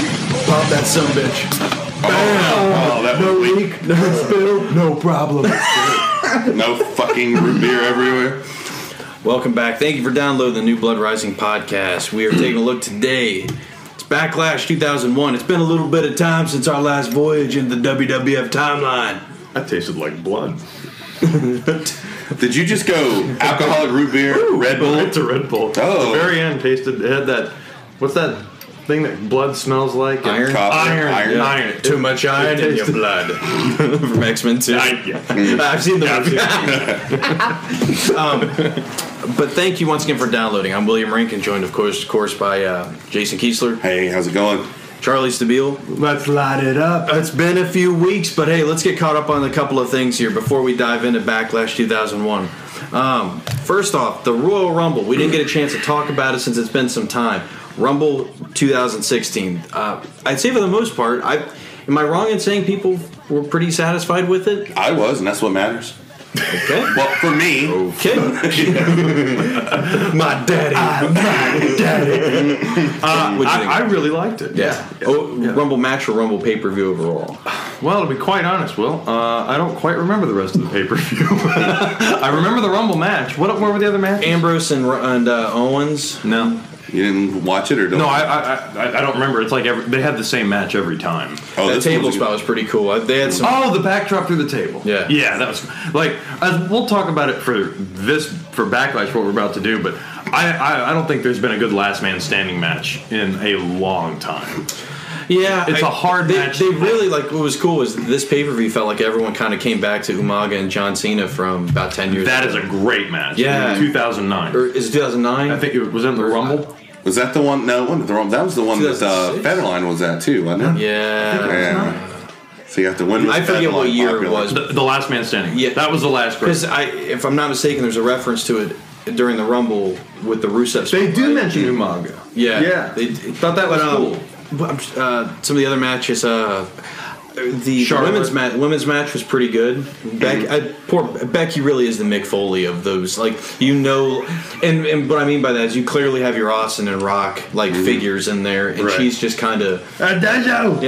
out that some bitch. Bam! Oh, that no was leak, no spill, no problem. No fucking root beer everywhere. Welcome back. Thank you for downloading the New Blood Rising podcast. We are taking a look today. It's Backlash 2001. It's been a little bit of time since our last voyage in the WWF timeline. That tasted like blood. Did you just go alcoholic root beer, Red Bull? It's a Red Bull. Oh. The very end tasted, it had that, what's that thing that blood smells like? And- Iron? Copper, Iron. iron. yeah. Iron. Too much iron in your tasted- blood. From X Men 2. I- yeah. I've seen the movie. um, but thank you once again for downloading. I'm William Rankin, joined, of course, of course by uh, Jason Kiesler, Hey, how's it going? Charlie Stabile, Let's light it up. It's been a few weeks, but hey, let's get caught up on a couple of things here before we dive into Backlash 2001. Um, first off, the Royal Rumble. We didn't get a chance to talk about it since it's been some time. Rumble 2016. Uh, I'd say for the most part, I am I wrong in saying people were pretty satisfied with it? I was, and that's what matters. Okay. Well, for me, Okay. My daddy. my daddy. Uh, what do you think? I, I really liked it. yeah. Oh, Rumble match or Rumble pay per view overall? Well, to be quite honest, Will, uh, I don't quite remember the rest of the pay per view. I remember the Rumble match. What where were the other matches? Ambrose and, and uh, Owens. no. you didn't watch it or don't? No, I, I, I, I don't remember. It's like every, they had the same match every time. Oh, this that one's table a good- spot was pretty cool. Uh, They had some. Oh, the backdrop through the table. Yeah. yeah, that was like uh, we'll talk about it for this for backlash what we're about to do, but I, I I don't think there's been a good last man standing match in a long time. yeah, it's a a hard they, match. They really like what was cool is this pay per view felt like everyone kind of came back to Umaga and John Cena from about ten years. That ago. is a great match. Yeah. Er, 2009. or is it 2009? I think it was in the Rumble. Was that the one? No, it wasn't the wrong. That was the one that uh, 2006? Federline was at too, wasn't it? yeah, Yeah. So you have to win. I forget what year it was, The, the last man standing. Yeah. that was the last. because I, if I'm not mistaken, there's a reference to it during the Rumble with the Rusev. spot, right? mention Umaga. Yeah, yeah. They Thought that was cool. but, um, uh, some of the other matches. Uh, the Charlotte. women's match women's match was pretty good. Beck, I, poor Becky really is the Mick Foley of those. Like you know, and, and what I mean by that is you clearly have your Austin and Rock like figures in there, and Right. she's just kind of Uh, Dajo.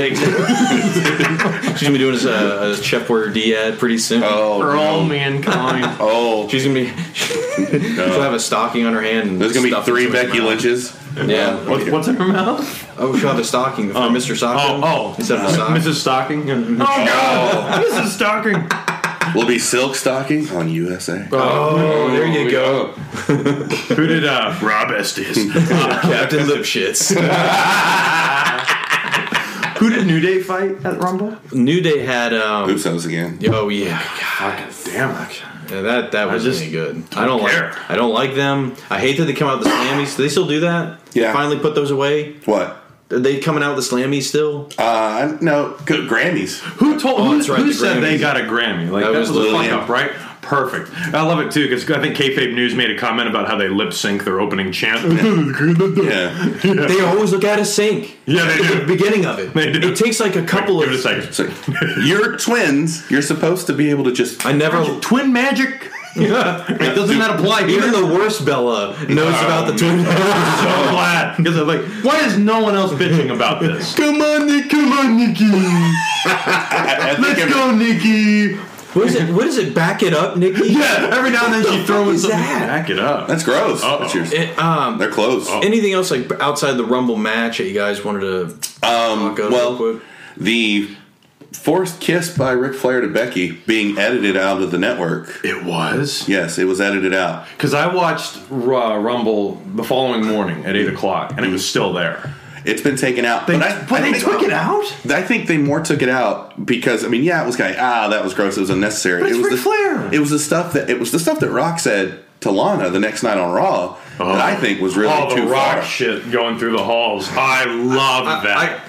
she's gonna be doing this, uh, a Chef Warrior D ad pretty soon. Oh, For no. all mankind. oh, She's gonna be she'll have a stocking on her hand. And there's gonna be stuff in three somebody's Becky mouth. Lynch's. Yeah. What's, what's in her mouth? Oh, she'll have a stocking for Mr. Socko. Oh, oh, instead of a sock. Mrs. Stocking. Oh God, Mrs. Stocking. Will be silk stocking on USA. Oh, there you go. Who did uh, Rob Estes? Captain Lipschitz. Who did New Day fight at Rumble? New Day had um Usos again. Oh yeah. God damn it! Yeah, that that was just really good. I don't care. like I don't like them. I hate that they come out with the slammies. Do they still do that? Yeah. Finally put those away. What? Are they coming out with the slammies still? Uh, no, good Grammys. Who told? Oh, who that's right, who the said they Grammys. got a Grammy? Like That that, was was, a fuck Lillian. up, right? Perfect. I love it too because I think Kayfabe News made a comment about how they lip sync their opening chant. Yeah. They always look out of sync. yeah, they At the do. beginning of it. They do. It takes like a couple Give it a of second. So you're twins. You're supposed to be able to just. I never Twin magic. Yeah, it doesn't that apply here? even the worst Bella knows about the twin. so glad because I'm like, why is no one else bitching about this? come on, Nick, come on, Nikki. I, I think every- Nikki. What is it? What is it? Back it up, Nikki. Yeah, every now and then she fuck throws is something. that? Back it up. That's gross. Uh-oh. That's yours. It, um, They're closed. anything else like outside the Rumble match that you guys wanted to Um, talk of well, real quick? the forced kiss by Ric Flair to Becky being edited out of the network. it was Yes, it was edited out. because I watched Raw Rumble the following morning at eight o'clock, and it was still there. It's been taken out. They, but I, I they think- took it out. I think they more took it out because I mean, yeah, it was kind of ah, that was gross. It was unnecessary. But it's it was Ric the, Flair. It was the stuff that it was the stuff that Rock said to Lana the next night on Raw that I think was really All Oh. the too rock far. shit going through the halls. I love I, that.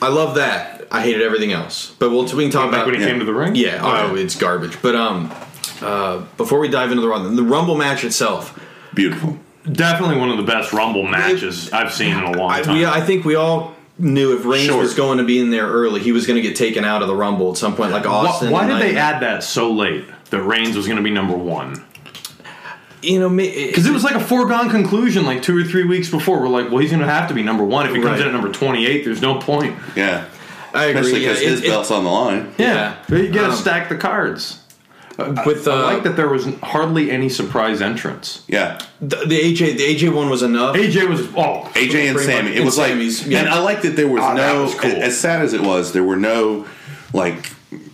I love that. I hated everything else, but we'll we can talk like about when he came to the ring. Yeah, oh, yeah. it's garbage. But um, uh, before we dive into the Rumble, the Rumble match itself, Beautiful. definitely one of the best Rumble matches I've seen in a long I, time. we, I think we all knew if Reigns Sure. was going to be in there early, he was going to get taken out of the Rumble at some point, like Why- Austin. why and did they like- add that so late? That Reigns was going to be number one. you know, because Because it was like a foregone conclusion, like two or three weeks before. We're like, well, he's going to have to be number one. If he comes Right. in at number 28, there's no point. Yeah. I agree. Especially yeah, because it- his it- belt's on the line. Yeah. You got to Um, stack the cards. with I uh, like that there was hardly any surprise entrance. Yeah. the, the AJ the AJ one was enough. AJ was, oh, AJ and Pretty Sammy. much- It and was like, Sammy's, yeah. and I like that there was Ah, that no. was cool. As sad as it was, there were no like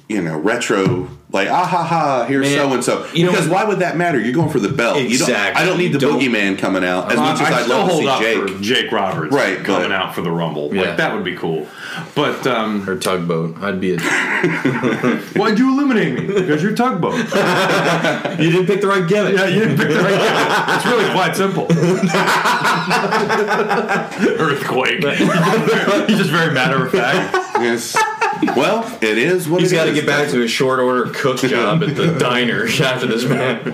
you know retro like ah ha ha here's Man, so and so. you know Because what- why would that matter? You're going for the belt. You don't, Exactly. I don't need the You don't- boogeyman coming out as much as Uh-huh. I I'd still love to hold see up Jake. for Jake Roberts Right, coming but- out for the Rumble. Yeah. Like that would be cool. But um, or tugboat. I'd be. A, why'd you eliminate me? Because you're tugboat. you didn't pick the right gimmick. yeah, you didn't pick the right guy. It's really quite simple. Earthquake. He's just very matter of fact. Yes. well, it is what He's it got to is. get back to his short order cook job at the diner after this Um, match.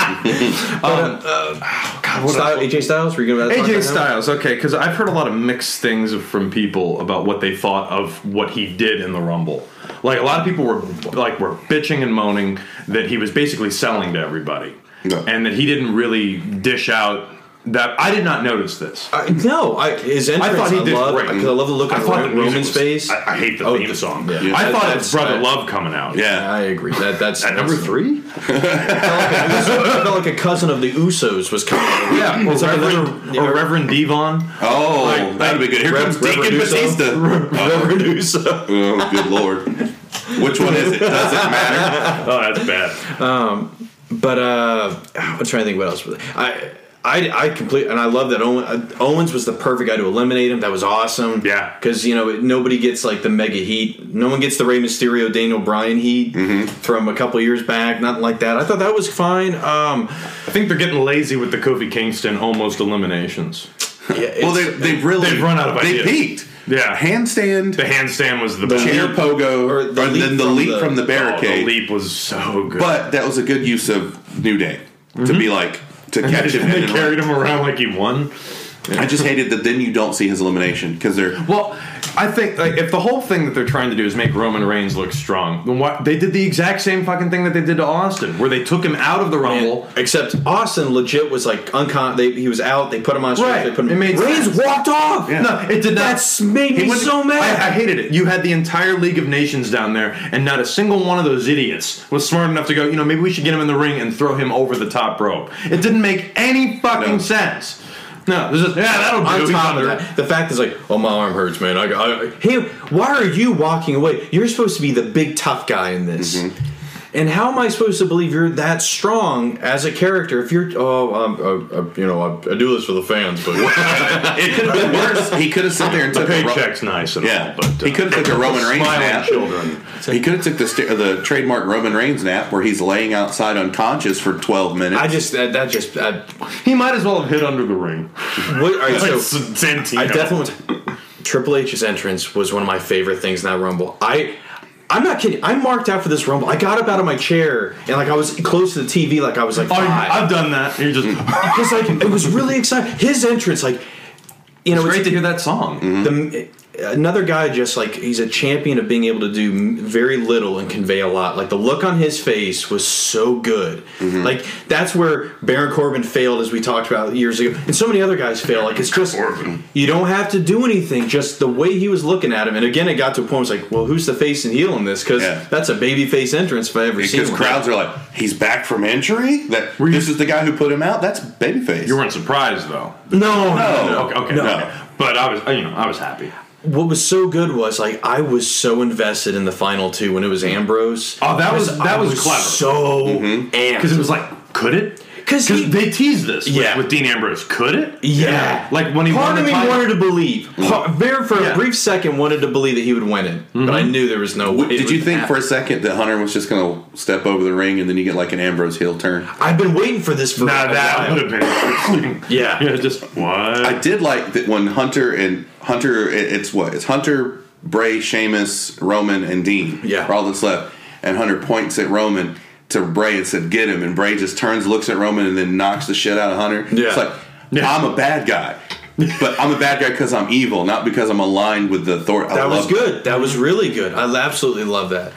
uh, uh, oh, Style, AJ Styles, were you going to talk about AJ him? Styles, okay, because I've heard a lot of mixed things from people about what they thought of what he did in the Rumble. Like a lot of people were like were bitching and moaning that he was basically selling to everybody, Yeah. and that he didn't really dish out. That I did not notice this. I, no, I, his I entrance. thought he did love, great. Because I love the look of thought the Roman, music Roman's was- face. I, I hate the Oh, theme the- song. yeah. I That- thought that's- it's Brother I- Love coming out. Yeah. I agree. That that's At number that's- three? I felt like a cousin of the Usos was coming. out. Yeah, or It's like a little- Reverend, or Reverend Devon. Oh, Like- that'd be good. Here Rev- comes Reverend Deacon Russo. Batista. Reverend Uso. Oh, good lord. Which one is it? Does it matter? Oh, that's bad. But uh, I'm trying to think what else. was- I I I complete and I love that Owen, uh, Owens was the perfect guy to eliminate him. That was awesome. Yeah. because you know it- nobody gets like the mega heat. No one gets the Rey Mysterio Daniel Bryan heat Mm-hmm. from a couple years back. Nothing like that. I thought that was fine. Um, I think they're getting lazy with the Kofi Kingston almost eliminations. yeah, Well, they, it's- they've really They've run out of They ideas. peaked. Yeah. handstand, The handstand was the, best. chair pogo, or or, the leap then the from leap the- from the Oh, the barricade. leap was so good. But that was a good use of New Day to be like to catch him. Mm-hmm. they in and carried him around like he won. run. I just hated that. Then you don't see his elimination because they're Well, I think like, if the whole thing that they're trying to do is make Roman Reigns look strong, then why, they did the exact same fucking thing that they did to Austin, where they took him out of the Rumble. Except Austin legit was like uncon. They, he was out. They put him on. Strength, Right. They put him. It made Reigns sense. walked off. No, it did not. That's made He me wouldn't- so mad. I, I hated it. You had the entire League of Nations down there, and not a single one of those idiots was smart enough to go. You know, maybe we should get him in the ring and throw him over the top rope. It didn't make any fucking No. sense. No, this is yeah, that'll on do. He's top of under- that, the fact is like, oh, my arm hurts, man. I, I, hey, why are you walking away? You're supposed to be the big tough guy in this. Mm-hmm. And how am I supposed to believe you're that strong as a character if you're? Oh, um, uh, uh, you know, I, I do this for the fans, but it could have been worse. He could have sat there and The took a Ro- paycheck's nice and yeah. all, but uh, he could have took a Roman Reigns smiling nap. children. He could have took the st- the trademark Roman Reigns nap where he's laying outside unconscious for twelve minutes. I just that, that just. I, He might as well have hit under the ring. what, all right, Like so Santino. I definitely was, Triple H's entrance was one of my favorite things in that Rumble. I I'm not kidding. I marked out for this Rumble. I got up out of my chair and like I was close to the TV, like I was like Oh, you- five. I've done that. You're just. it's Because like it was really exciting. His entrance, like you know, great it's to hear that song. Mm-hmm. the, another guy just like he's a champion of being able to do m- very little and convey a lot. Like the look on his face was so good. Mm-hmm. Like that's where Baron Corbin failed, as we talked about years ago, and so many other guys fail. Like it's just you don't have to do anything. Just the way he was looking at him, and again, it got to a point. where It's like, well, who's the face and heel in this? Because Yeah. that's a baby face entrance if I ever seen. because one. crowds are like, he's back from injury. That Were you- this is the guy who put him out. That's babyface. You weren't surprised though. No, no, no. No. Okay, okay, No. okay. But I was, you know, I was happy. what was so good was like I was so invested in the final two when it was Ambrose. Oh, that was- that I was clever. So Mm-hmm. amped. Because it was like, could it? 'Cause he- they teased this with- Yeah. with, Dean Ambrose. Could it? Yeah. Like when he part of won the me title- wanted to believe. Mm-hmm. Part, very for Yeah. a brief second, wanted to believe that he would win it, but I knew there was no. way. it Mm-hmm. Did you would think for a happen. second that Hunter was just going to step over the ring and then you get like an Ambrose heel turn? I've been waiting for this for Nah, a that while. would have been interesting. Yeah. Yeah, just what? I did like that when Hunter and Hunter, it- it's what? It's Hunter, Bray, Sheamus, Roman, and Dean. Yeah. Are all that's left. And Hunter points at Roman to Bray and said, get him. And Bray just turns, looks at Roman, and then knocks the shit out of Hunter. Yeah. It's like, Yeah. I'm a bad guy. but I'm a bad guy because I'm evil, not because I'm aligned with the authority. I That was love- good. That was really good. I absolutely love that.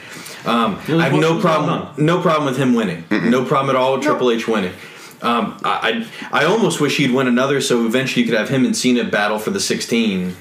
Um, I have no wasn't well problem, no problem with him winning. No problem at all with Triple H winning. Um, I, I I almost wish he'd win another, so eventually you could have him and Cena battle for the sixteen.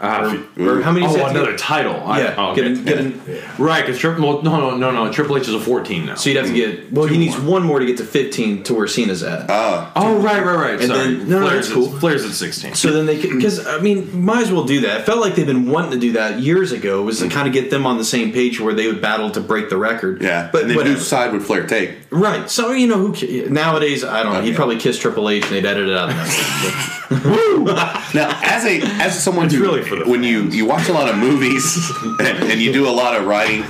Ah, Mm. Or, or how many? does he oh, have to another get? title. I- Yeah, oh, get okay. an- get an- Right, because triple. Well, no, no, no, no. Triple H is a fourteen now. So you'd have to get. Well, Mm. Two he needs more. one more to get to fifteen to where Cena's at. Uh, Ah, oh, right, right, right. And Sorry. then- no, no, Flair's that's cool. At, Flair's at sixteen. So then they could, because I mean, might as well do that. It felt like they've been wanting to do that years ago, was to Mm. kind of get them on the same page where they would battle to break the record. Yeah, but and then whatever. whose side would Flair take? right. So you know, who ca- nowadays I don't know. He'd Okay. probably kiss Triple H and they'd edit it out. of that. Now, as a as someone It's who, really for the when you you watch a lot of movies and, and you do a lot of writing,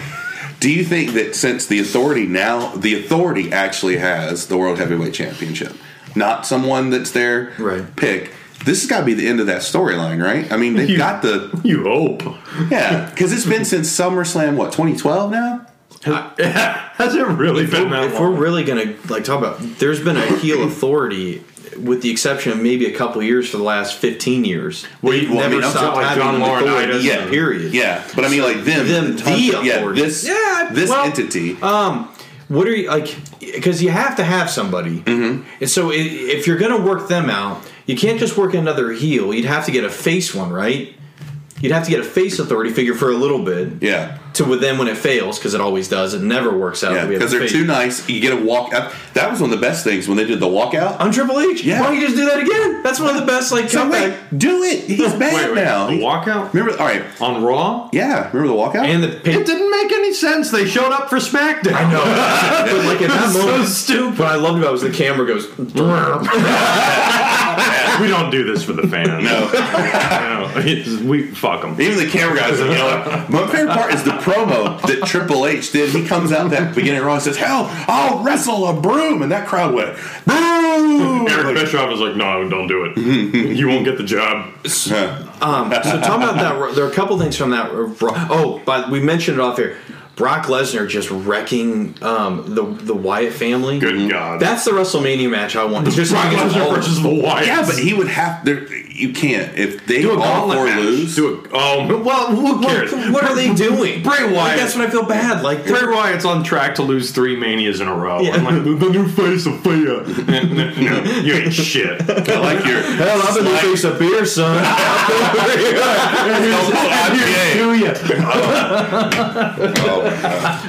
do you think that since the authority now the authority actually has the world heavyweight championship, not someone that's their Right. pick? This has got to be the end of that storyline, right? I mean, they've You- got the You hope. yeah, because it's been since SummerSlam, what 2012 now? Has it really been that if we're long? really gonna like talk about, there's been a heel authority. With the exception of maybe a couple years for the last fifteen years, Well, They've well, I mean, I'm talking like John an authority, Laurinaitis Yeah, period. Yeah, but I mean, like them, Them, the yeah, authority. this, Yeah, I- this well- entity. uh, what are you like because you have to have somebody Mm-hmm. and so i- if you're going to work them out you can't just work another heel you'd have to get a face one right you'd have to get a face authority figure for a little bit yeah, to with them when it fails because it always does it never works out Yeah, that we have because a they're face. too nice. You get a walk up. That was one of the best things when they did the walkout. on Triple H, Yeah. why don't you just do that again? That's one of the best. Like, So comeback. wait, do it. He's bad Wait, wait, now. the walkout Remember? All right. on Raw. Yeah, remember the walkout? and the pay- It didn't make any sense. They showed up for SmackDown. I know, but like in that so moment, stupid. what I loved about it was the camera goes. we don't do this for the fans. no. No. It's- we fuck them. Even the camera guys are yelling. My favorite part is the promo that Triple H did. He comes out that beginning of Raw and says, "Hell, I'll wrestle a broom," and that crowd went, "Boo!" Eric Bischoff was like, "No, don't do it. you won't get the job." So talking about that, there are a couple things from that. Oh, but we mentioned it off here. Brock Lesnar just wrecking um, the the Wyatt family. Good God. That's the WrestleMania match I want. It's just Brock against Lesnar all- versus the Wyatts. yeah, but he would have. There, you can't if they do a all gauntlet four match. lose. Do a, oh, well, who What, cares? what are they doing? Bray Wyatt. Like, that's when I feel bad. Like Bray Wyatt's on track to lose three manias in a row. I'm like, the, the new face of Fia. no, you ain't shit. I like your Hell, I'm in the face of beer, son. I'm gay. Do ya?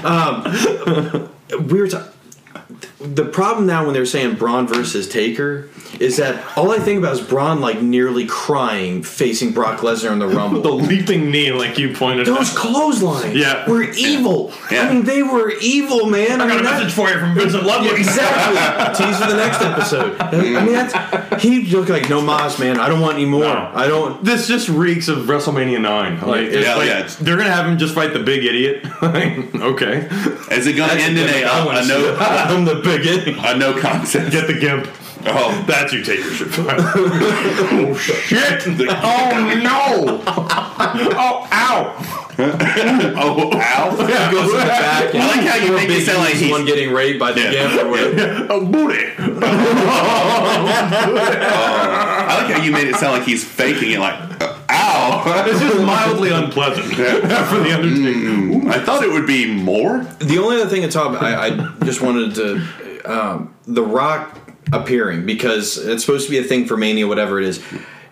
oh, we were talking. The problem now when they're saying Braun versus Taker is that all I think about is Braun like nearly crying facing Brock Lesnar in the Rumble. The leaping knee, like you pointed out. Those clotheslines Yeah. were evil. Yeah. I mean, they were evil, man. I, I got a mean, that- message for you from Vincent Lovely. exactly. Tease for the next episode. I mean, that's he looked like no mas, man. I don't want any more. No. I don't. This just reeks of WrestleMania 9. Like, it's Yeah, like yeah. they're going to have him just fight the big idiot. Like, okay. Is it gonna end in a, I wanna a no I'm the big idiot. a no concept? Get the gimp. Oh, That's you take your shit. oh, shit. oh, no. Oh, ow. oh, ow! Goes in the back and I like how you make it Big sound like E's he's one getting raped by the Yeah. gimp or whatever. A booty. Oh, I like how you made it sound like he's faking it. Like, uh, ow! This is mildly unpleasant for the Undertaker. I thought it would be more. The only other thing to talk about, I, I just wanted to, um, The Rock appearing because it's supposed to be a thing for Mania, whatever it is.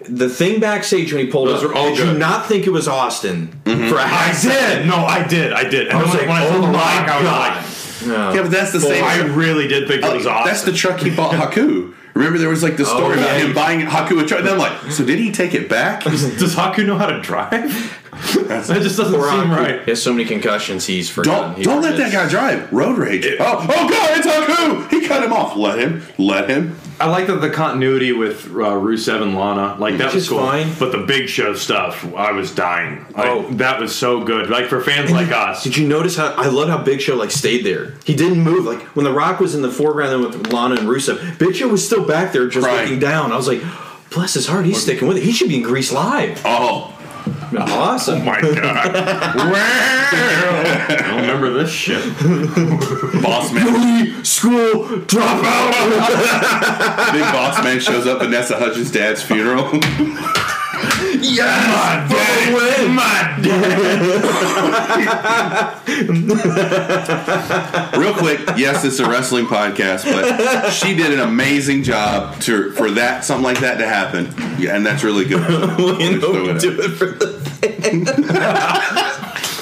The thing backstage when he pulled Those up, are all did you good. not think it was Austin Mm-hmm. for a half second? No, I did. I did. And I was like, oh when I saw the rock, I was like, Yeah, but that's the same. I really did think it was awesome. That's the truck he bought Haku. Remember, there was like the story yeah. about him buying Haku a truck. And I'm like, so did he take it back? Does Haku know how to drive? that just doesn't The Rock, seem who right. He has so many concussions, he's forgotten. Don't He don't let that forgets. guy drive. Road rage. Oh, oh god, it's Haku. He cut him off. Let him. Let him. I like that the continuity with uh, Rusev and Lana, like that Which was is cool. fine. But the Big Show stuff, I was dying. Like, Oh. that was so good. Like for fans like us, Did you notice how I love how Big Show like stayed there? He didn't move. Like when The Rock was in the foreground and with Lana and Rusev, Big Show was still back there just Crying. looking down. I was like, bless his heart, he's sticking with it. He should be in Greece live. Oh, Awesome. oh my god, I don't remember this shit. boss man. School dropout. Big boss man shows up. Vanessa Hudgens' dad's funeral. Yes! My Real quick, yes, it's a wrestling podcast, but she did an amazing job to for that something like that to happen. Yeah, and that's really good. You Just know throw we it out. do it for the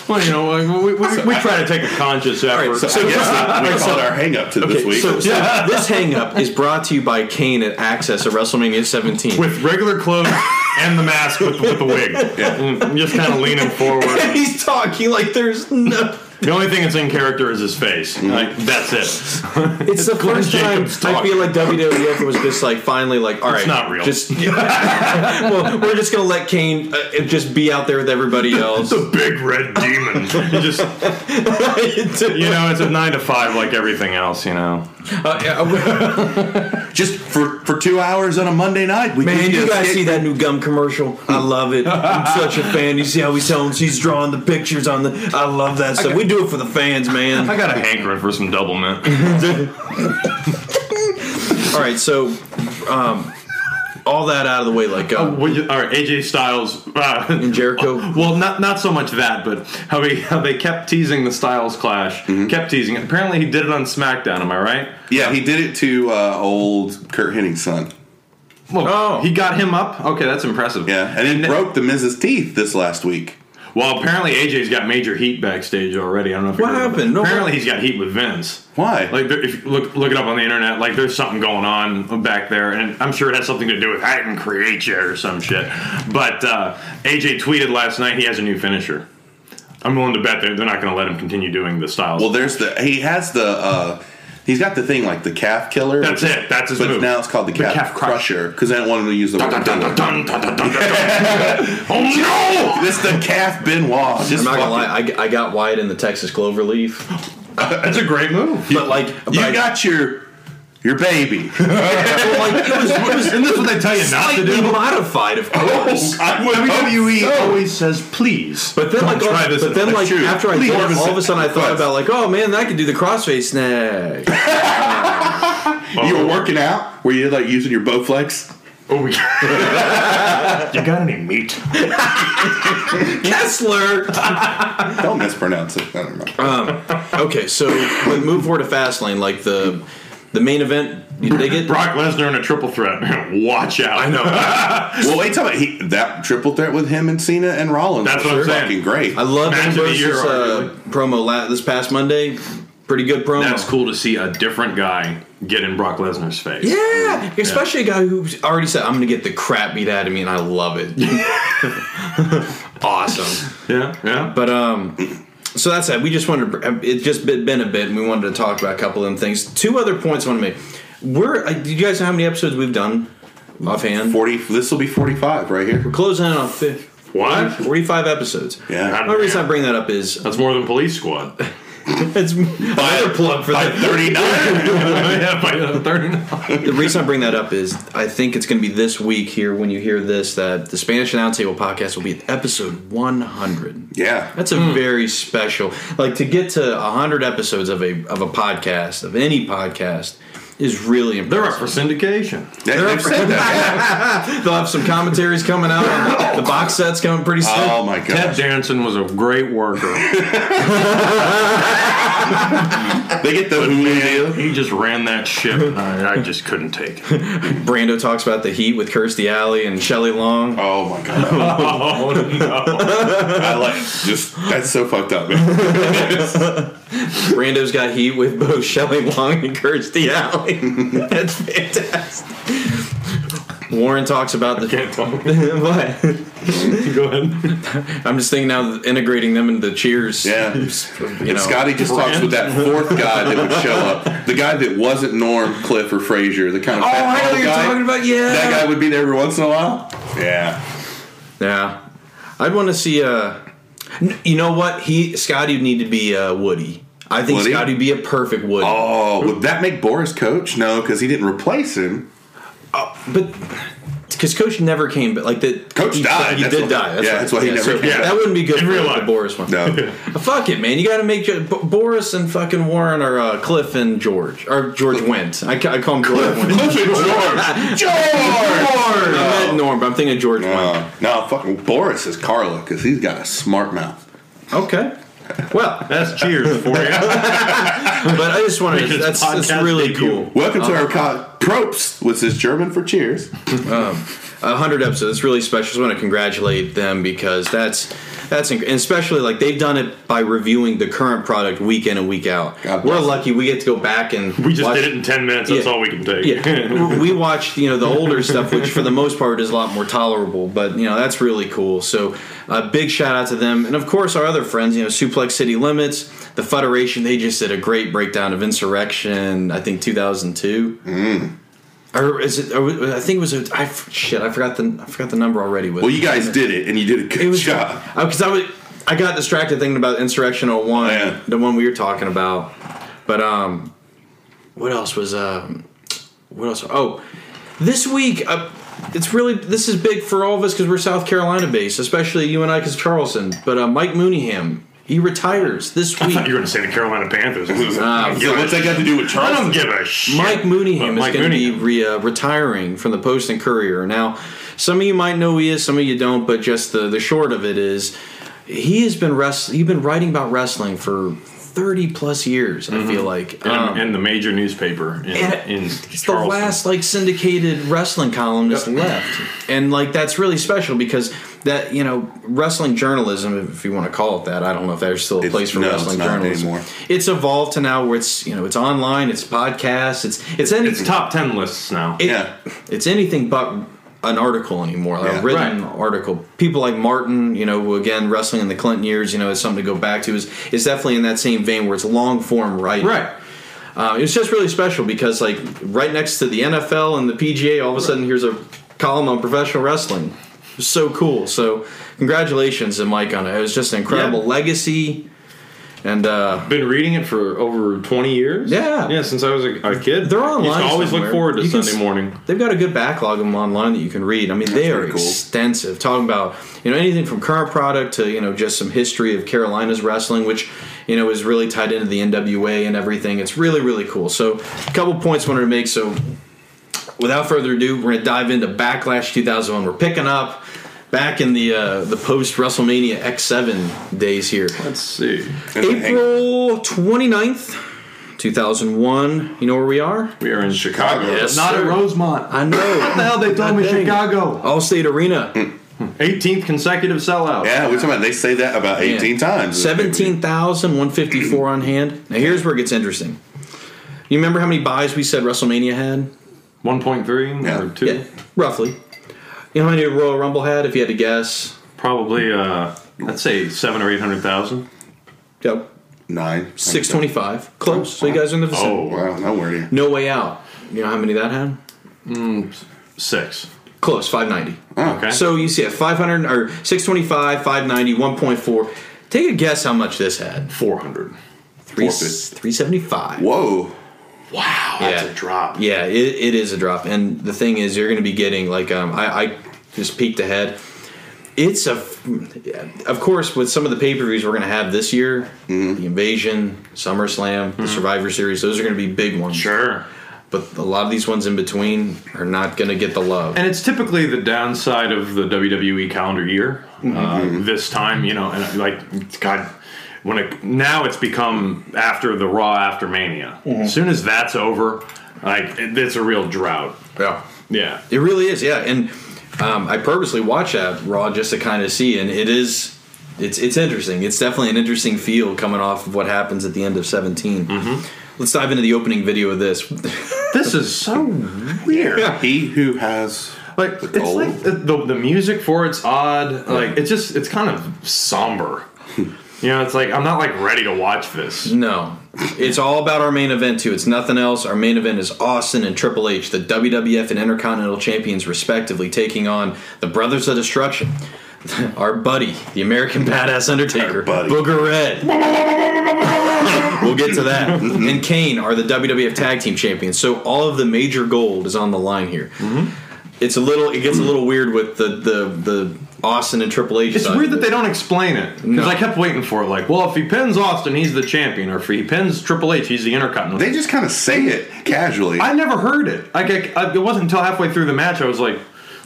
Well, you know, like, we, we, we try to take a conscious effort. right, So I guess that we called our hang up to this Okay, week. so, so this hang up is brought to you by Kane at Access at WrestleMania 17. with regular clothes and the mask with, with the wig. Mm, Just kind of leaning forward. he's talking like there's no. The only thing that's in character is his face. Like that's it. It's the Glenn first time Jacobs I talk. feel like WWF was just like finally like all right, not real. Just well, we're just gonna let Kane uh, just be out there with everybody else. The big red demon. You just you know, it's a nine to five like everything else. You know, Uh, yeah, Just for for two hours on a Monday night, we man, give you a guys skit. see that new gum commercial? I love it. I'm such a fan. You see how he's telling, he's drawing the pictures on the. I love that stuff. we do it for the fans, man. I got a hankering for some double mint. All right, so um, all that out of the way, like uh, Would you- all right, AJ Styles. Uh, in Jericho. well, not not so much that, but how he how they kept teasing the Styles clash, Mm-hmm. kept teasing. it. Apparently, he did it on SmackDown. Am I right? Yeah, he did it to uh, old Kurt Henning's son. Well, Oh. he got him up. Okay, that's impressive. Yeah, and he broke the Miz's teeth this last week. Well, apparently AJ's got major heat backstage already. I don't know if you What heard about happened? that. No, apparently what- he's got heat with Vince. Why? Like, there- if you look look it up on the internet, like there's something going on back there, and I'm sure it has something to do with I didn't create you or some shit. But uh, AJ tweeted last night he has a new finisher. I'm willing to bet they're, they're not going to let him continue doing the styles. well, there's the he has the uh, he's got the thing like the calf killer. that's which- it. That's his But move. now it's called the, calf, calf crush. crusher because I don't want him to use the word. Dun, dun, killer. dun, dun, dun, dun, dun, dun, dun. oh no! This the calf Benoit. Just I'm not gonna fucking- lie, I, g- I got wide in the Texas clover leaf, That's a great move. but like, but You I- got your your baby. but, like it was, it was Isn't this what they tell you not to slightly do? Oh, modified, of course. I would WWE hope so. always says please. But then, Don't like, try this but at then, home. like, True. after I Please. did it, all of a sudden I thought Request. about, like, oh man, I could do the crossface snag. You were working out where you like using your Bowflex. Oh, we you got any meat? Kessler. Don't mispronounce it. I don't know. Uh, Okay, so when move forward to fast lane, like the the main event, you dig it? Brock Lesnar in a triple threat. Watch out! I know. well, wait till he, that triple threat with him and Cena and Rollins. That's was what I'm saying. Fucking great. I love Match of the Ambrose's year, uh, promo la- this past Monday. Pretty good promo. That's cool to see a different guy get in Brock Lesnar's face. Yeah, especially a guy who's already said, "I'm going to get the crap beat out of me," and I love it. awesome. yeah, yeah. But um, so that's that. We just wanted to, uh, it just been been a bit, and we wanted to talk about a couple of them things. Two other points I want to make. We're. Uh, do you guys know how many episodes we've done offhand? Forty. This will be forty-five right here. Closing in on fif- What? 45 episodes. Yeah. The only reason I bring that up is That's more than Police Squad. it's another plug for By that. thirty-nine. yeah, by uh, thirty-nine. The reason I bring that up is I think it's going to be this week here when you hear this that the Spanish Announce Table podcast will be episode 100. yeah. That's a very special. Like to get to 100 episodes of a of a podcast of any podcast is really They're up impressive. for syndication. They, have said that. They'll have some commentaries coming out. on the box sets coming pretty soon. Oh my Ted gosh. Danson was a great worker. They get the Hulu deal. he just ran that ship, and I, I just couldn't take it. Brando talks about the heat with Kirstie Alley and Shelley Long. Oh my god. Oh no! I like just that's so fucked up. Man. Brando's got heat with both Shelley Long and Kirstie Alley. That's fantastic. Warren talks about the. Can't talk. What? Go ahead. I'm just thinking now of integrating them into Cheers. Yeah. You know, Scotty just talks with that fourth guy that would show up. The guy that wasn't Norm, Cliff, or Frazier. The kind of Oh, fat I know bald what you're guy. talking about. Yeah. That guy would be there every once in a while. Yeah. Yeah, I'd want to see. Uh, n- you know what? He Scotty would need to be uh, Woody. I think Woody? Scotty would be a perfect Woody. Oh, would that make Boris coach? No, because he didn't replace him. But because Coach never came, but like the Coach he, died, He that's did what- die. That's yeah, right. that's why he never so came. That wouldn't be good In for real the life. Boris one. Uh, No. Fuck it, man. You got to make B- Boris and fucking Warren or uh, Cliff and George or George Went. I, ca- I call him George Went. Cliff and George. George. I meant Norm, but I'm thinking of George Wayne. Uh, no, fucking Boris is Carla because he's got a smart mouth. Okay. Well, That's cheers for you. but I just wanted to. His That's, that's podcast really debut. cool. Welcome to our Uh-huh. co- Props, which is German for cheers. A hundred episodes. It's really special. I just want to congratulate them because that's that's inc- and especially like they've done it by reviewing the current product week in and week out. God We're bless lucky we get to go back and We just watch- did it in ten minutes. That's Yeah. all we can take. Yeah, we watched you know the older stuff, which for the most part is a lot more tolerable. But you know that's really cool. So a big shout out to them, and of course our other friends, you know Suplex City Limits, the Federation. They just did a great breakdown of Insurrection. I think 2002. Or is it? Or I think it was. A, I f- shit. I forgot the. I forgot the number already. With Well, you guys did it, and you did a good it was job. because I was I got distracted thinking about Insurrection 01, Oh, yeah. the one we were talking about. But um, what else was um, what else? Oh, this week uh, it's really this is big for all of us because we're South Carolina based, especially you and I because Charleston. But uh, Mike Mooneyham he retires this I week. thought you were going to say the Carolina Panthers. I don't so give a what's that got to do with I Charleston? don't give a shit. Mike Mooneyham is But Mike going to be Mooneyham. re, uh, retiring from the Post and Courier. Now, some of you might know who he is, some of you don't, but just the, the short of it is he has been wrest- he's been writing about wrestling for 30 plus years, I Mm-hmm. feel like. in, Um, in the major newspaper in, and in it's the Charleston. last like syndicated wrestling columnist left and like that's really special because that you know wrestling journalism if you want to call it that i don't know if there's still a It's- place for no, it's wrestling not journalism anymore. it's evolved to now where it's you know it's online it's podcasts it's it's any It's top ten lists now. it- Yeah. it's anything but an article anymore, like Yeah. a written article. People like Martin, you know, who again wrestling in the Clinton years, you know, is something to go back to. Is is definitely in that same vein where it's long form writing. Uh, it's just really special because like right next to the NFL and the PGA, all of a sudden here's a column on professional wrestling. It was so cool. So congratulations to Mike on it. It was just an incredible Yeah. legacy. And uh, Been reading it for over twenty years. Yeah. yeah, since I was a, a kid. They're online Used to always somewhere. look forward to You can Sunday s- morning. They've got a good backlog of them online that you can read. I mean, they are pretty cool. extensive. Talking about you know anything from current product to you know just some history of Carolina's wrestling, which you know is really tied into the NWA and everything. It's really really cool. So, a couple points wanted to make. So, without further ado, we're gonna dive into Backlash 2001. We're picking up. Back in the uh, the post WrestleMania X7 days here, Let's see. April 29th, 2001. You know where we are? We are in Chicago. Yes. Not at sir. Rosemont. I know. Now they told me Dang. Chicago. Allstate Arena, 18th consecutive sellout. Yeah, we're talking about they say that about 18 times. seventeen thousand one fifty four on hand. Now here's where it gets interesting. You remember how many buys we said WrestleMania had? One point three Yeah. or two, roughly. You know how many Royal Rumble had? If you had to guess, probably. Uh, I'd say seven or eight hundred thousand. yep, Nine. six twenty five, close. So you guys are in the vicinity. Oh, Wow, nowhere near. No way out. You know how many that had? six. Close, five ninety. Okay. So you see at five hundred or six twenty five, five ninety, one point four. Take a guess how much this had? four hundred. Three 450. three seventy five. Whoa. Wow, that's Yeah. a drop. Yeah, it, it is a drop, and the thing is, you're going to be getting like um, I, I just peeked ahead. It's a, of course, with some of the pay per views we're going to have this year, Mm-hmm. the Invasion, SummerSlam, the Survivor Series, those are going to be big ones. Sure. but a lot of these ones in between are not going to get the love. And it's typically the downside of the WWE calendar year. Uh, this time, you know, and uh, like God, when it now it's become after the Raw after Mania. As soon as that's over, like it, it's a real drought. yeah, Yeah, it really is. Yeah, and um, I purposely watch that Raw just to kind of see, and it is. It's, it's interesting. It's definitely an interesting feel coming off of what happens at the end of 17. Mm-hmm. Let's dive into the opening video of this. this is so weird. He who has. Like The it's gold. like the, the the music for it's odd. Like it's just it's kind of somber. you know, it's like I'm not like ready to watch this. No. It's all about our main event, too. It's nothing else. Our main event is Austin and Triple H, the WWF and Intercontinental Champions, respectively, taking on the Brothers of Destruction. Our buddy, the American Badass Undertaker, Our buddy. Booger Red. we'll get to that. Mm-hmm. and Kane are the WWF Tag Team Champions. So all of the major gold is on the line here. Mm-hmm. It's a little. It gets a little weird with the the the Austin and Triple H. It's side. weird that they don't explain it because No. I kept waiting for it. Like, well, if he pins Austin, he's the champion, or if he pins Triple H, he's the Intercontinental. They just kind of say it casually. I never heard it. Like, I, I, it wasn't until halfway through the match I was like,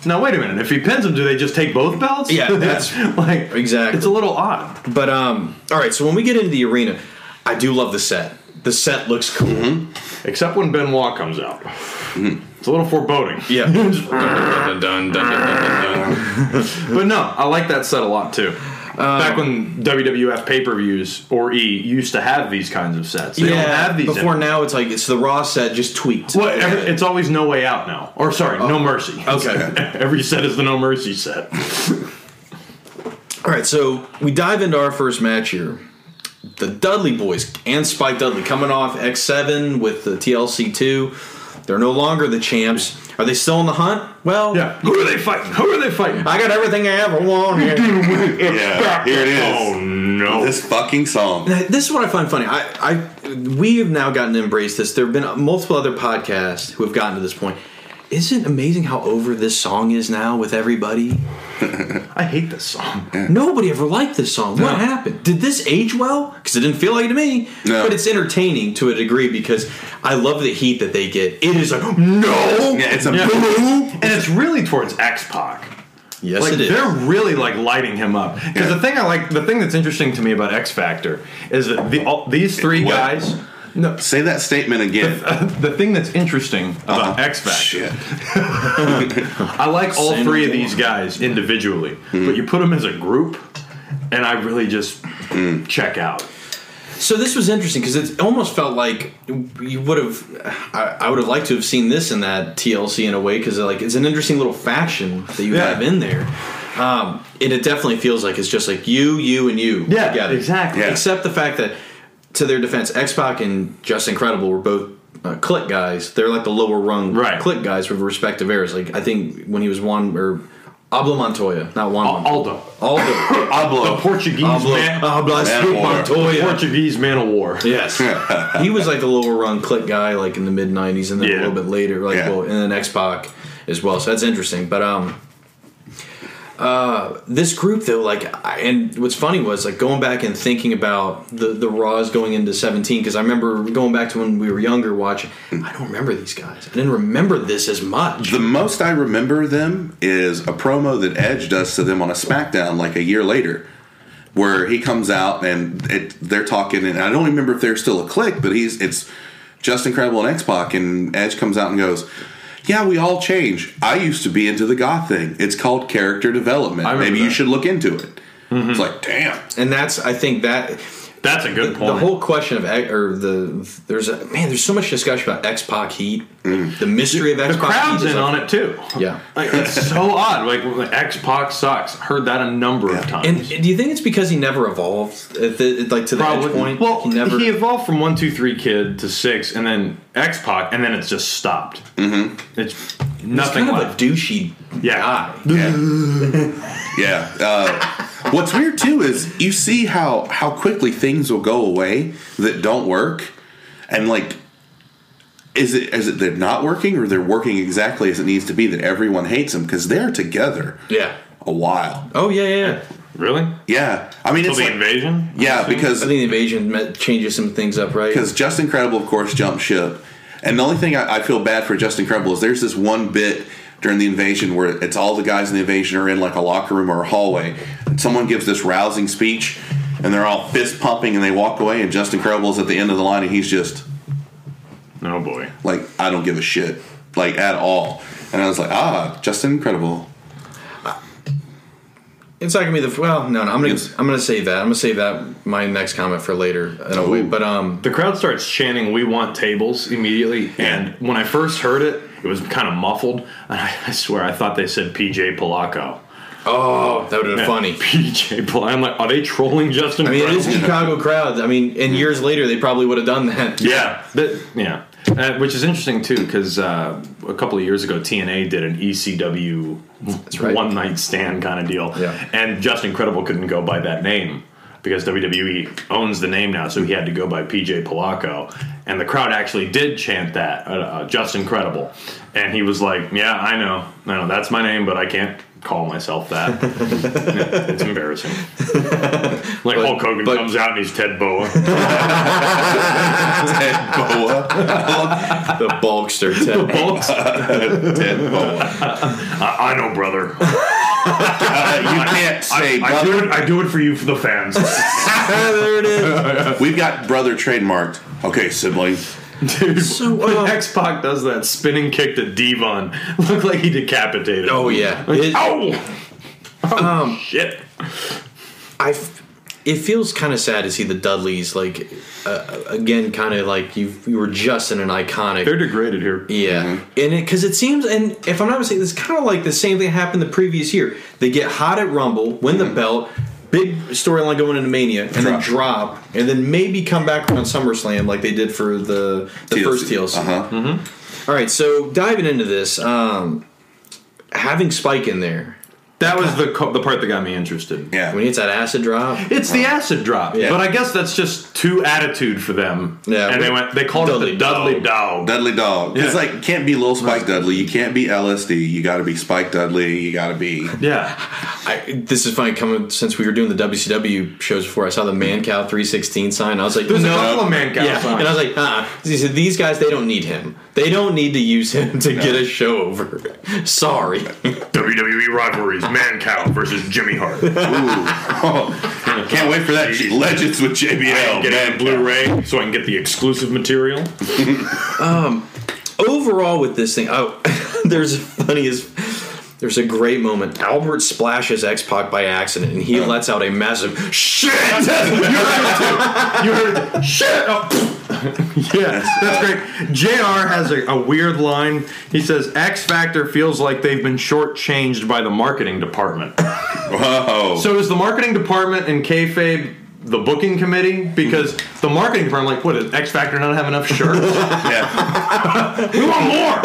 Now wait a minute. If he pins him, do they just take both belts? Yeah, that's- like exactly. It's a little odd. But um, all right. So when we get into the arena, I do love the set. The set looks cool. Mm-hmm. Except when Benoit comes out. It's a little foreboding. Hmm. Yeah. Dun, dun, dun, dun, dun, dun, dun. But no, I like that set a lot too. Uh, Back when WWF pay per views or E used to have these kinds of sets. They don't yeah. have these Before anymore. now, it's like it's the Raw set just tweaked. Well, every- it's always No Way Out now. Or sorry, No Mercy. Oh, Okay. Every set is the No Mercy set. All right, so we dive into our first match here. The Dudley boys and Spike Dudley coming off X7 with the TLC2. They're no longer the champs. Are they still in the hunt? Well, Yeah. Who are they fighting? Who are they fighting? I got everything I ever wanted. Yeah, here it Oh is. no. This fucking song. Now, This is what I find funny. I, I, we have now gotten to embrace this. There have been multiple other podcasts who have gotten to this point. Isn't it amazing how over this song is now with everybody? I hate this song. Nobody ever liked this song. What happened? Did this age well? Because it didn't feel like it to me. No. But it's entertaining to a degree because I love the heat that they get. It is like no. Yeah, it's a Yeah. and it's really towards X Pac. Yes, Like it is. they're really like lighting him up. Because Yeah. the thing I like, the thing that's interesting to me about X Factor is that the, all, these three What? guys. No, Say that statement again. the thing that's interesting about Uh-huh. X Factor, Shit. I like all Same three of one. these guys individually, but you put them as a group, and I really just check out. So this was interesting because it almost felt like you would have. I, I would have liked to have seen this in that TLC in a way because like it's an interesting little faction that you Yeah. have in there. Um, and it definitely feels like it's just like you, you, and you. together. exactly. Yeah. Except the fact that, to their defense, X Pac and Just Incredible were both uh, click guys. They're like the lower rung Right. click guys with respective eras. Like I think when he was one or Ablo Montoya, not Juan Al- Aldo. Aldo. The Ablo. Portuguese Ablo, man, Ablo Man of War. the Montoya. Portuguese man of war. Yes, he was like the lower rung click guy, like in the mid '90s, and then Yeah. a little bit later, like Yeah. well, and then X Pac as well. So that's interesting. But um, uh, this group though, like, I, and what's funny was like going back and thinking about the the Raws going into '17 because I remember going back to when we were younger watching. I don't remember these guys. I didn't remember this as much. The most I remember them is a promo that Edge does to them on a SmackDown like a year later, where he comes out and it, they're talking, and I don't remember if they're still a clique, but he's it's just incredible and X Pac, and Edge comes out and goes. Yeah, we all change. I used to be into the goth thing. It's called character development. remember Maybe you that. Mm-hmm. should look into it. It's like, damn. And that's I think that That's a good point. The whole question of X- or the there's a man. There's so much discussion about X Pac Heat, the mystery of X Mm. the Pac. crowd's in on it too. Yeah. Like, it's so odd. Like, like X Pac sucks. Heard that a number of times. And do you think it's because he never evolved, at the, like to the edge point? Well, he he, never. evolved from one, two, three kid to six, and then X Pac, and then it's just stopped. Mm-hmm. It's he's nothing kind left. of a douchey Yeah. guy. Yeah. yeah. Uh, what's weird too is you see how how quickly things will go away that don't work, and like, is it is it they're not working or they're working exactly as it needs to be that everyone hates them because they're together Yeah. a while. Oh yeah, yeah. yeah. really? Yeah, I mean Till it's the like, invasion? yeah I because think the invasion met, changes some things up, right? because Just Incredible, of course, jumped ship. And the only thing I, I feel bad for Just Incredible is there's this one bit during the invasion where it's all the guys in the invasion are in like a locker room or a hallway, and someone gives this rousing speech, and they're all fist pumping, and they walk away, and Just Incredible's at the end of the line, and he's just No boy. like, I don't give a shit, like at all. And I was like, ah, Just Incredible. It's not gonna be the well. No, no. I'm gonna Yes. I'm gonna save that. I'm gonna save that my next comment for later. In a way. Ooh. But um, The crowd starts chanting, We want tables immediately. And when I first heard it, it was kind of muffled. And I, I swear, I thought they said PJ Polacco. oh, that would have been funny. PJ Polacco. I'm like, Are they trolling Justin I mean, it is Crowder? Chicago crowd. I mean, and years later they probably would have done that. Yeah, that, yeah, uh, which is interesting too, because uh, a couple of years ago, TNA did an ECW right. one night stand kind of deal, Yeah. and Justin Credible couldn't go by that name because WWE owns the name now, so he had to go by PJ Polacco. And the crowd actually did chant that, uh, uh, just incredible. And he was like, "Yeah, I know, I know that's my name, but I can't call myself that. Yeah, it's embarrassing." Like Hulk Hogan but- comes out and he's Ted Boa. Ted Boa. The bulkster Ted. Hulk's, I, Ted Boa. I know, brother. Uh, you can't say I brother. do it. I do it for you, for the fans. there it is. We've got brother trademarked. Okay, sibling. Dude, So, when um, X Pac does that spinning kick to Devon, looked like he decapitated. Oh him. yeah. It, Ow! Oh, shit. I f- it feels kind of sad to see the Dudleys like uh, again, kind of like you you were just in an iconic. They're degraded here. yeah, Mm-hmm. and it because it seems, and if I'm not mistaken, it's kind of like the same thing happened the previous year. They get hot at Rumble, win the belt, big storyline going into Mania, and then Mm-hmm. Drop. drop, and then maybe come back around SummerSlam like they did for the the first TLC. Uh-huh. All right, so diving into this, um, having Spike in there, That was the co- the part that got me interested. Yeah. I mean, it's that acid drop. It's the acid drop, Yeah. but I guess that's just too attitude for them. Yeah, and they but- went. They called it Dudley the Dudley Dog. Dog. Dudley Dog. It's Yeah. like can't be Lil Spike Dudley. You can't be LSD. You got to be Spike Dudley. You got to be. yeah, I, this is funny coming since we were doing the WCW shows before. I saw the Man Cow 316 sign. I was like, there's no. a couple of man cow yeah. signs. And I was like, uh-uh. He said, these guys, they don't need him. They don't need to use him to get a show over. Sorry. WWE E rivalries: Man Cow versus Jimmy Hart. Ooh. can't wait for that. Legends with JBL. Get it Man, on Blu-ray so I can get the exclusive material. Overall, with this thing, oh, there's funny as there's a great moment. Albert splashes X Pac by accident, and Oh. he lets out a massive shit. You heard shit. yeah, that's great. Jr. has a, a weird line. He says X Factor feels like they've been shortchanged by the marketing department. Whoa. so is the marketing department and kayfabe the booking committee? Because the marketing department, like, what does X Factor not have enough shirts? yeah. we want more.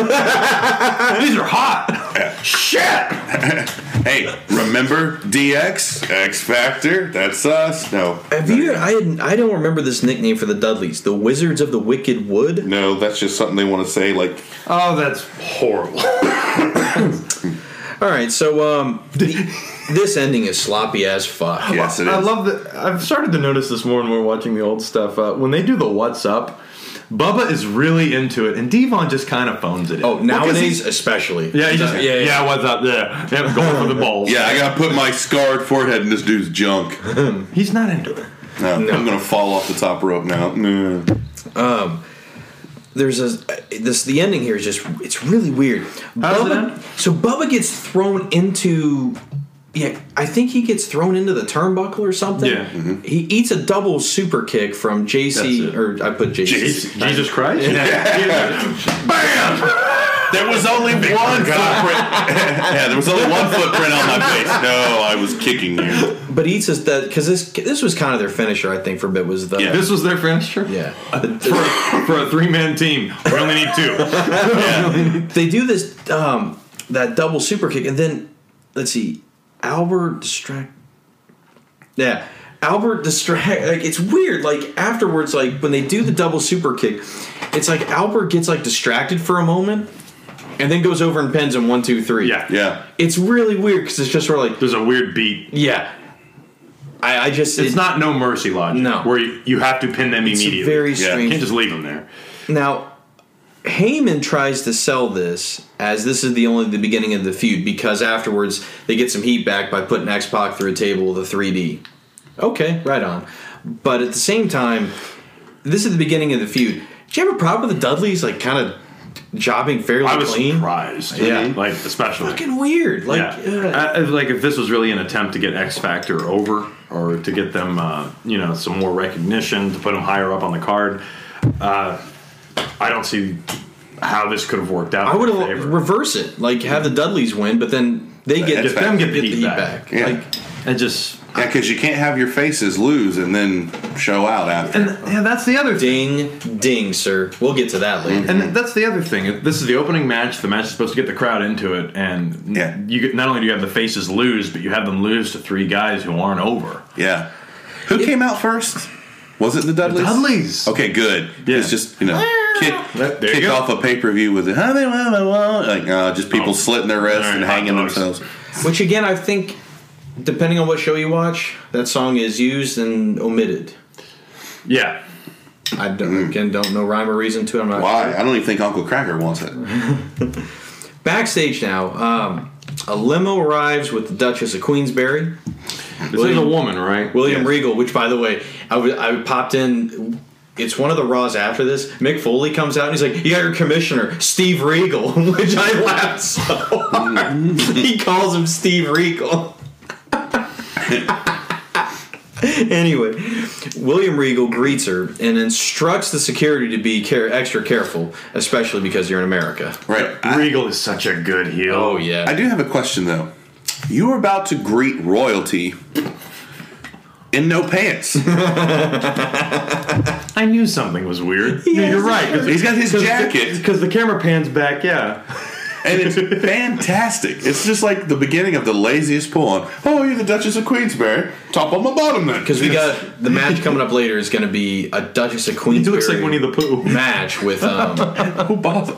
These are hot. Shit. Hey, remember DX? X Factor? That's us. No. Have you? I had, I don't remember this nickname for the Dudleys, the Wizards of the Wicked Wood. No, that's just something they want to say. Like, Oh, that's horrible. All right, so um, the- this ending is sloppy as fuck. yes, it is. I love that. I've started to notice this more and more watching the old stuff. Uh, when they do the what's up, Bubba is really into it, and Devon just kind of phones it. in. Oh, nowadays especially. Yeah, he just, Yeah, yeah, yeah. yeah, what's up? Yeah, yeah, going for the balls. yeah, I got to put my scarred forehead in this dude's junk. No, he's not into it. I'm going to fall off the top rope now. No. There's a this the ending here is just it's really weird. does it Bubba, end? so Bubba gets thrown into yeah, I think he gets thrown into the turnbuckle or something. Yeah. Mhm. He eats a double super kick from JC That's it. or I put JC. Jeez. Jesus Christ! Bam! There was only one footprint. yeah, there was only one footprint on my face. No, I was kicking you. But he eats his that because this this was kind of their finisher I think for a bit was the Yeah. This was their finisher yeah. for, for a three-man team. We only need two. they do this um, that double super kick, and then let's see, Albert distract. Yeah, Albert distract. Like it's weird. Like afterwards, like when they do the double super kick, it's like Albert gets like distracted for a moment, and then goes over and pins him one two three. Yeah, Yeah. it's really weird because it's just sort of like There's a weird beat. yeah. I, I just It's not no mercy logic. No. where you, you have to pin them it's immediately. very Yeah. you strange. can't just leave them there. Now, Heyman tries to sell this as this is the only the beginning of the feud because afterwards they get some heat back by putting X Pac through a table with a 3D. Okay, right on. But at the same time, this is the beginning of the feud. Do you have a problem with the Dudleys like kind of jobbing fairly I was clean? surprised. Yeah. like especially. Fucking weird. Like, uh, yeah. I, I- like if this was really an attempt to get X Factor over or to get them, uh, you know, some more recognition to put them higher up on the card, uh, I don't see how this could have worked out. I would in their have favor. reverse it. Like have the Dudleys win, but then they get X-Factor. them get the heat back. Yeah. Like It just Yeah, because you can't have your faces lose and then show out after. and yeah, that's the other thing. ding ding, sir. We'll get to that later. And that's the other thing. This is the opening match. The match is supposed to get the crowd into it, and Yeah. you get, not only do you have the faces lose, but you have them lose to three guys who aren't over. Yeah. Who came out first? Was it the Dudleys? Dudleys. Okay, good. Yeah. It's just you know, kick, There you kick go. off a pay per view with it. Like uh, just people Oh. slitting their wrists All right, and hot hanging dogs. themselves. Which again, I think, depending on what show you watch, that song is used and omitted. Yeah. I don't, again don't know rhyme or reason to it. I'm not Why? I don't even think Uncle Cracker wants it. Backstage now, um, a limo arrives with the Duchess of Queensberry, This is a woman, right? William Yes. Regal. Which, by the way, I w- I popped in. It's one of the Raws after this. Mick Foley comes out and he's like, "You got your commissioner, Steve Regal," which I laughed so hard. he calls him Steve Regal. anyway, William Regal greets her and instructs the security to be care- extra careful, especially because you're in America. Right. I, Regal is such a good heel. Oh yeah, I do have a question though. You were about to greet royalty in no pants. I knew something was weird. Yeah, you're right. Cause, He's got his jacket, Because the camera pans back, yeah. and it's fantastic. It's just like the beginning of the laziest poem. Oh, you're the Duchess of Queensberry. Top on my bottom then. Because we got the match coming up later is going to be a Duchess of Queensberry. He looks like Winnie the Pooh. match with um, who bother?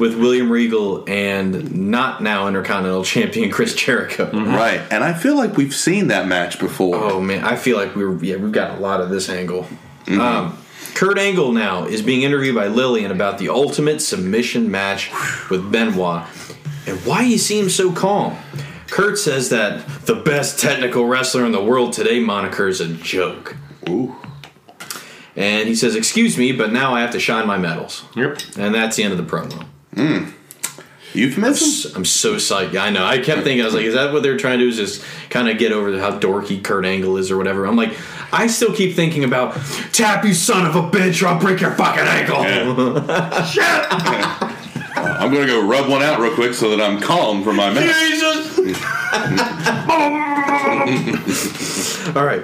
with William Regal and not now Intercontinental Champion Chris Jericho. Right, and I feel like we've seen that match before. Oh man, I feel like we're yeah we've got a lot of this angle. Um, Kurt Angle now is being interviewed by Lillian about the ultimate submission match with Benoit and why he seems so calm. Kurt says that the best technical wrestler in the world today moniker is a joke. Ooh. And he says, Excuse me, but now I have to shine my medals. Yep. And that's the end of the promo. Euphemism? I'm so psyched. I know. I kept thinking, I was like, is that what they're trying to do? Is just kind of get over how dorky Kurt Angle is or whatever? I'm like, I still keep thinking about tap you son of a bitch or I'll break your fucking ankle. I'm gonna go rub one out real quick so that I'm calm for my match. Jesus. All right.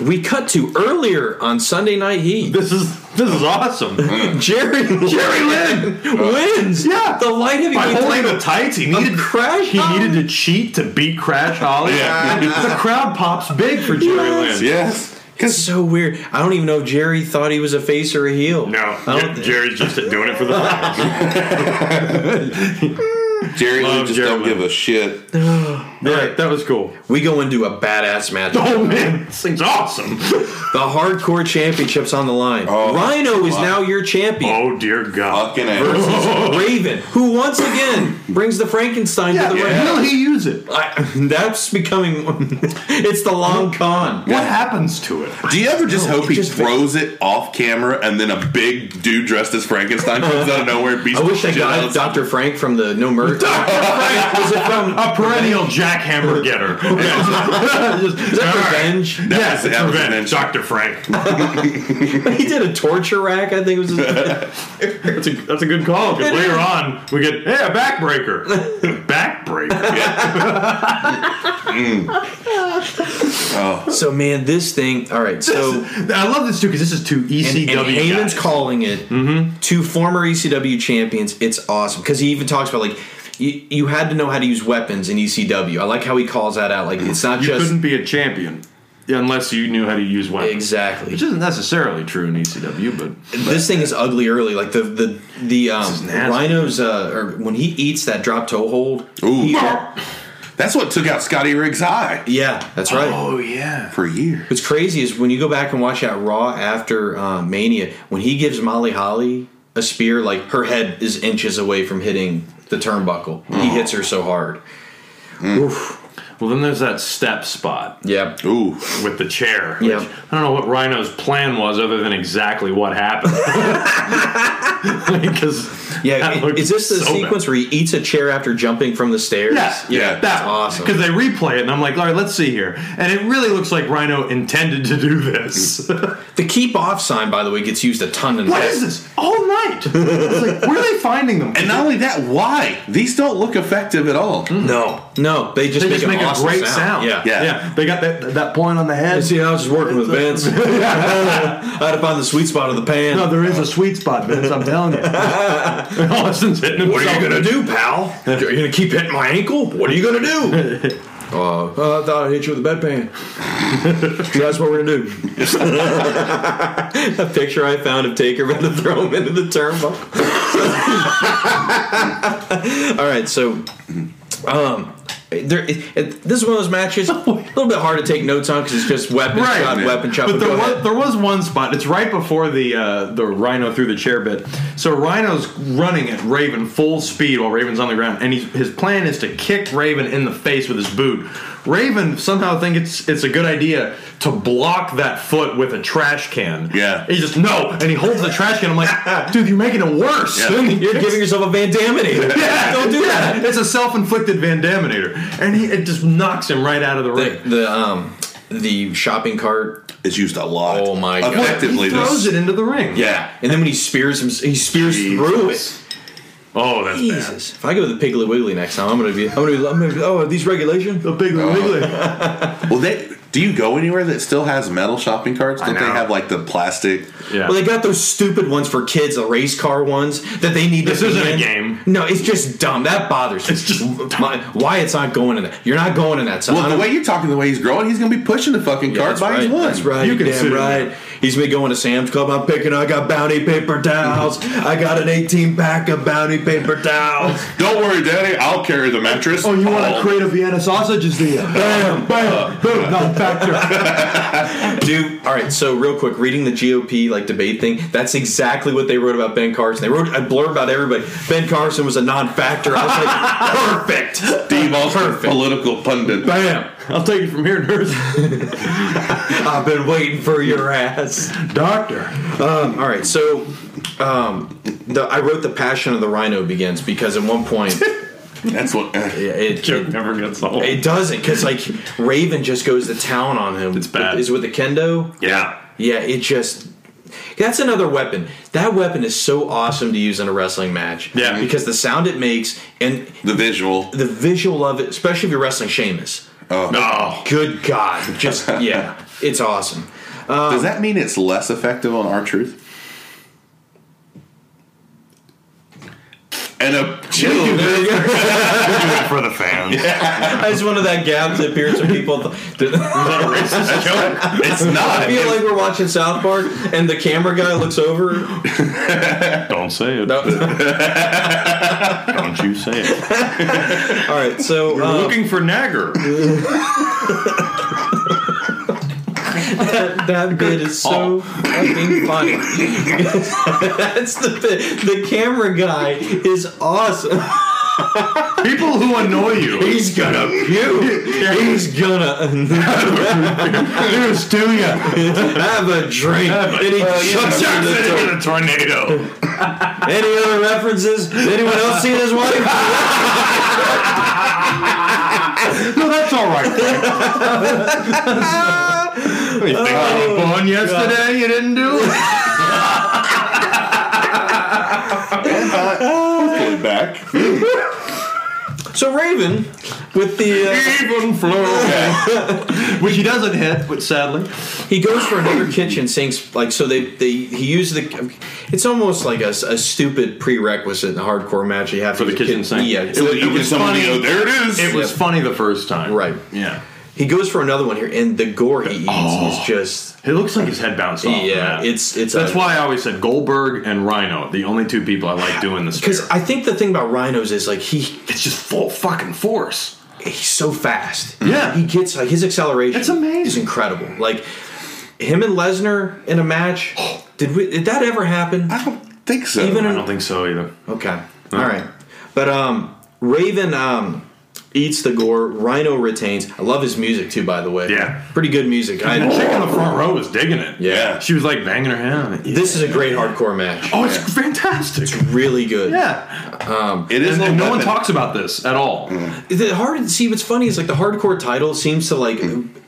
We cut to earlier on Sunday Night Heat. This is this is awesome. Jerry Jerry Lynn wins. Yeah. the light heavyweight By holding title the tights, he needed of Crash. he Holly. needed to cheat to beat Crash Holly. Yeah. the crowd pops big for Jerry Lynn. Yes. Because so weird. I don't even know if Jerry thought he was a face or a heel. No, Oh, I don't Jer- Jerry's just doing it for the fans. Jerry Lynn Love just Jerry don't Lynn. give a shit. All right, that was cool. We go into a badass match. Oh man, this thing's awesome. The hardcore championship's on the line. Oh, Rhino is wow. now your champion. Oh dear God. Fucking ass. Raven, who once again brings the Frankenstein to the ring. Will he use it? What I- that's becoming. it's the long con. happens to it? Do you ever just No, hope it he just- throws it off camera and then a big dude dressed as Frankenstein comes out of nowhere and beats I wish the I shit out got of him? Dr. Frank from the No Mercy. was it from A perennial jackhammer getter. Just- is that all right. Revenge? That Yeah, was- it's that was revenge. revenge. Dr. Frank. He did a torture rack, I think it was. his- That's a, that's a good call because It later is. on we get, hey, a backbreaker. backbreaker. so, man, this thing. All right, so. I love this too because this is two ECW. And, and Heyman's guys. Mm-hmm. calling it to former ECW champions. It's awesome because he even talks about like you, you had to know how to use weapons in ECW. I like how he calls that out. Like it's not You just couldn't be a champion unless you knew how to use weapons. exactly. Which isn't necessarily true in ECW, but this thing is ugly early. Like the the the is um, nasty. rhinos uh, or when he eats that drop toe hold. Ooh. he- That's what took out Scotty Riggs' eye yeah, that's right. Oh, yeah. for years. What's crazy is when you go back and watch that Raw after uh, Mania, when he gives Molly Holly a spear, like her head is inches away from hitting the turnbuckle. He hits her so hard. Oof. Well, then there's that step spot Yeah. Ooh. with the chair. Yeah. which I don't know what Rhino's plan was other than exactly what happened. Because Yeah. i- Is this the sequence where he eats a chair after jumping from the stairs? Yes. Yeah. Yeah. That's awesome. Because they replay it, and I'm like, all right, let's see here. And it really looks like Rhino intended to do this. The keep off sign, by the way, gets used a ton in what is this? All night. It's like, where are they finding them? And not only that, why? These don't look effective at all. No. No. They just they make, just an make awesome a great sound. Yeah. Yeah. They got that that point on the head. See, I was just working with Vince. I had to find the sweet spot of the pan. No, there is a sweet spot, Vince. I'm telling you. Austin's hitting himself. What are you gonna do, pal? You're gonna keep hitting my ankle? What are you gonna do? Uh, I thought I hit you with a bedpan. so that's what we're gonna do. a picture I found of Taker about to throw him into the turnbuckle. All right, so um, there, it, it- this is one of those matches a little bit hard to take notes on because it's just weapon Right. shot, Yeah. weapon shot. But go there ahead. was, there was one spot. It's right before the uh, the Rhino through the chair bit. So Rhino's running at Raven full speed while Raven's on the ground, and he's, his plan is to kick Raven in the face with his boot. Raven somehow think it's it's a good idea to block that foot with a trash can. Yeah. he just no, and he holds the trash can. I'm like, dude, you're making it worse. Yeah. And he You're kicks- giving yourself a Van Damme. yeah, Don't do that. It's a self-inflicted Van Daminator, and he, it just knocks him right out of the ring. The, the um the shopping cart, It's used a lot. Oh my God. Effectively, He throws this- it into the ring. Yeah. and then when he spears him, he spears through it. Oh, that's bad. Jesus! If I go to the Piggly Wiggly next time, I'm gonna be, I'm gonna be, I'm gonna be oh, are these regulations? The big wiggly. Well, they, do you go anywhere that still has metal shopping carts? Don't they know. have like the plastic? Yeah. Well, they got those stupid ones for kids, the race car ones that they need. This to be isn't a in. game. No, it's just dumb. That bothers me. It's just My- why it's not going in that. You're not going in that. So I Well, the don't- way you're talking, the way he's growing, he's going to be pushing the fucking Yeah, cart that's by right. his one. That's right. You You can sit damn in right. He's been going to Sam's Club. I'm picking. I got bounty paper towels. I got an 18 pack of bounty paper towels. Don't worry, Daddy. I'll carry the mattress. Oh, you want I'll- to create a Vienna sausage? Is the bam, bam, boom, non factor. Dude, all right. So real quick, reading the GOP like debate thing. That's exactly what they wrote about Ben Carson. They wrote a blurb about everybody. Ben Carson was a non-factor. I was like, perfect. Steve Austin, political pundit. Bam. I'll take you from here, nurse. I've been waiting for your ass. Doctor. Um, all right, so um, the, I wrote the Passion of the Rhino begins because at one point That's what. uh, it, Joke it, never gets old. it doesn't because like Raven just goes to town on him. It's bad. Is it with the kendo? yeah. Yeah, it just. That's another weapon. That weapon is so awesome to use in a wrestling match. Yeah. Because the sound it makes and the visual. Oh, the visual of it, especially if you're wrestling Sheamus. No. Good God. Just, yeah, it's awesome. Does that mean it's less effective on our truth? And a chill. There you go. For the fans. It's one of that gaps that appears when people. it's not. I feel like we're watching South Park, and the camera guy looks over. Don't say it. No. Don't you say it. All right, so We're um, looking for Nagger. that bit is so fucking funny. That's the bit. The camera guy is awesome. People who annoy you. He's gonna puke. He's gonna Here's to you. have a drink. And he chucks it in the toilet. in a tornado. Any other references? Anyone else see this one? No, that's all right. Frank. you think I Oh, was born yesterday? You didn't do it. Hopefully back. So Raven, with the. Uh, Even flow. Which he doesn't hit, which sadly. He goes for another kitchen sinks like so they they he used the it's almost like a, s- a stupid prerequisite in a hardcore match you have for the kitchen sink? yeah It so was- you It was can- someone funny. to go, there it is. It was funny the first time. right Yeah. he goes for another one here and the gore he eats Oh. is just It looks like his head bounced off. Yeah, man. it's- it's that's ugly. why I always said Goldberg and Rhino, the only two people I like doing this. because I think the thing about rhinos is like he it's just full fucking force. he's so fast Yeah. he gets like his acceleration It's amazing. is incredible like him and Lesnar in a match did we did that ever happen I don't think so. Even I in- don't think so either. Okay. All right. But um, Raven um, eats the gore. Rhino retains. I love his music too, by the way. Yeah. Pretty good music. I, The chick on the front row was digging it. Yeah. she was like banging her head on it. this is a great hardcore match. Oh, it's fantastic. Really good. Yeah, it is. and, a and no one weapon. talks about this at all. The hard see what's funny is like the hardcore title seems to like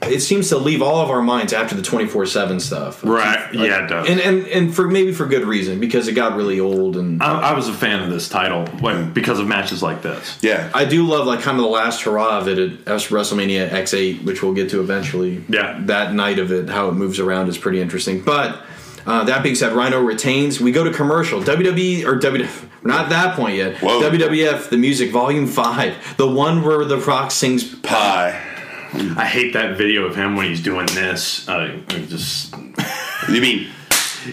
it seems to leave all of our minds after the twenty four seven stuff. Right? yeah, it does. And and and for maybe for good reason because it got really old and I, I was a fan of this title Mm. like, because of matches like this. Yeah. I do love like kind of the last hurrah of it at S- WrestleMania X8, which we'll get to eventually. Yeah. that night of it, how it moves around is pretty interesting. But Uh, that being said, Rhino retains. We go to commercial. WWE or WWF. We're not at that point yet. Whoa. WWF, the music, volume five, the one where The Rock sings Pie. I hate that video of him when he's doing this. Uh, I just You mean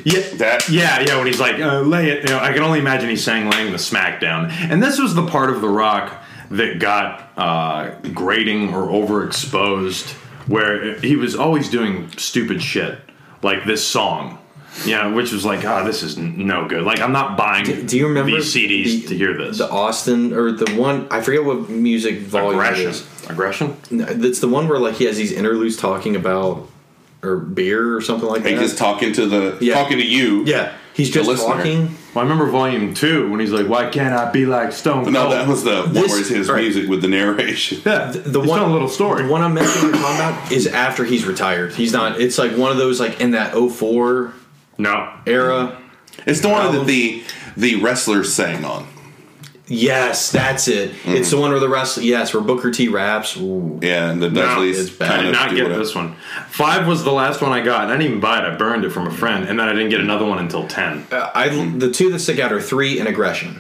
yeah, that? yeah, yeah. When he's like, uh, lay it. You know, I can only imagine he's saying laying the smackdown. And this was the part of The Rock that got uh, grating or overexposed, where he was always doing stupid shit like this song. Yeah, which was like, ah, this is n- no good. Like, I'm not buying Do you remember these CDs the- to hear this. the Austin or the one I forget what music volume it Aggression. is. Aggression? No, It's the one where like he has these interludes talking about or beer or something like He's that. just talking to the Yeah. talking to you. yeah, he's just listener. talking. Well, I remember volume two when he's like, why can't I be like Stone Cold? No, that was the one This- where it's his right. music with the narration. yeah, The he's one telling a little story. The one I'm mentioning you're talking about is after he's retired. He's not. It's like one of those like in that 04 no, era. It's the one Album. that the the wrestlers sang on. Yes, that's it. It's the one where the rest. Yes, where Booker T raps. Ooh. Yeah, and the it's Dudleys bad. I kind did of not do get whatever. this one. Five was the last one I got. and I didn't even buy it. I burned it from a friend, and then I didn't get another one until ten. Uh, I the two that stick out are three and aggression.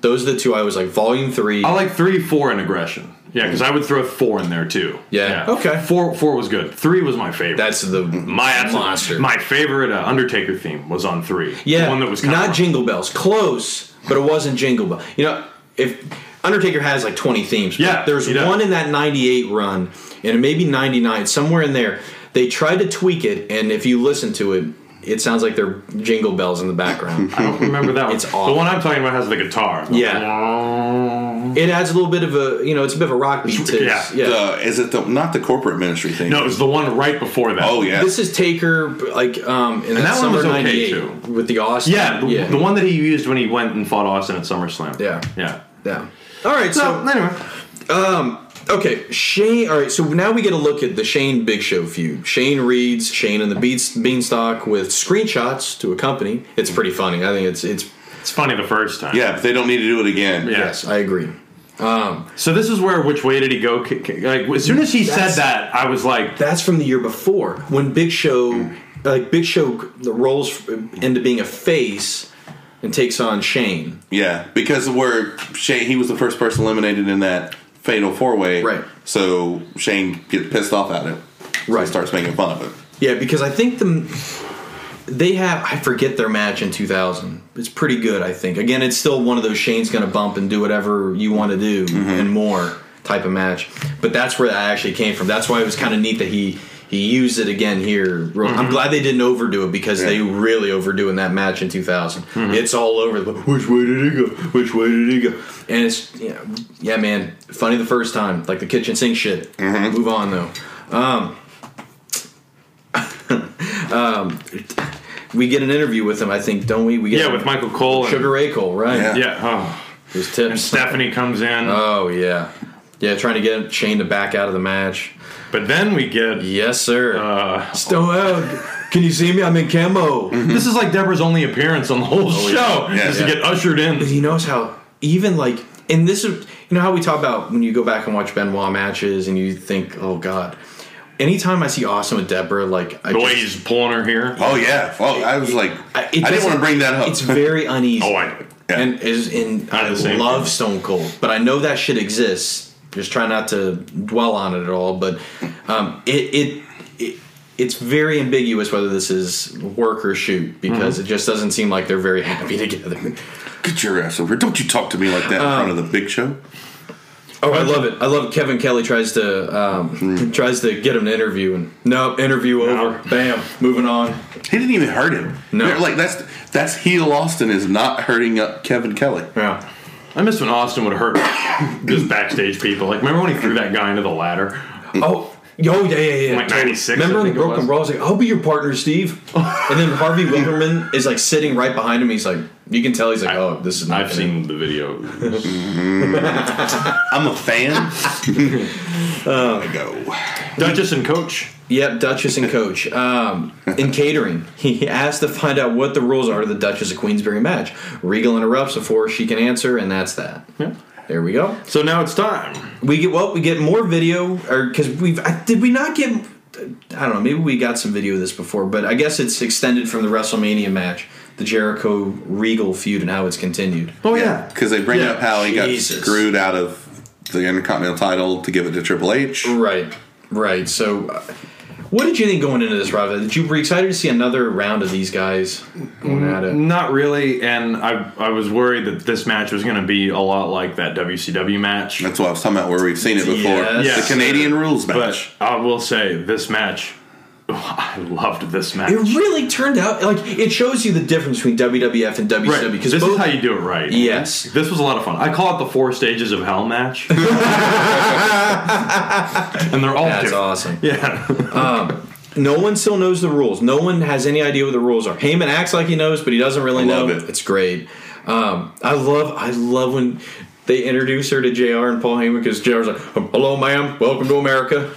Those are the two I was like volume three. I like three, four, and aggression. Yeah, because I would throw four in there too. Yeah. Okay. Four, four was good. Three was my favorite. That's the my absolute, monster. My favorite uh, Undertaker theme was on three. yeah, the one that was kinda not rough. Jingle Bells. Close, but it wasn't Jingle Bell. You know, if Undertaker has like twenty themes, but Yeah, there's he does. one in that '98 run, and maybe '99, somewhere in there. They tried to tweak it, and if you listen to it, it sounds like they're Jingle Bells in the background. I don't remember that one. It's The awful. one I'm talking about has the guitar. Yeah. it adds a little bit of a, you know, it's a bit of a rock beat to Yeah. The, is it the not the corporate ministry thing? No, it was the one right before that. Oh yeah. This is Taker, like, um, in that that one summer was okay, '98 too. with the Austin. Yeah, the, the one that he used when he went and fought Austin at SummerSlam. Yeah. Yeah. Yeah. All right, so So, anyway. Okay, Shane. All right, so now we get a look at the Shane Big Show feud. Shane reads Shane and the Beats Beanstalk with screenshots to accompany. It's pretty funny. I think it's it's. It's funny the first time. yeah, but they don't need to do it again. Yeah. Yes, I agree. So this is where which way did he go? K- k- Like as soon as he That's- said that, I was like, That's from the year before when Big Show, like Big Show, rolls into being a face and takes on Shane. Yeah, because where Shane, he was the first person eliminated in that fatal four way. Right. So Shane gets pissed off at it. So Right. He starts making fun of it. Yeah, because I think the they have I forget their match in 2000. It's pretty good, I think. Again, it's still one of those Shane's going to bump and do whatever you want to do and more type of match. But that's where that actually came from. That's why it was kind of neat that he he used it again here. Real- I'm glad they didn't overdo it because they Yeah. really overdo in that match in 2000. It's all over. the Which way did he go? Which way did he go? And it's yeah, yeah, man. Funny the first time, like the kitchen sink shit. Move on though. We get an interview with him, I think, don't we? We get yeah, with Michael Cole. And, Sugar Ray Cole, right? Yeah. Yeah. Oh. His And tips. Stephanie comes in, Oh yeah, yeah. Trying to get Shane to back out of the match. but then we get. Yes, sir. Uh, Stone, oh, can you see me? I'm in camo. Mm-hmm. this is like Deborah's only appearance on the whole show. Yeah, is yeah. to get ushered But in. he knows how. Even like, and this is you know how we talk about when you go back and watch Benoit matches, and you think, oh god. Anytime I see Austin with Deborah, like I The just- way he's pulling her here. Oh yeah. Oh, I was like, I, I- it didn't doesn't- want to bring that up. It's very uneasy. Oh, I know. Yeah. And is in Not I the same love Stone Cold, but I know that shit exists. Just try not to dwell on it at all. But um, it, it it it's very ambiguous whether this is work or shoot because it just doesn't seem like they're very happy together. Get your ass over here! Don't you talk to me like that in front of the big show. Oh, I love it. I love Kevin Kelly tries to um, tries to get him to interview and no interview over. Bam, moving on. He didn't even hurt him. No. They're like that's that's heel Austin is not hurting up Kevin Kelly. Yeah. I miss when Austin would hurt just backstage people. Like, remember when he threw that guy into the ladder? Oh, yo, yeah, yeah, yeah. Like 96, Remember I when think it Broken was. Brawl's like, I'll be your partner, Steve. and then Harvey Wilderman is like sitting right behind him. He's like, you can tell he's like, oh, this is not. I've gonna- seen the video. I'm a fan. There we go. Duchess and Coach. Yep, Duchess and Coach. Um, in catering, he asked to find out what the rules are to the Duchess of Queensberry match. Regal interrupts before she can answer, and that's that. Yeah. There we go. So now it's time. We get well. We get more video, or because we've I, did we not get I don't know. Maybe we got some video of this before, but I guess it's extended from the WrestleMania match, the Jericho Regal feud, and how it's continued. Oh because they bring Yeah. up how he Jesus. got screwed out of the Intercontinental title to give it to Triple H. Right, right. So, uh, what did you think going into this, Rav? Did you were you excited to see another round of these guys going at it? Not really, and I I was worried that this match was going to be a lot like that WCW match. That's what I was talking about, where we've seen it before. Yes. Yes. The Canadian rules But match. I will say this match, I loved this match. It really turned out like it shows you the difference between WWF and Right, WCW because because this both is how you do it right. Yes. this was a lot of fun. I call it the four stages of hell match, and they're all that's different. awesome. Um, Yeah, No one still knows the rules. No one has any idea what the rules are. Heyman acts like he knows, but he doesn't really I know. love it. It's great. Um, I love. I love when they introduce her to Jr. and Paul Heyman because Jr.'s like, "Hello, ma'am. Welcome to America."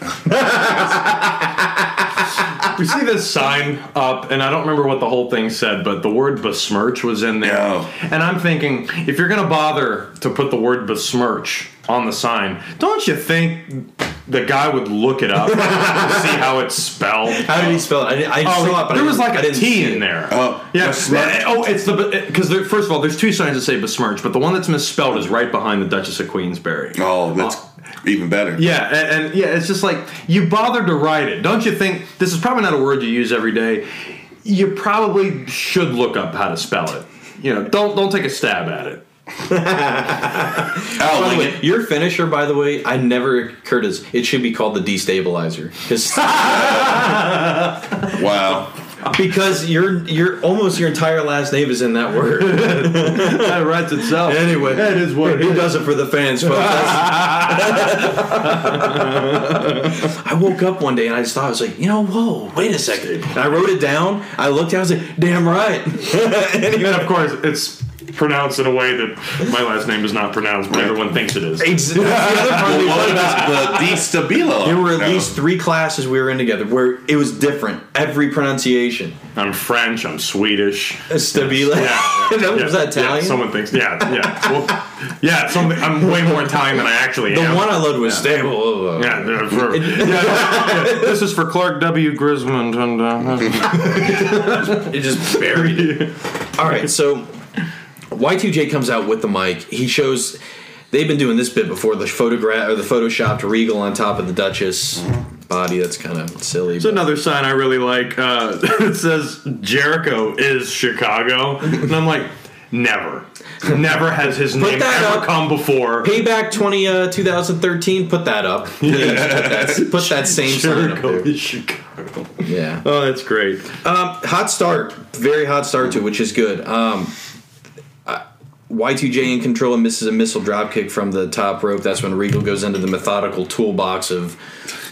we see this sign up, and I don't remember what the whole thing said, but the word besmirch was in there. Yeah. And I'm thinking, if you're going to bother to put the word besmirch on the sign, don't you think the guy would look it up to see how it's spelled? How did he spell it? I, didn't- I Oh, saw it, but there I was didn't- like I a didn't see T it. in there. Oh, yeah. besmirch. Oh, it's the because there. First of all, there's two signs that say besmirch, but the one that's misspelled is right behind the Duchess of Queensberry. oh, that's even better. Yeah, and, and yeah, it's just like you bothered to write it. Don't you think this is probably not a word you use every day? You probably should look up how to spell it. You know, don't don't take a stab at it. I'll By the link way, it. your finisher, by the way, I never Curtis. It should be called the destabilizer 'Cause- Wow. because your your almost your entire last name is in that word. That writes itself. Anyway, that is what. He does it for the fans, folks. That's- I woke up one day and I just thought I was like, you know, whoa, wait a second. And I wrote it down. I looked at. it, I was like, damn right. And of course, it's pronounced in a way that my last name is not pronounced, but everyone thinks it is. Ex- the other part we What liked is about the destabilo? There were at least three classes we were in together where it was different. Every pronunciation. I'm French. I'm Swedish. Stabile. Yeah, that yeah, was yeah, Oh, that Italian. Yeah, someone thinks. Yeah, yeah. Well, yeah. Something. I'm way more Italian than I actually the am. one I loved was stable. Yeah, yeah, for- yeah, yeah, yeah. this is for Clark W. Griswold. And, uh, It just buried it. All right, so Y2J comes out with the mic. He shows they've been doing this bit before the photograph or the photoshopped Regal on top of the Duchess body. That's kind of silly. it's another sign I really like. Uh, it says Jericho is Chicago, and I'm like, never, never has his name that ever up. come before. Payback 20, uh, 2013, put that up. Please put, that, put that same sign up Jericho there. is Chicago. Yeah. Oh, that's great. Um, hot start, very hot start to it, which is good. Um, uh, Y2J in control and misses a missile drop kick from the top rope. That's when Regal goes into the methodical toolbox of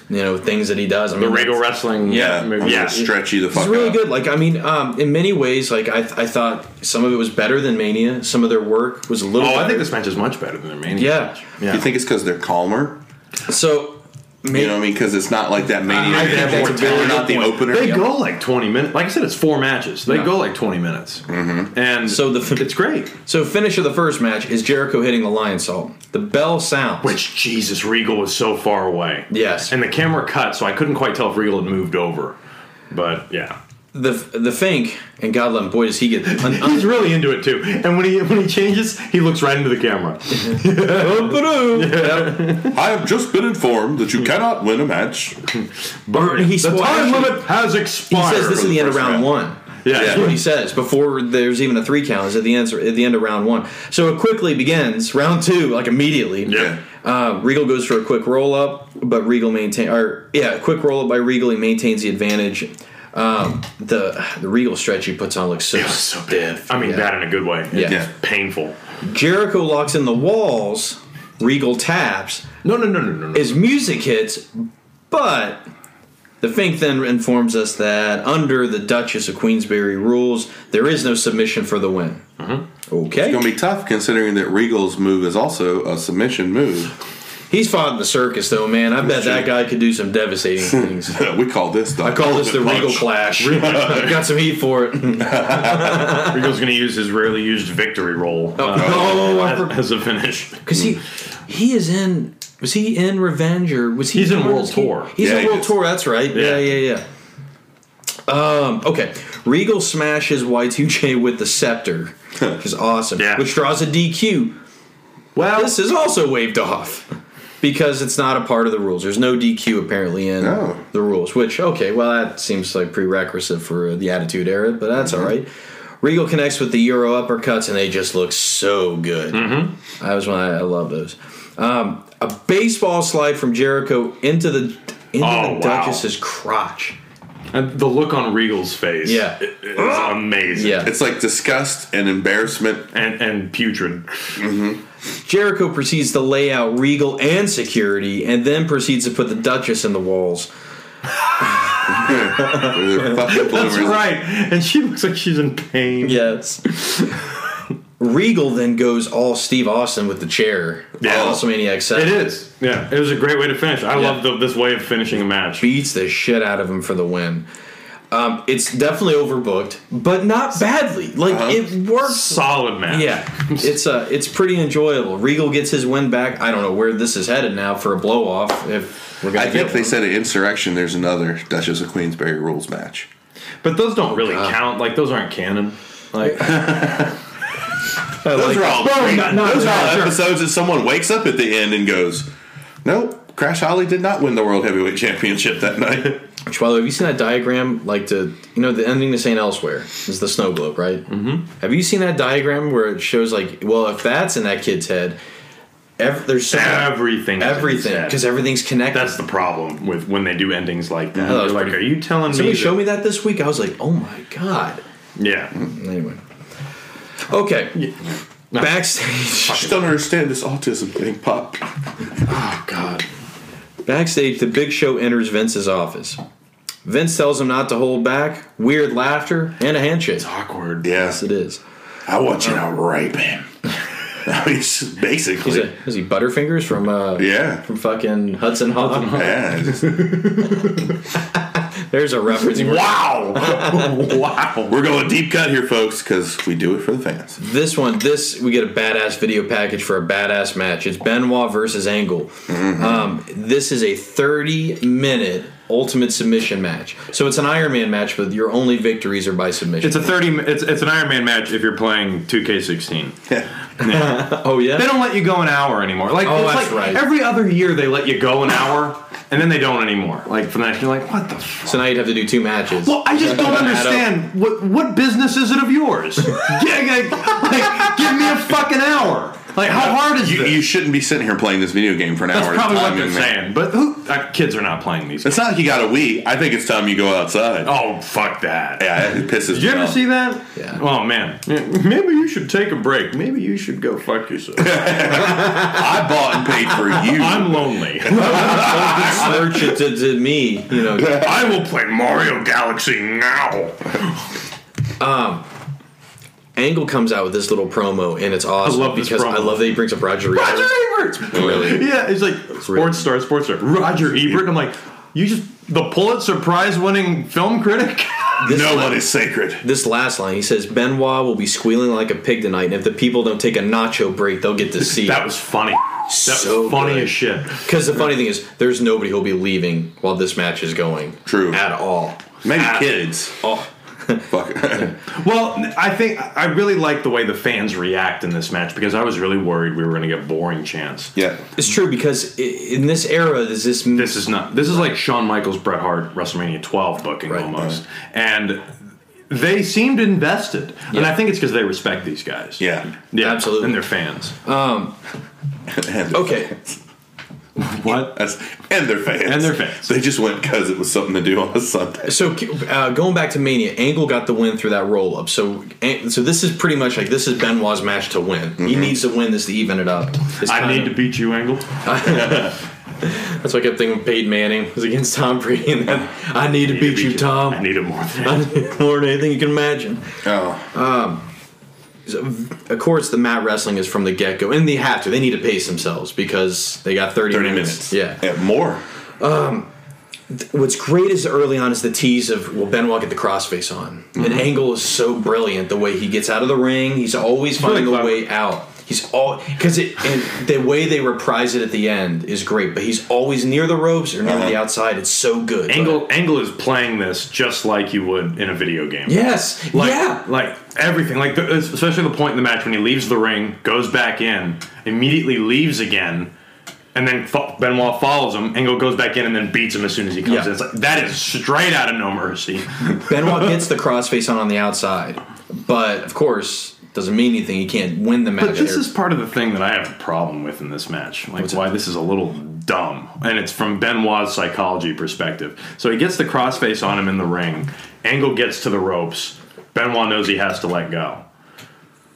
you know things that he does. I mean, The Regal wrestling. yeah, I'm movie. gonna yeah. stretch you the fuck It's really out. good. Like I mean, um, in many ways, like I, I thought some of it was better than Mania. Some of their work was a little. Oh, I better. think this match is much better than their main. yeah. You think it's because they're calmer? So, ma- You know what I mean? Because it's not like that mania. I think match that's where a they're very not the good point. opener. They go like 20 minutes. Like I said, it's four matches. They go like 20 minutes. Mm-hmm. And So the f- it's great. so finish of the first match is Jericho hitting the lion salt. The bell sounds. Which Jesus, Regal was so far away. Yes. And the camera cut, so I couldn't quite tell if Regal had moved over. But yeah. the the Fink and God love him, boy does he get un- un- He's really into it too. And when he when he changes, he looks right into the camera. I have just been informed that you cannot win a match. But he the swore- time actually- limit has He expired. says this at the end of round round. one. yeah. Yeah. That's what he says before there's even a three count. Is at the end at the end of round one. So it quickly begins round two, like immediately. Yeah. Uh, Regal goes for a quick roll up, but Regal maintain or yeah, quick roll up by Regal. He maintains the advantage. Um, the the Regal stretch he puts on looks so, It was so bad. I mean, Yeah. bad in a good way. Yeah. Yeah. Painful. Jericho locks in the walls. Regal taps. No, no, no, no, no, no. His music hits, but the Fink then informs us that under the Duchess of Queensberry rules, there is no submission for the win. Mm-hmm. Okay. It's gonna be tough considering that Regal's move is also a submission move. He's fought in the circus, though, man. I bet that guy could do some devastating things. Uh, we call this. The I call this the Regal punch. Clash. Got some heat for it. Regal's going to use his rarely used victory roll uh, Oh, I as, for- as a finish. Because he, he is in Was he in Revenge or was he? He's in World was he- Tour. He's Yeah, in he World is. Tour. That's right. Yeah, Yeah. yeah, yeah. Um, okay, Regal smashes Y2J with the scepter, which is awesome. Yeah. Which draws a DQ. Well, this is also waved off because it's not a part of the rules. There's no DQ apparently in Oh. the rules. Which okay, well that seems like prerequisite for the Attitude Era, but that's all right. Regal connects with the Euro uppercuts, and they just look so good. Mm-hmm. I was when I, I love those. Um, a baseball slide from Jericho into the into Oh, the wow. Duchess's crotch. And the look on Regal's face Yeah. i- is amazing. Yeah. It's like disgust and embarrassment. And, and putrid. Jericho proceeds to lay out Regal and security, and then proceeds to put the Duchess in the walls. They're fucking bloomers. That's right. And she looks like she's in pain. Yes. Regal then goes all Steve Austin with the chair. Yeah. WrestleMania It 7. is. Yeah. It was a great way to finish. I Yeah. love the, this way of finishing a match. Beats the shit out of him for the win. Um, it's definitely overbooked, but not badly. Like it works. Solid match. Yeah, it's uh, it's pretty enjoyable. Regal gets his win back. I don't know where this is headed now for a blow off. If we're gonna I think get they one. said at Insurrection there's another Duchess of Queensberry rules match. But those don't really count. Like, those aren't canon. Like, I like Those are all, that. great- not- not- those are all sure. episodes that someone wakes up at the end and goes, Nope, Crash Holly did not win the World Heavyweight Championship that night. Which, by the way, have you seen that diagram? Like the you know the ending to Saint Elsewhere is the snow globe, right? Mm-hmm. Have you seen that diagram where it shows like, well, if that's in that kid's head, ev- there's so everything. is everything said. because everything's connected. That's the problem with when they do endings like that that. was You're like, pretty- are you telling Somebody me? showed me that this week. I was like, oh my god. me. Yeah. Anyway, okay. Backstage, Just don't understand this autism thing, Pop. God. Backstage, the Big Show enters Vince's office. Vince tells him not to hold back. Weird laughter and a handshake. Awkward. Yeah. Yes, it is. I want you to rape him. I mean, it's just He's basically. a, is he Butterfingers from uh, yeah. from fucking Hudson Hawk? Yeah. just- There's a reference. wow. wow. We're going deep cut here, folks, because we do it for the fans. This one, this we get a badass video package for a badass match. It's Benoit versus Angle. Um, this is a 30 minute ultimate submission match. So it's an Iron Man match, but your only victories are by submission. It's a thirty. It's it's an Iron Man match if you're playing two K sixteen. oh yeah. They don't let you go an hour anymore. Like Oh, it's that's like right. Every other year they let you go an hour, and then they don't anymore. Like from that, you're like, what the. F-? so now you'd have to do two matches. Well, I just don't Add up. understand what what business is it of yours? Gi- like, like, give me a fucking hour. Like, how hard is You, this? you shouldn't be sitting here playing this video game for an That's hour. at a probably time, what they're young man. saying. But who, uh, kids are not playing these. It's not like you got a Wii. I think it's time you go outside. Oh fuck that! Yeah, it pisses Did you me ever off. see that? Yeah. Oh man. Maybe you should take a break. Maybe you should go fuck yourself. I bought and paid for you. I'm lonely. Search it to, to me. You know. I will play Mario Galaxy now. Angle comes out with this little promo, and it's awesome love this because promo. I love that he brings up Roger Ebert. Roger Ebert. Really? Yeah, he's like sports star, sports star. Roger Ebert. I'm like, you just the Pulitzer Prize winning film critic. This no line- one is sacred. This last line, he says, Benoit will be squealing like a pig tonight, and if the people don't take a nacho break, they'll get to see. That was funny. That So was funny good. as shit. Because the funny thing is, there's nobody who'll be leaving while this match is going. True. At all. Maybe Ah. kids. Oh, Fuck. Well, I think I really like the way the fans react in this match because I was really worried we were going to get boring chants. yeah. it's true because i- in this era, there's this. This is not. This is like Shawn Michaels, Bret Hart, WrestleMania 12 booking Right. almost, and they seemed invested, and I think it's because they respect these guys. Yeah. yeah, Absolutely. and they're fans. And- Okay. what? That's, and their fans. And their fans. They just went because it was something to do on a Sunday. So uh, going back to Mania, Angle got the win through that roll up. So An- so this is pretty much like this is Benoit's match to win. He needs to win this to even it up. It's I kinda- need to beat you, Angle. That's why I kept thinking of Peyton Manning was against Tom Brady, and then I need to beat you, Tom. I need it more than I didn't learn anything you can imagine. Oh. Of course, the mat wrestling is from the get go, and they have to. They need to pace themselves because they got 30, 30 minutes. minutes. Yeah. More. What's great is early on is the tease of, well, Benoit get the crossface on. And Angle is so brilliant the way he gets out of the ring. He's always finding a clever. way out. He's all because it and the way they reprise it at the end is great, but he's always near the ropes or near the outside. It's so good. Angle Angle is playing this just like you would in a video game. yes, Like, yeah, like everything. Like the, especially the point in the match when he leaves the ring, goes back in, immediately leaves again, and then fo- Benoit follows him. Angle goes back in and then beats him as soon as he comes Yeah. in. It's like that is straight out of No Mercy. Benoit gets the crossface on on the outside, but of course doesn't mean anything. He can't win the match. But this there. is part of the thing that I have a problem with in this match. Like What's why this is a little dumb. And it's from Benoit's psychology perspective. So he gets the crossface on him in the ring. Angle gets to the ropes. Benoit knows he has to let go.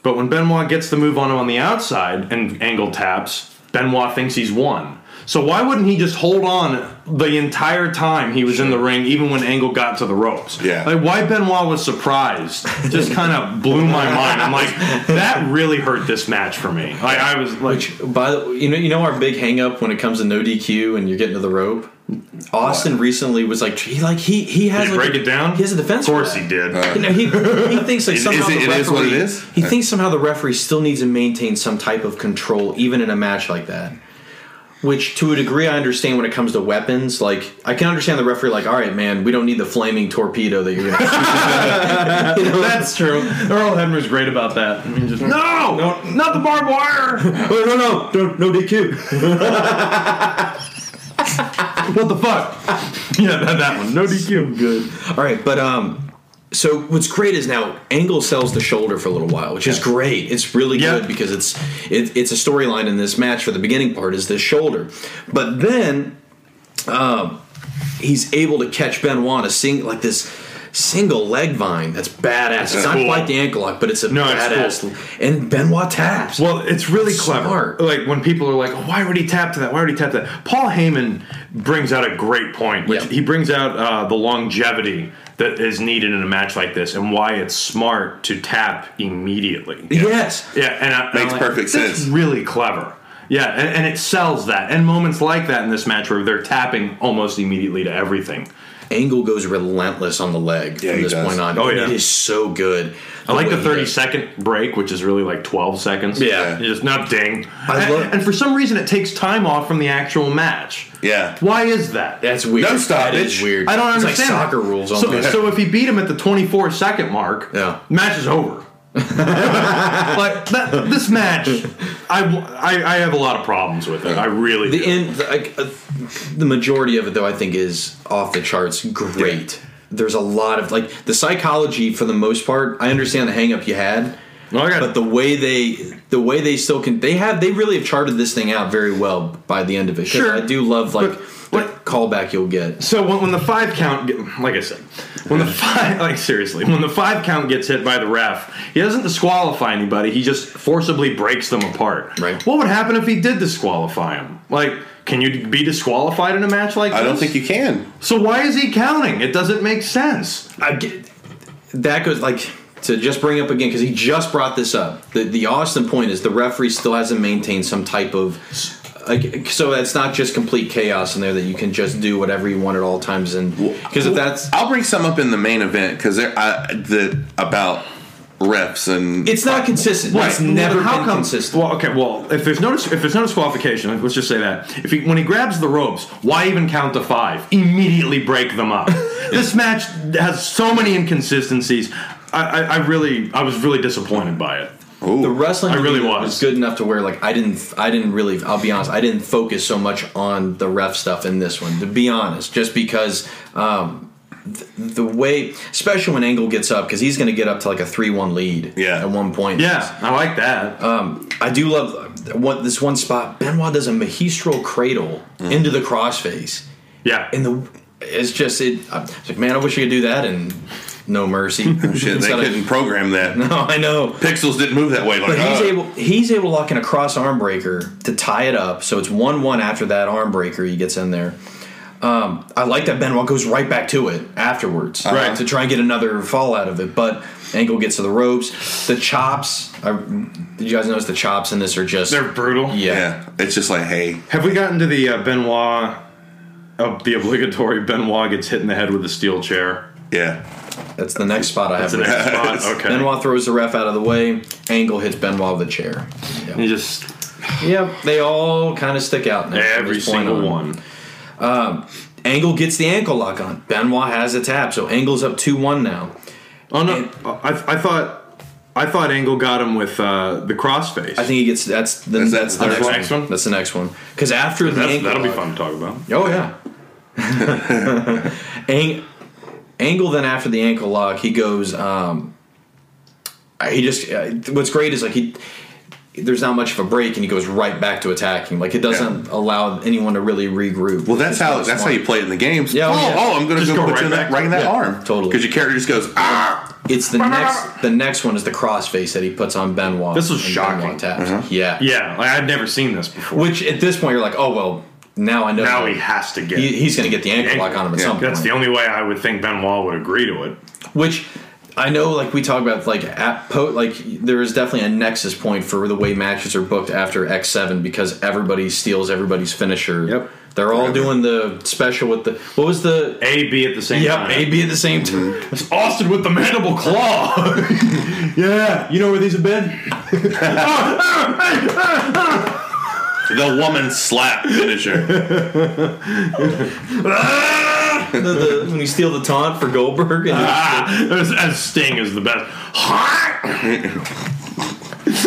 But when Benoit gets the move on him on the outside and Angle taps, Benoit thinks he's won. So why wouldn't he just hold on the entire time he was in the ring, even when Angle got to the ropes? Yeah. Like why Benoit was surprised just kind of blew my mind. I'm like, that really hurt this match for me. Like I was like, Which, by the you know, you know our big hang up when it comes to no DQ and you're getting to the rope. Austin recently was like, he like he he has did you like break a- it down? He has a defense. Of course for that. he did. You know, he, he thinks like Is- somehow is it- the it referee, is what it is? He thinks somehow the referee still needs to maintain some type of control, even in a match like that. Which, to a degree, I understand when it comes to weapons. Like, I can understand the referee, like, all right, man, we don't need the flaming torpedo that you're going to. That's true. Earl Hebner's great about that. I mean, just no, no, not the barbed wire. oh, no, no, no, no DQ. what the fuck? yeah, that, that one. No DQ. Good. All right, but um, so what's great is now Angle sells the shoulder for a little while, which is great. It's really Yeah. good because it's it, it's a storyline in this match for the beginning part is this shoulder, but then um, he's able to catch Benoit to sing like this single leg vine that's badass. It's not cool. quite the ankle lock, but it's a No, it's badass. cool. And Benoit taps. Well, it's really clever. Smart. Like when people are like, oh, "Why would he tap to that? Why would he tap to that?" Paul Heyman brings out a great point. Which Yeah. He brings out uh, the longevity that is needed in a match like this, and why it's smart to tap immediately. yes. Yeah, and I, Makes perfect that's sense. Really clever. Yeah, and, and it sells that. And moments like that in this match where they're tapping almost immediately to everything. Angle goes relentless on the leg Yeah, from he this does. point on. Oh, and yeah. it is so good. I like the way he does- 30 second break, which is really like 12 seconds. Yeah. You just not ding. I and, love- and for some reason, it takes time off from the actual match. Yeah. Why is that? That's weird. No stoppage. That is weird. I don't it's understand. Like that. soccer rules on So, this. so if he beat him at the 24 second mark, Yeah. match is over. like that, this match, I, w- I- I have a lot of problems with it. I really the do. end, the, like, uh, the majority of it though, I think is off the charts. Great. There's a lot of like the psychology for the most part. I understand the hang up you had, No, I got- but the way they the way they still can they have they really have charted this thing out very well by the end of it. 'Cause Sure. I do love like But- the but- callback you'll get. So when, when the five count, get- like I said, when the five, like seriously, when the five count gets hit by the ref, he doesn't disqualify anybody. He just forcibly breaks them apart. Right. What would happen if he did disqualify him? Like, can you be disqualified in a match like I this? don't think you can. So why is he counting? It doesn't make sense. I get that goes like to just bring up again because he just brought this up. The the Austin point is the referee still hasn't maintained some type of like so it's not just complete chaos in there that you can just do whatever you want at all times and because if that's I'll bring some up in the main event because there I the about refs and it's not consistent. It's Well, never then been consistent. Well, okay. Well, if there's no dis- if there's no disqualification, like, let's just say that if he, when he grabs the ropes, why even count to five? Immediately break them up. this match has so many inconsistencies. I, I, I really, I was really disappointed by it. Ooh. The wrestling I really division was. good enough to where like I didn't I didn't really I'll be honest I didn't focus so much on the ref stuff in this one to be honest just because um, th- the way especially when Angle gets up because he's going to get up to like a three one lead Yeah. at one point Yeah, I like that. Uh, I do love uh, one, this one spot Benoit does a magistral cradle into the crossface yeah, and the it's just it I was like man I wish I could do that and no mercy shit. They Instead of- couldn't program that. no I know Pixels didn't move that way. Like, But he's uh, able he's able to lock in a cross arm breaker to tie it up, so it's one one after that arm breaker he gets in there. Um, I like that Benoit goes right back to it afterwards, Right. To try and get another fall out of it, but Angle gets to the ropes. The chops. I, did you guys notice the chops in this are just they're brutal. yeah. yeah, it's just like hey, Have we gotten to the uh, Benoit? Uh, the obligatory Benoit gets hit in the head with a steel chair. yeah. That's the next spot I have. the written. next spot. Okay. Benoit throws the ref out of the way. Angle hits Benoit with a chair. Yep. you just Yep, they all kind of stick out now. from every this point single on. one. Angle gets the ankle lock on. Benoit has a tap, so Angle's up two one now. Oh no! And- I, I thought I thought Angle got him with uh, the crossface. I think he gets that's the That's- that's the next one? That's the next one because after the That's, ankle that'll be lock- fun to talk about. Oh yeah. Ang- Angle then after the ankle lock, he goes. Um, he just. Uh, what's great is like he. There's not much of a break, and he goes right back to attacking. Like it doesn't allow anyone to really regroup. Well, that's how that's how you play it in the games. Yeah, oh, oh, yeah. oh, I'm going to Just go, go put right you in that, back. right in that Yeah, arm. totally. Because your character just goes ah. It's the next. The next one is the crossface that he puts on Benoit. This was and shocking. Benoit taps. Yeah. Yeah, like, I'd never seen this before. Which at this point you're like, oh well, now I know. Now he has to get. He- he's going to get the ankle Ankle. lock on him at Yeah. some That's point. the only way I would think Benoit would agree to it. which I know, like we talk about, like at po- like there is definitely a nexus point for the way matches are booked after X Seven because everybody steals everybody's finisher. Yep. they're all doing the special with the what was the A B at the same yep time. A B at the same time. It's Austin with the mandible claw. Yeah, you know where these have been? The woman slap finisher. The- the- when you steal the taunt for Goldberg, and ah, as, as Sting is the best.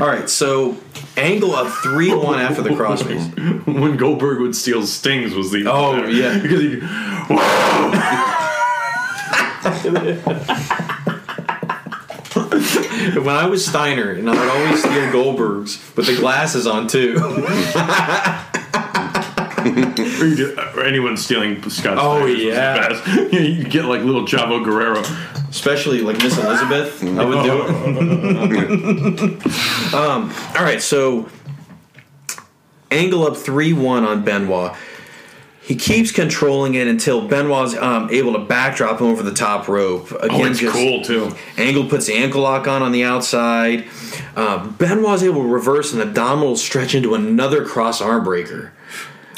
all right, so angle of three one after the crossface. when Goldberg would steal Sting's was the Oh, yeah. because he When I was Steiner, and I would always steal Goldberg's with the glasses on too. or you do- or anyone stealing Scott. Oh, Snyder's was the yeah. best. You, you get like little Chavo Guerrero. especially like Miss Elizabeth. I would do it. um, all right, so angle up three one on Benoit. He keeps controlling it until Benoit's um, able to backdrop him over the top rope. Again, Oh, it's just- cool too. Angle puts the ankle lock on on the outside. Uh, Benoit's able to reverse an abdominal stretch into another cross arm breaker.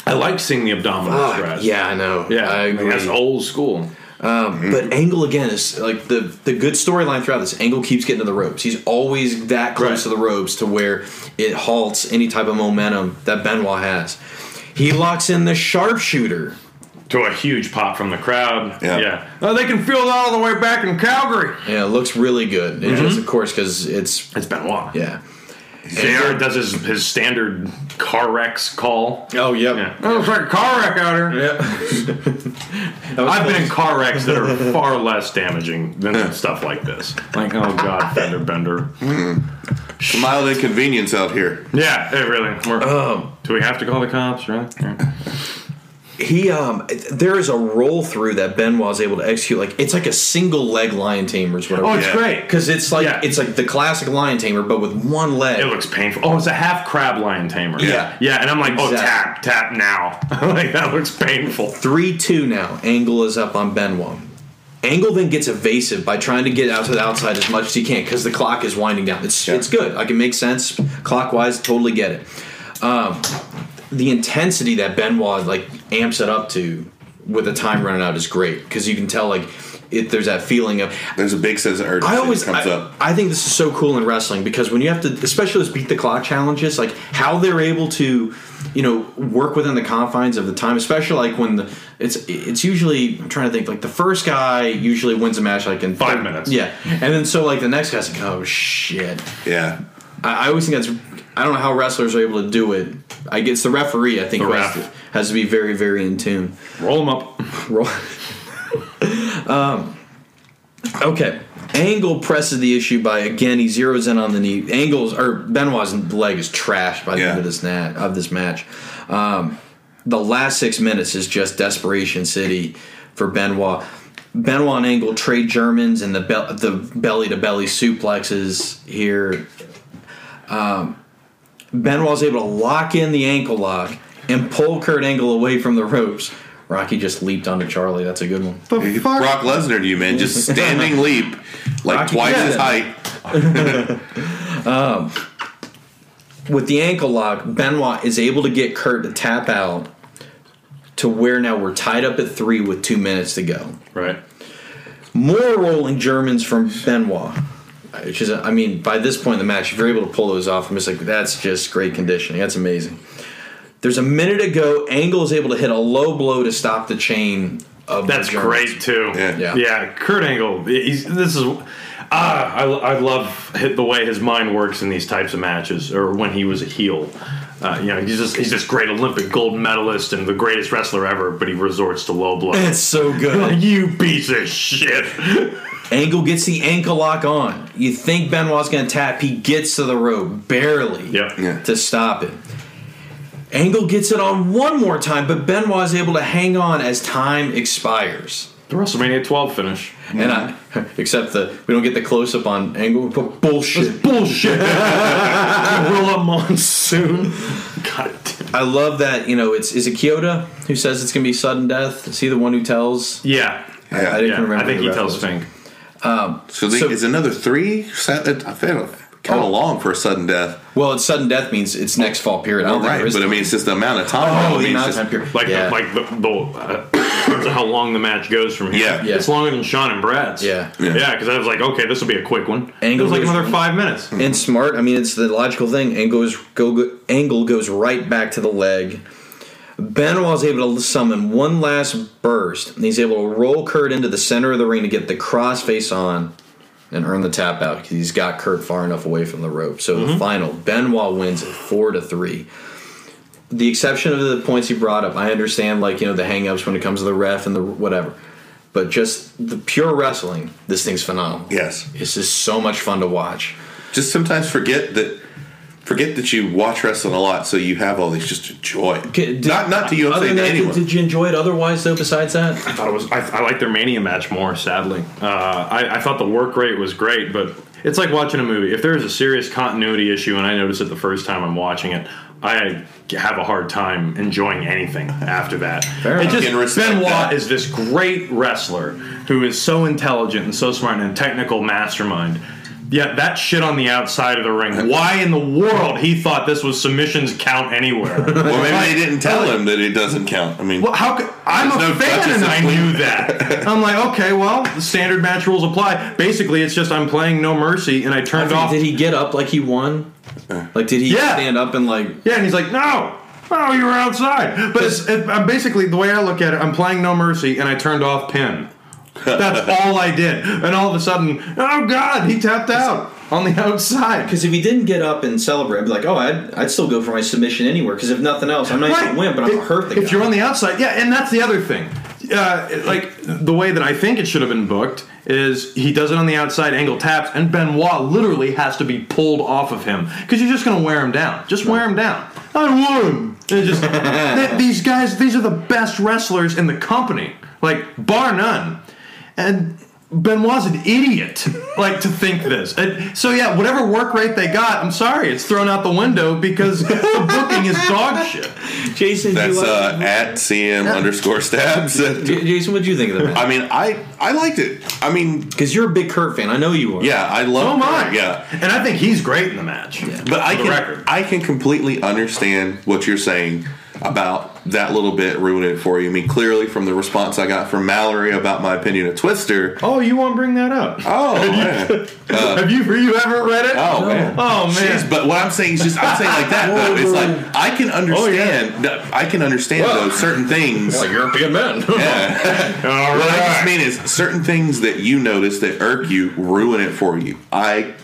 I like seeing the abdominal Fuck, stretch. yeah, I know. yeah, I like, agree. that's old school. But Angle again is like the the good storyline throughout this. Angle keeps getting to the ropes. He's always that close Right. to the ropes to where it halts any type of momentum that Benoit has. He locks in the sharpshooter. To a huge pop from the crowd. Yeah. yeah. Oh, they can feel it all the way back in Calgary. Yeah, it looks really good. It just, of course, because it's It's Benoit. yeah. JR does his, his standard car wrecks call. Oh yep. Yeah. Oh, it's like a car wreck out here. I've been in car wrecks that are far less damaging than stuff like this. Like, oh god, fender bender. Mild inconvenience out here. Yeah, it really. we're- Um, do we have to call the cops? Right? Yeah. He um, there is a roll through that Benoit's able to execute. Like it's like a single leg lion tamer is what it Oh, was. it's Yeah. great. Because it's like Yeah. it's like the classic lion tamer, but with one leg. It looks painful. Oh, it's a half crab lion tamer. Yeah. yeah. And I'm like, oh, Exactly. tap, tap now. like that looks painful. 3 2 now. Angle is up on Benoit. Angle then gets evasive by trying to get out to the outside as much as he can because the clock is winding down. It's, Yeah. it's good. I can make sense clockwise. Totally get it. Um, the intensity that Benoit like amps it up to with the time running out is great because you can tell like if there's that feeling of There's a big sense of urgency I always that comes I, up. I think this is so cool in wrestling because when you have to, especially those beat the clock challenges, like how they're able to, you know, work within the confines of the time. Especially like when the it's it's usually I'm trying to think like the first guy usually wins a match like in Five minutes. yeah, and then so like the next guy's like oh shit. Yeah. I, I always think that's I don't know how wrestlers are able to do it. I guess the referee I think The who ref. has, to, has to be very very in tune. Roll them up. Roll. um, okay. Angle presses the issue by again he zeroes in on the knee. Angles or Benoit's leg is trashed by the Yeah. end of this nat, of this match. Um, the last six minutes is just desperation city for Benoit. Benoit and Angle trade Germans and the bel the belly to belly suplexes here. Benoit's able to lock in the ankle lock and pull Kurt Angle away from the ropes. Rocky just leaped onto Charlie. That's a good one. The Brock Lesnar to you, man. Just standing leap, like Rocky twice his Seven. height. With the ankle lock, Benoit is able to get Kurt to tap out to where now we're tied up at three with two minutes to go. Right. more rolling Germans from Benoit. Which is, I mean, by this point in the match, if you're able to pull those off, I'm just like, that's just great conditioning. That's amazing. There's a minute ago, Angle is able to hit a low blow to stop the chain of the That's Germans. great too. Yeah. Yeah. Kurt Angle. He's, this is. Ah, I, I love hit the way his mind works in these types of matches, or when he was a heel. Uh, you know, he's just he's this great Olympic gold medalist and the greatest wrestler ever, but he resorts to low blows. That's so good. you piece of shit. Angle gets the ankle lock on. You think Benoit's going to tap. He gets to the rope, barely Yep. Yeah. to stop it. Angle gets it on one more time, but Benoit is able to hang on as time expires. The WrestleMania 12 finish. And I, except the we don't get the close up on Angle, but bullshit. Bullshit. Gorilla Monsoon. God damn. I love that you know it's is it Kyoto who says it's going to be sudden death. Is he the one who tells? Yeah. Yeah. didn't Yeah. I who think the he ref tells was. Fink. So, they, So- it's another three. So- I feel kind of Oh. long for a sudden death. Well, it's sudden death means it's next fall period. I All don't think right, there is but I time. mean, it's just the amount of time. oh, I the mean, amount it's of time just- period. Like yeah. the, like the, the uh, in terms of how long the match goes from here. Yeah. Yeah. it's longer than Sean and Brad's. Yeah. Yeah. yeah. Because I was like, okay, this will be a quick one. Angle it was like goes- another five minutes. and smart. I mean, it's the logical thing. Angle goes, go, go, angle goes right back to the leg. Benoit is able to summon one last burst, and he's able to roll Kurt into the center of the ring to get the crossface on and earn the tap out because he's got Kurt far enough away from the rope. So the final, Benoit wins at four to three. The exception of the points he brought up, I understand, like you know, the hangups when it comes to the ref and the whatever, but just the pure wrestling, this thing's phenomenal. Yes. This is so much fun to watch. Just sometimes forget that. Forget that you watch wrestling a lot, so you have all these just to enjoy. it. Okay, did- not not to you, I'm Other saying than to that, did, anyone. did you enjoy it otherwise though? Besides that, I thought it was. I, I like their Mania match more. Sadly, uh, I, I thought the work rate was great, but it's like watching a movie. If there is a serious continuity issue, and I notice it the first time I'm watching it, I have a hard time enjoying anything after that. Fair it enough. Can just respect that. Benoit is this great wrestler who is so intelligent and so smart and a technical mastermind. Yet that shit on the outside of the ring. Why in the world he thought this was submissions count anywhere? Well, maybe they didn't tell him that it doesn't count. I mean, Well, how could, I'm There's a no fan touches and I in blue. knew that. I'm like, okay, well, the standard match rules apply. Basically, it's just I'm playing No Mercy and I turned off. did he get up like he won? Like, did he Yeah. stand up and like? yeah, and he's like, no. Oh, you were outside. But it's, it, I'm basically, the way I look at it, I'm playing No Mercy and I turned off pin. That's all I did. And all of a sudden, oh God, he tapped out on the outside. Because if he didn't get up and celebrate, I'd be like, oh, I'd, I'd still go for my submission anywhere. Because if nothing else, I'm not even gonna win, but I'm gonna If- hurt the If guy. you're on the outside, yeah, and that's the other thing. Uh, like the way that I think it should have been booked is he does it on the outside angle taps, and Benoit literally has to be pulled off of him because you're just going to wear him down. Just wear him down. I won. It just th- these guys, these are the best wrestlers in the company, like bar none, and. Benoit's an idiot, like to think this. And so yeah, whatever work rate they got, I'm sorry, it's thrown out the window because the booking is dog shit. Jason, that's uh, at CM underscore stabs. Jason, what'd you think of the match? I mean, I I liked it. I mean, Because you're a big Kurt fan, I know you are. yeah, I love. Oh my! Yeah, and I think he's great in the match. But I the can record. I can completely understand what you're saying about that little bit ruining it for you. I mean, clearly from the response I got from Mallory about my opinion of Twister. Oh, you won't bring that up? Oh, man. have you? You haven't read it? Uh, oh man. Oh, man. Jeez, but what I'm saying is just I'm saying like that. though. It's like I can Oh, understand. I can understand Well. those certain things. Like European men. all What I just right. mean is certain things that you notice that irk you ruin it for you. I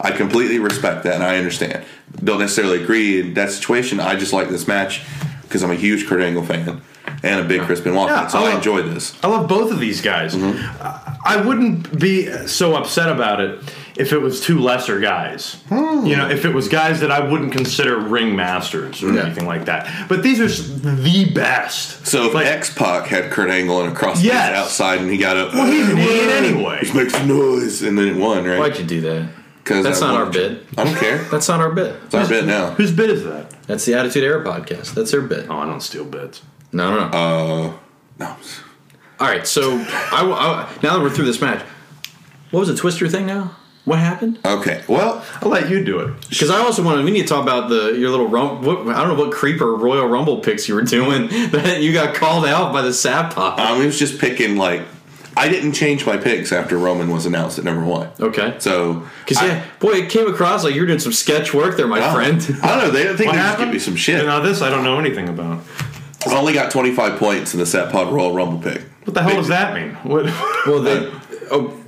I completely respect that and I understand. Don't necessarily agree in that situation. I just like this match because I'm a huge Kurt Angle fan and a big Chris Benoit Yeah, oh. fan, so I I love- enjoy this. I love both of these guys. Mm-hmm. I I wouldn't be so upset about it if it was two lesser guys. Hmm. You know, if it was guys that I wouldn't consider ringmasters or Yeah. anything like that. But these are s- the best. So if like, X Pac had Kurt Angle and a crossface Yes. outside and he got up, well, he's an idiot anyway. Just make some noise and then it won, right? Why'd you do that? 'Cause That's I not our wanted to. bid. I don't care. That's not our bit. It's our bit now. Whose bit is that? That's the Attitude Era podcast. That's their bit. Oh, I don't steal bits. No, no, no. Uh, No. All right, so I, I- now that we're through this match, what was the Twister thing now? What happened? Okay. Well, I'll let you do it. Because I also want to. We need to talk about the your little rum. What, I don't know what creeper Royal Rumble picks you were doing that you got called out by the Sap Pop. Um, he was just picking like I didn't change my picks after Roman was announced at number one. Okay. So, Because I- yeah, boy, it came across like you were doing some sketch work there, my I, friend. I don't know. They don't think What they just give happened? me some shit. Now this I don't know anything about. I only got 25 points in the Set Pod Royal Rumble pick. What the hell does that mean? What, well, they Uh, oh,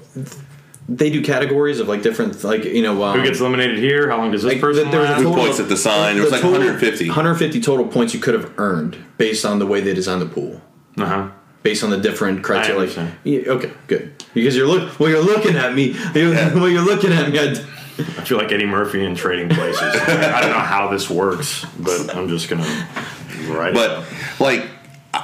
they do categories of like different like you know um, who gets eliminated here? How long does this like, person there was a last? total points of- at the sign? There was, like, 150. 150 total points you could have earned based on the way they designed the pool, Uh-huh. based on the different criteria. like- understand. Yeah, okay, good. Because you're look well, you're looking at me. You- Yeah. Well, you're looking at me. I, I feel like Eddie Murphy in Trading Places. I don't know how this works, but I'm just gonna write. it. But like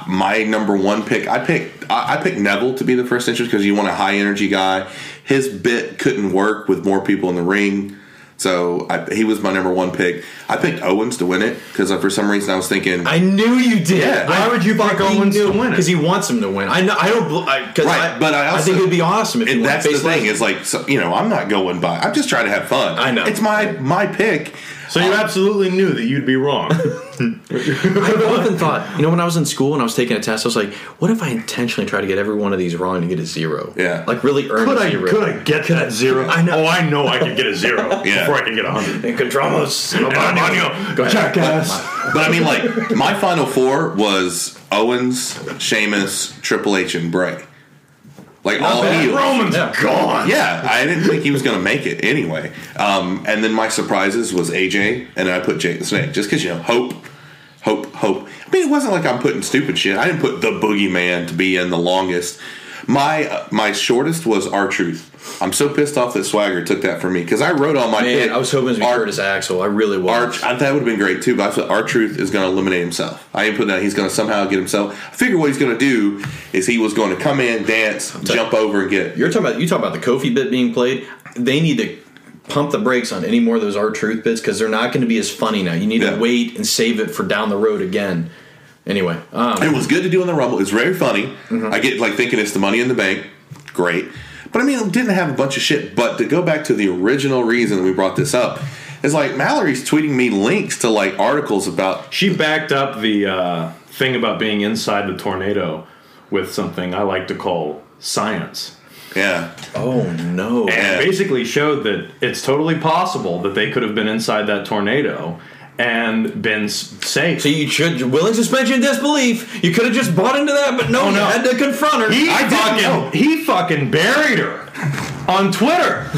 my number one pick, I picked I I picked Neville to be the first entrance because you want a high energy guy. His bit couldn't work with more people in the ring, so I, he was my number one pick. I picked Owens to win it because for some reason I was thinking. I knew you did. Yeah. Why would you pick Owens to win it? Because he wants him to win. I know. I don't. bl- I, cause Right, I, but I also- think it'd be awesome if he and won. that's the Based on- thing is like so, you know I'm not going by. I'm just trying to have fun. I know. it's my my pick. so you absolutely knew that you'd be wrong. I've often thought, you know, when I was in school and I was taking a test, I was like, what if I intentionally try to get every one of these wrong and get a zero? Yeah. Like really earn could a I zero. could I get that zero? I know. Oh, I know I could get a zero Yeah. before I could get a hundred. Oh, And Contramos. Go ahead. But I mean, like my final four was Owens, Sheamus, Triple H, and Bray. Like all heels. Roman's Yeah. gone. Yeah, I didn't think he was going to make it anyway. Um, and then my surprises was AJ, and I put Jake the Snake just because you know hope, hope, hope. I mean, it wasn't like I'm putting stupid shit. I didn't put the Boogeyman to be in the longest. My uh, my shortest was our Truth. I'm so pissed off that Swagger took that from me because I wrote on my Man, pick, I was hoping to be R- Curtis Axel. I really Arch, was. I, that would have been great too, but I thought our truth is going to eliminate himself. I didn't put that he's going to somehow get himself. I figure what he's going to do is he was going to come in, dance, jump over, and get. You're talking about you talk about the Kofi bit being played. They need to pump the brakes on any more of those R Truth bits because they're not going to be as funny now. You need Yeah. to wait and save it for down the road again. Anyway, um, It was good to do on the Rumble. It's very funny. I get like thinking it's the Money in the Bank. Great, but I mean, it didn't have a bunch of shit. But to go back to the original reason we brought this up is like Mallory's tweeting me links to like articles about. She backed up the uh, thing about being inside the tornado with something I like to call science. Yeah, oh no. and Yeah. basically showed that it's totally possible that they could have been inside that tornado and been s- safe. So you should willing suspension of disbelief. You could have just bought into that, but no, no. you had to confront her. he I didn't know. fucking he fucking buried her on Twitter.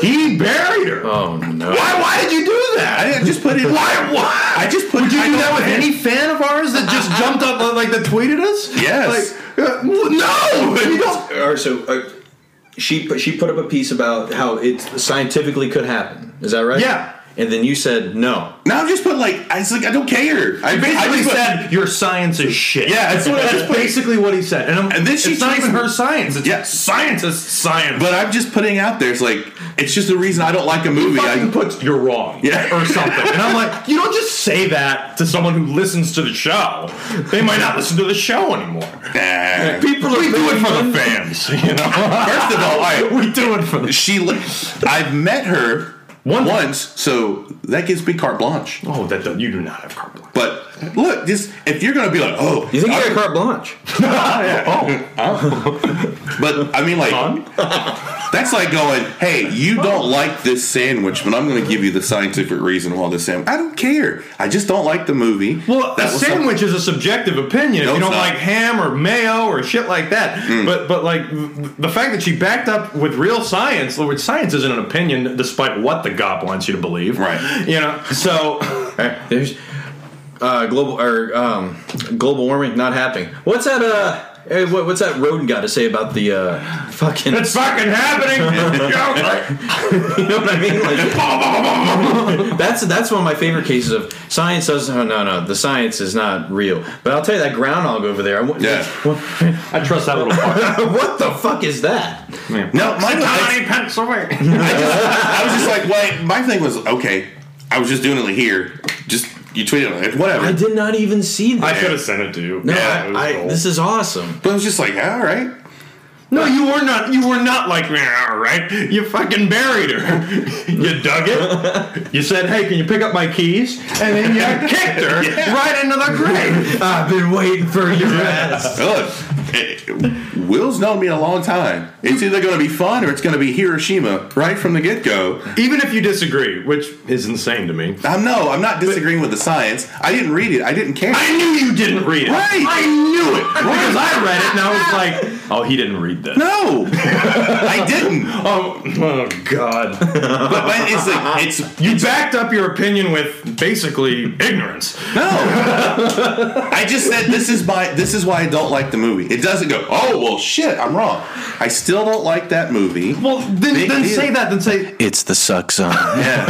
he buried her. oh no. why? Why did you do that? I didn't- I just put it. why? Why? I just put. Would you I do don't that with care. any fan of ours that just jumped up uh, like that tweeted us? Yes. Like, uh, w- no, you don't. All right, so uh, she put, she put up a piece about how it scientifically could happen. Is that right? Yeah. And then you said no. Now I'm just putting like I was like I don't care. I He I basically just put- said your science is shit. Yeah, that's, that's what- that's basically what he said. And, I'm, And then she it's not tweets- even her science. It's Yeah. scientist science. But I'm just putting out there. It's like it's just the reason I don't like a movie. fucking I, puts you're wrong Yeah. or something. And I'm like, you don't just say that to someone who listens to the show. They might not listen to the show anymore. Nah. People we do it for the fans, you know. First of all, I, we do it for the she. li- I've met her Once. once, so that gives me carte blanche. Oh, that that- you do not have carte blanche. But look, just if you're gonna be like, oh, You think you I- got carte blanche? Oh, but I mean, like, that's like going, hey, you don't like this sandwich, but I'm gonna give you the scientific reason why this sandwich. I don't care. I just don't like the movie. Well, a That was something- sandwich is a subjective opinion. No, if it's you don't not. Mm. like ham or mayo or shit like that. But but like the fact that she backed up with real science, which science isn't an opinion, despite what the gob wants you to believe. Right. You know. So There's uh, global or um, global warming not happening. What's that? Uh, eh, what, what's that Roden got to say about the uh, fucking? it's fucking happening. you know what I mean? Like, that's that's one of my favorite cases of science doesn't. Oh, no, no, the science is not real. But I'll tell you that groundhog over there. I, wa- Yeah. I trust that little part. what the fuck is that? No, my Tiny pence away. I was just like, wait. My thing was okay. I was just doing it here. Just you tweeted it, like, whatever. I did not even see that. I could have sent it to you. no, yeah, I, I, this is awesome. But I was just like, all right. no, you were not. You were not like me, all right? You fucking buried her. You dug it. You said, "Hey, can you pick up my keys?" And then you kicked her right into the grave. I've been waiting for your ass. Ugh. Will's known me a long time. It's either going to be fun or it's going to be Hiroshima right from the get go. Even if you disagree, which is insane to me. I'm Um, no, I'm not disagreeing with the science. I didn't read it. I didn't care. I knew you didn't read it. Right. I knew it because I read it and I was like, oh, he didn't read this. no, I didn't. Oh, oh God! But, but it's like it's You backed up your opinion with basically ignorance. no. I just said this is my this is why I don't like the movie. It doesn't go. Oh well, shit, I'm wrong. I still don't like that movie. Well, then, Big then deal. say that. Then say It's the suck zone. Yeah.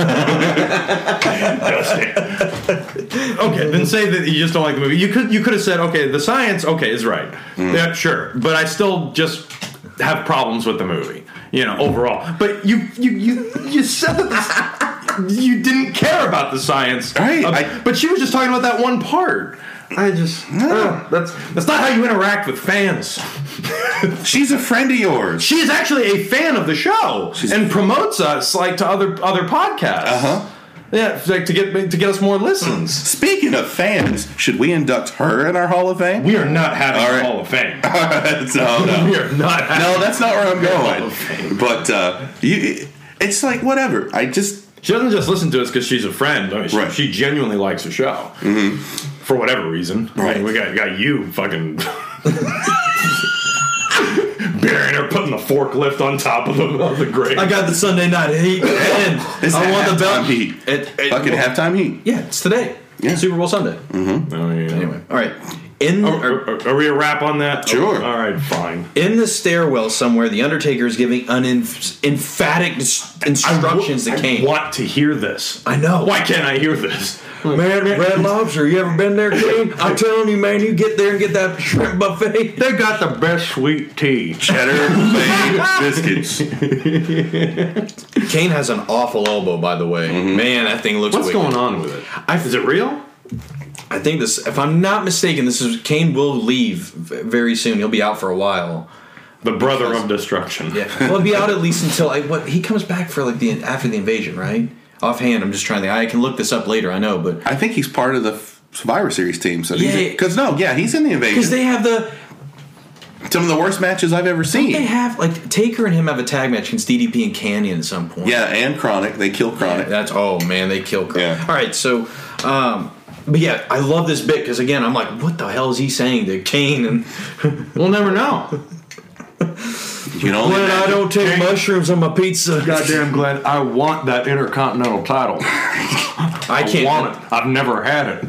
okay. Then say that you just don't like the movie. You could you could have said okay, the science okay is right. Mm. Yeah, sure. But I still just have problems with the movie. You know, overall. But you you you you said that. This, You didn't care about the science, Right, Um, I- but she was just talking about that one part. I just Ugh, that's that's not how you interact with fans. She's a friend of yours. She is actually a fan of the show and promotes us like to other other podcasts. Uh-huh. Yeah, like to get to get us more listens. Speaking of fans, should we induct her in our Hall of Fame? We are not having All right. a Hall of Fame. no, no. we are not. Having, No, that's not where I'm going. But uh, you, it's like whatever. I just She doesn't just listen to us because she's a friend. I mean, she, Right. Mm-hmm. she genuinely likes the show for whatever reason. I mean, Right. we got got you fucking. Burying her, putting the forklift on top of the, of the grave. I got the Sunday night heat, and It's I want the halftime belt. heat. It- it- fucking halftime heat. Yeah, Mm-hmm. it's today. Yeah. Super Bowl Sunday. Oh, yeah. Anyway, all right. In or- Are, are- are we a wrap on that? Sure. All right, fine. in the stairwell somewhere, the Undertaker is giving an inf- emphatic dis- instructions I to Kane. want to hear this. I know. Why can't I hear this? Man, Red Lobster, you ever been there, Kane? I'm telling you, man, you get there and get that shrimp buffet. They got the best sweet tea. Cheddar made biscuits. Kane has an awful elbow, by the way. Man, that thing looks. What's wicked. going on with it? Is it real? I think this, if I'm not mistaken, this is Kane will leave v- very soon. He'll be out for a while. The brother of destruction. Yeah, well, he'll be out at least until like what he comes back for like the after the invasion, right? Offhand, I'm just trying to. I can look this up later. I know, but I think he's part of the Survivor Series team. So Yeah. because no, yeah, he's in the invasion. because they have the Some of the worst matches I've ever seen. they have like Taker and him have a tag match against DDP and Canyon at some point. yeah, and Chronic. They kill Chronic. That's oh man, they kill. Carl. Yeah. All right, so, um, but yeah, I love this bit because again, I'm like, what the hell is he saying to Kane? And We'll never know. you know, don't take mushrooms on my pizza. Goddamn glad I want that intercontinental title. I can't. Mm-hmm. it. I've never had it.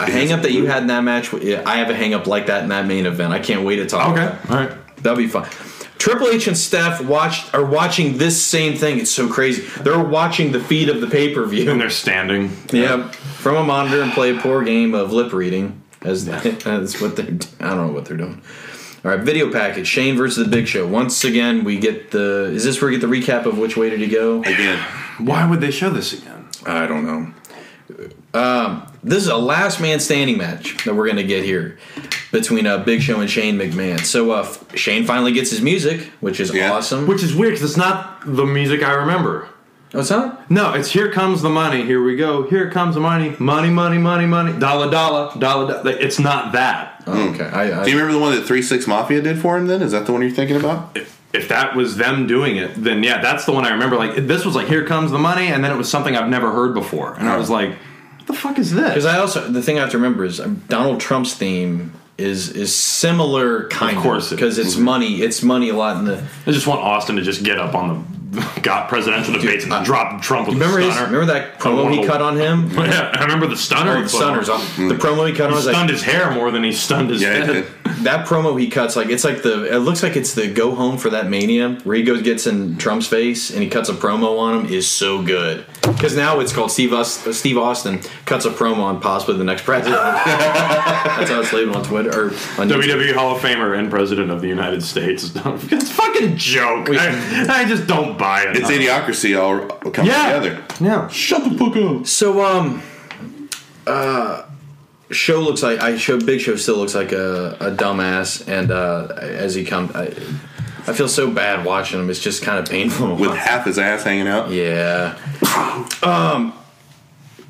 A hang up that you had in that match. yeah, I have a hang up like that in that main event. I can't wait to talk. Okay. about All right. that. that'll be fun. Triple H and Steph watched are watching this same thing. It's so crazy. They're watching the feed of the pay per view. And they're standing. Yeah, from a monitor and play a poor game of lip reading. As that's what they're. I don't know what they're doing. All right, video package: Shane versus the Big Show. Once again, we get the. Is this where we get the recap of which way did he go? again. Why would they show this again? I don't know. Um, this is a last man standing match that we're gonna get here between uh, Big Show and Shane McMahon. So uh, f- Shane finally gets his music, which is Yeah. awesome. Which is weird because it's not the music I remember. What's that? No, it's here comes the money. Here we go. Here comes the money. Money, money, money, money. Dollar, dollar, dollar. dollar. It's not that. Oh, okay, I, I, Do you remember the one that Three Six Mafia did for him? Then is that the one you're thinking about? if that was them doing it, then yeah, that's the one I remember. Like this was like here comes the money, and then it was something I've never heard before, and I was like, what the fuck is this? Because I also the thing I have to remember is um, Donald Trump's theme is is similar kind of course it because it's money it's money a lot in the I just want Austin to just get up on the got presidential debates and drop Trump with remember the his, stunner. remember that I promo wanna- he cut on him Yeah, I remember the stunner. Oh, he the put stunners on. on the promo he cut on Mm. He was like stunned his hair more than he stunned his Yeah, he head. did. that promo he cuts like it's like the it looks like it's the go home for that mania where he goes gets in Trump's face and he cuts a promo on him is so good because now it's called Steve Us, Steve Austin cuts a promo on possibly the next president that's how it's labeled on Twitter or on YouTube. WWE E Hall of Famer and President of the United States. it's a fucking joke. I, I just don't buy it. It's idiocracy all coming yeah. together. Yeah. Shut the fuck up. so um uh show looks like I show Big Show still looks like a, a dumbass and uh as he comes I, I feel so bad watching him it's just kind of painful With half his ass hanging out. Yeah. um,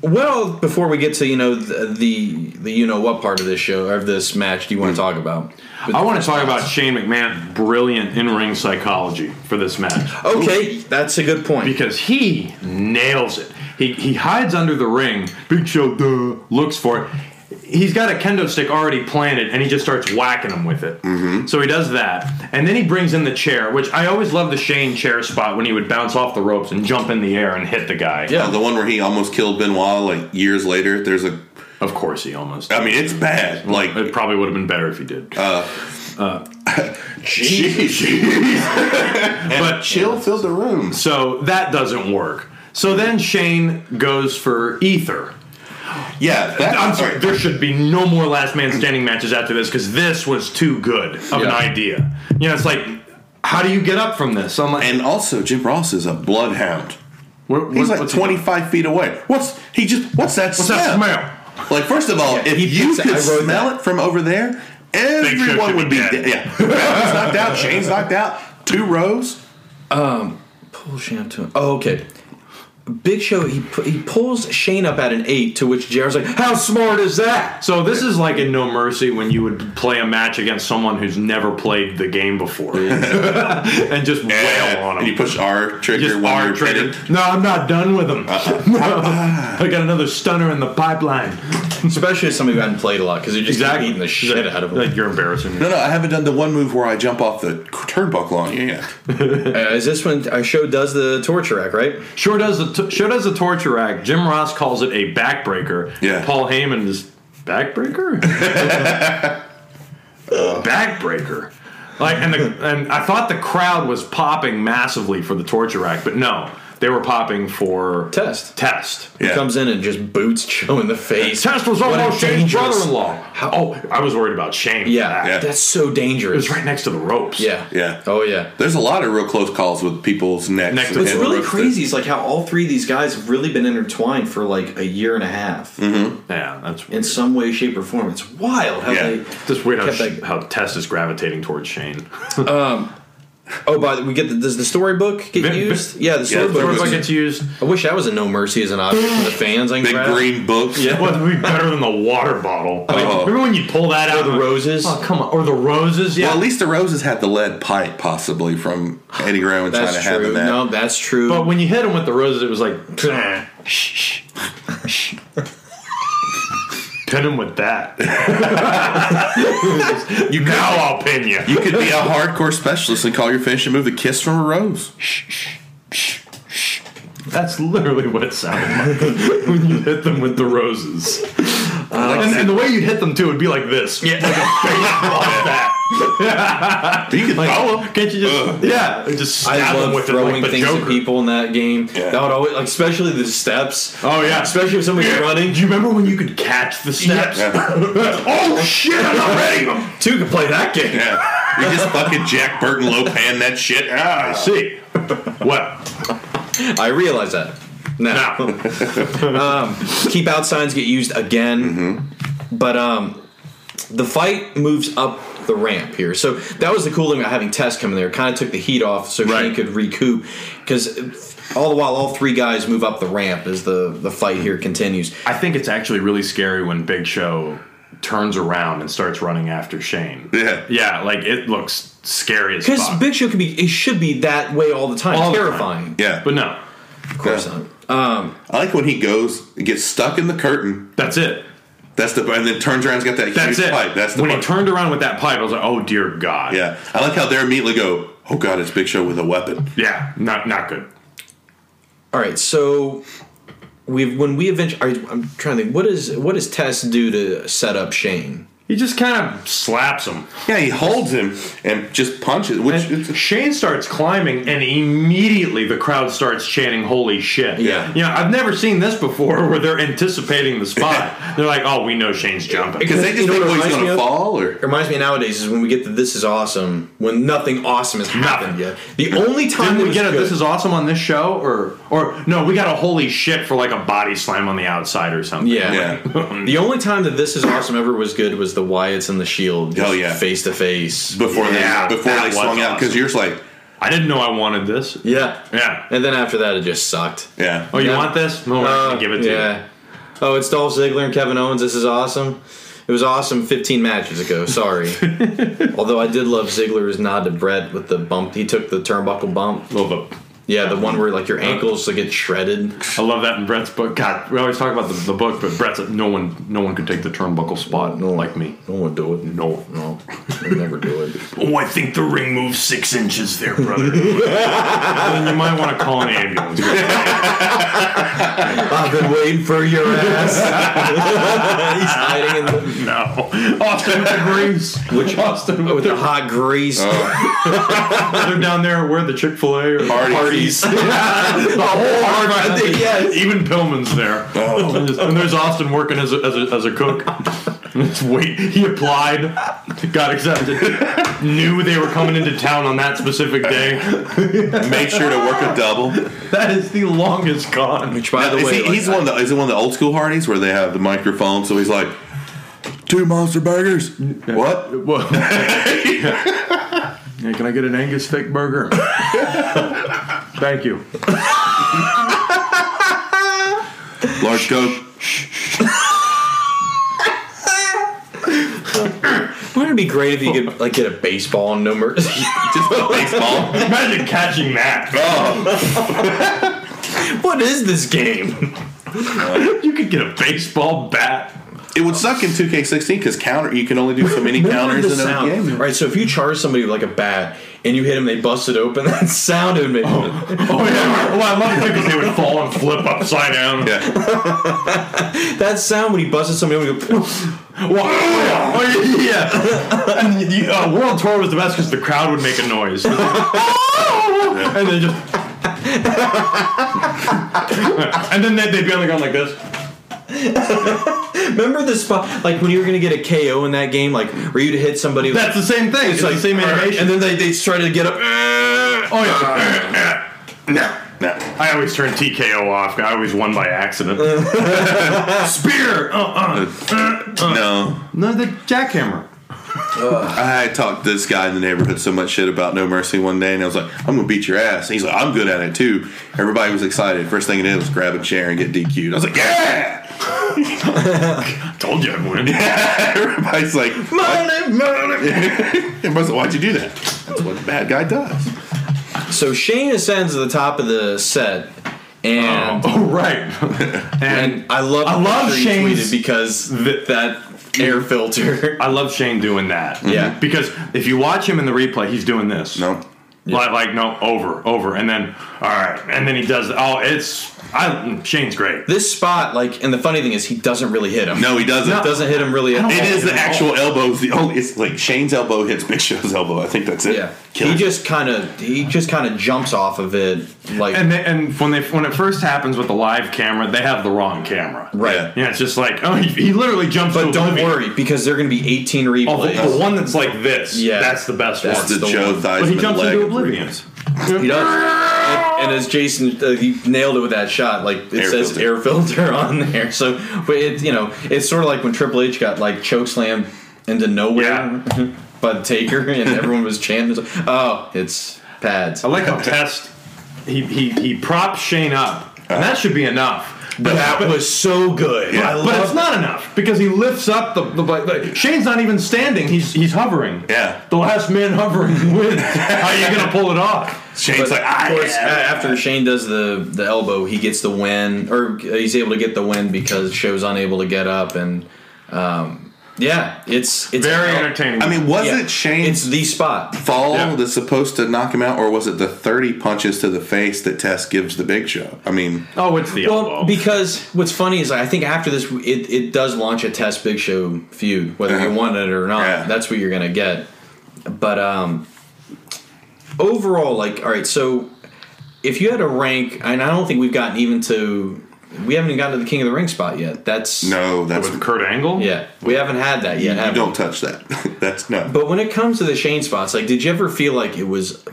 well, before we get to you know the the, the you know what part of this show or of this match do you want to talk about? I want to talk about Shane McMahon's brilliant in ring psychology for this match. Okay, that's a good point. because he nails it. He, he hides under the ring. Big Show duh, looks for it. He's got a kendo stick already planted, and he just starts whacking him with it. Mm-hmm. So he does that, and then he brings in the chair, which I always love the Shane chair spot when he would bounce off the ropes and jump in the air and hit the guy. Yeah. the one where he almost killed Benoit like years later. There's a, of course he almost. I mean, it's bad. Like, Uh, it probably would have been better if he did. jeez. but Chill filled the room. so that doesn't work. So then Shane goes for ether. Yeah, that, I'm sorry. There should be no more last man standing matches after this because this was too good of an Yeah. idea. You know, it's like, how do you get up from this? I'm like, And also, Jim Ross is a bloodhound. what- what- He's like what's- 25 feet away. What's he just? What's that What's smell? that smell? Like, first of all, if he you picks it. could I wrote smell that. it from over there, Show everyone should would be be dead. dead. Yeah, Brown's knocked out. Shane's knocked out. Two rows. Pull Shane up to him. Oh, okay. Big Show he pu- he pulls Shane up at an eight, to which JR's like, "How smart is that?" So this is like in No Mercy when you would play a match against someone who's never played the game before and just wail on and you him. push R trigger. Just when R you're trigger. pinning. No, I'm not done with him. I got another stunner in the pipeline. Especially as somebody who hadn't played a lot because they just keep beating the shit out of him. Like you're embarrassing. me. No, no, I haven't done the one move where I jump off the turnbuckle on you yet. Uh, is this when our show does the torture rack, right? Sure does the t- sure does the torture act. Jim Ross calls it a backbreaker. Yeah. Paul Heyman is backbreaker. backbreaker. Like and the, and I thought the crowd was popping massively for the torture act, but no, they were popping for Test. Test. He Yeah. comes in and just boots Joe in the face. Test was What a almost Shane's dangerous- brother-in-law. oh, I was worried about Shane. Yeah, Yeah. that's so it dangerous. was right next to the ropes. Yeah, Yeah. Oh yeah. There's a lot of real close calls with people's necks. Neck to and the What's really ropes that- crazy is like how all three of these guys have really been intertwined for like a year and a half yeah, that's in some way, shape, or form. It's wild how Yeah. they. just weird how, Kept sh- that- how Test is gravitating towards Shane. Oh, by the, we get the, does the storybook get Vin- Vin- used? Yeah, the the storybook. storybook Everybody gets used. I wish that was a no mercy as an option for the fans. I can Big grab. green book. Yeah, well, it'd be better than the water bottle. Like, Oh. Remember when you pull that out? the and- roses. Oh, come on. Or the roses, yeah. Well, at least the roses had the lead pipe, possibly from Eddie Rowan trying to That's have true. that. No, that's true. but when you hit them with the roses, it was like, shh, shh, shh. Pin him with that. you now I'll pin you. You could be a hardcore specialist and call your finish and move the kiss from a rose. That's literally what it sounded like when you hit them with the roses. and, and the way you hit them too would be like this. Yeah, You could throw 'em. Oh, can't you just? Yeah, just I stab them love with throwing throwing it like the things Joker. at people in that game. Yeah. That would always, like, especially the steps. Oh yeah, Especially if somebody's running. Do you remember when you could catch the steps? oh shit! I'm not ready. Two could play that game. Yeah. You just fucking Jack Burton Lopan that shit. I Ah. see. Well, I realize that. Now, now keep out signs get used again. Mm-hmm. But um, the fight moves up the ramp here. So that was the cool thing about having Tess come in there. Kind of took the heat off so Right. Shane could recoup. Because all the while, all three guys move up the ramp as the, the fight here continues. I think it's actually really scary when Big Show turns around and starts running after Shane. Yeah. yeah, like it looks scary as Because fuck. Big Show can be, it should be that way all the time. All the time. Terrifying. Yeah. but no, Of course Yeah. not. I like when he goes, and gets stuck in the curtain. that's it. That's the and then turns around and has got that That's huge it. pipe. That's the when part. he turned around with that pipe, I was like, "Oh dear God!" yeah. I like how they immediately go, Oh god, it's Big Show with a weapon. yeah, not not good. All right, so we when we eventually, I'm trying to think, what is what does Tess do to set up Shane? He just kind of slaps him. Yeah, he holds him and just punches, which And it's, Shane starts climbing, and immediately the crowd starts chanting "Holy shit!" Yeah. you know, I've never seen this before, where they're anticipating the spot. they're like, "Oh, we know Shane's jumping." because they You just know think what well, he's reminds me gonna of? fall or It reminds me nowadays is when we get to This Is Awesome when nothing awesome has happened yet. The only time Didn't it we was get a good- "This is awesome" on this show, or or no, we got a "Holy shit" for like a body slam on the outside or something. yeah. Yeah. The only time that This Is Awesome ever was good was the Wyatts and the Shield. just Oh, yeah. face to face. before Yeah, they before that they was swung out because awesome. you're just like, I didn't know I wanted this. Yeah, Yeah. And then after that, it just sucked. Yeah. Oh, you Yeah. want this? No, I'm Uh, gonna give it to you. yeah. "Oh, it's Dolph Ziggler and Kevin Owens. This is awesome." It was awesome 15 matches ago. Sorry, although I did love Ziggler's nod to Brett with the bump. He took the turnbuckle bump. Little bit. Yeah, the one where like your ankles like, get shredded. I love that in Brett's book. God, we always talk about the, the book, but Brett's no one, no one could take the turnbuckle spot like me. Don't want to do it. No. No, I never do it. Oh, I think the ring moves six inches there, brother. then you might want to call an ambulance. I've been waiting for your ass. He's hiding in the, no, Austin with the grease. Which Austin with the hot grease. Oh. They're down there where the Chick Fil A or Hardee's. parties. the whole hard thing, yes. Even Pillman's there. Oh. And, just- and there's Austin working as a, as a, as a cook. Just Wait, he applied, got accepted, knew they were coming into town on that specific day. Make sure to work a double. That is the longest con. Which, by the is way, he, like, he's one of the, is it one of the old school Hardys where they have the microphone? So he's like, two monster burgers. What? Whoa. Hey, can I get an Angus fake burger? Thank you. Large Coke. wouldn't it be great if you could like get a baseball and no mercy? Just a baseball. Imagine catching that. Oh, what is this game? You could get a baseball bat. it would suck in 2K16 because counter you can only do so many counters in the a sound. game. Right, so if you charge somebody with like a bat and you hit them, they bust it open. That sound would make. Oh yeah. Well, I love it because they would fall and flip upside down. Yeah. That sound when he busted somebody, open, we go. Well, oh, yeah. yeah. And the uh, World Tour was the best because the crowd would make a noise. and they just. and then they'd, they'd be on the ground like this. Remember the spot, like when you were gonna get a KO in that game, like where you'd hit somebody. with- That's the same thing. It's, like the same animation. and then they they started to get up. oh, yeah. uh. No. No. I always turn TKO off. I always won by accident. Spear! Uh, uh. No. No, the jackhammer. I talked to this guy in the neighborhood so much shit about No Mercy one day, and I was like, I'm gonna beat your ass. And he's like, I'm good at it too. Everybody was excited. First thing I did was grab a chair and get DQ'd. I was like, yeah! Told you I'd win. Everybody's like, Money, money. Everybody's like, why'd you do that? That's what the bad guy does. So Shane ascends to the top of the set, and Oh, right. and I love I the love picture you Shane's- tweeted because th- that air filter. I love Shane doing that. Yeah. Because if you watch him in the replay, he's doing this. No. Like, like no, over, over, and then all right, and then he does. Oh, it's I, Shane's great. This spot, like, and the funny thing is, he doesn't really hit him. No, he doesn't. It doesn't hit him really. At all. It is the actual elbow. The only it's like Shane's elbow hits Big Show's elbow. I think that's it. Yeah, Kill he it. just kind of he just kind of jumps off of it, like And they, and when they when it first happens with the live camera, they have the wrong camera. right. Yeah. Yeah, it's just like oh, he, he literally jumps. But to don't oblivion. worry because they're going to be 18 Oh, replays. the, the one that's like this. Yeah. Yeah. That's the best That's one. the, the Joe one. Theismann but he jumps leg. into oblivion. He does. And, and as Jason, uh, you nailed it with that shot. Like it Air says filter. air filter on there. So, but it, you know, it's sort of like when Triple H got like choke slammed into nowhere Yeah. by the Taker, and everyone was chanting, it's like, "Oh, it's pads." I like how Test he he he props Shane up, and that should be enough. But That was so good. I But love it's not enough because he lifts up the, the like, like, Shane's not even standing. He's he's hovering. Yeah. The last man hovering wins. How are you gonna pull it off? Shane's But like, ah, of course, yeah." a- after Shane does the, the elbow, he gets the win, or he's able to get the win because Show's unable to get up, and um, yeah, it's it's Very entertaining. I mean, was Yeah. it Shane's It's the spot. fall Yeah. that's supposed to knock him out, or was it the 30 punches to the face that Tess gives the Big Show? I mean, oh, it's the Well, elbow. because what's funny is I think after this, it, it does launch a Test Big Show feud, whether you Uh-huh. want it or not. Yeah. That's what you're gonna get. But um, overall, like, all right, so if you had to rank, and I don't think we've gotten even to, we haven't even gotten to the King of the Ring spot yet. That's no, that's with Kurt Angle. Yeah, we haven't had that yet. you have don't we? touch that. that's no. But when it comes to the Shane spots, like, did you ever feel like it was,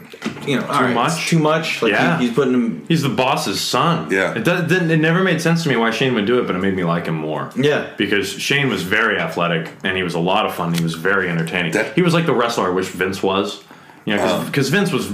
you know, all right, much? it's too much? Like, Yeah. he- he's putting him. He's the boss's son. Yeah. It, does, didn't, it never made sense to me why Shane would do it, but it made me like him more. Yeah. Because Shane was very athletic, and he was a lot of fun. He was very entertaining. That- Um, he was like the wrestler I wish Vince was. You know, because Vince was.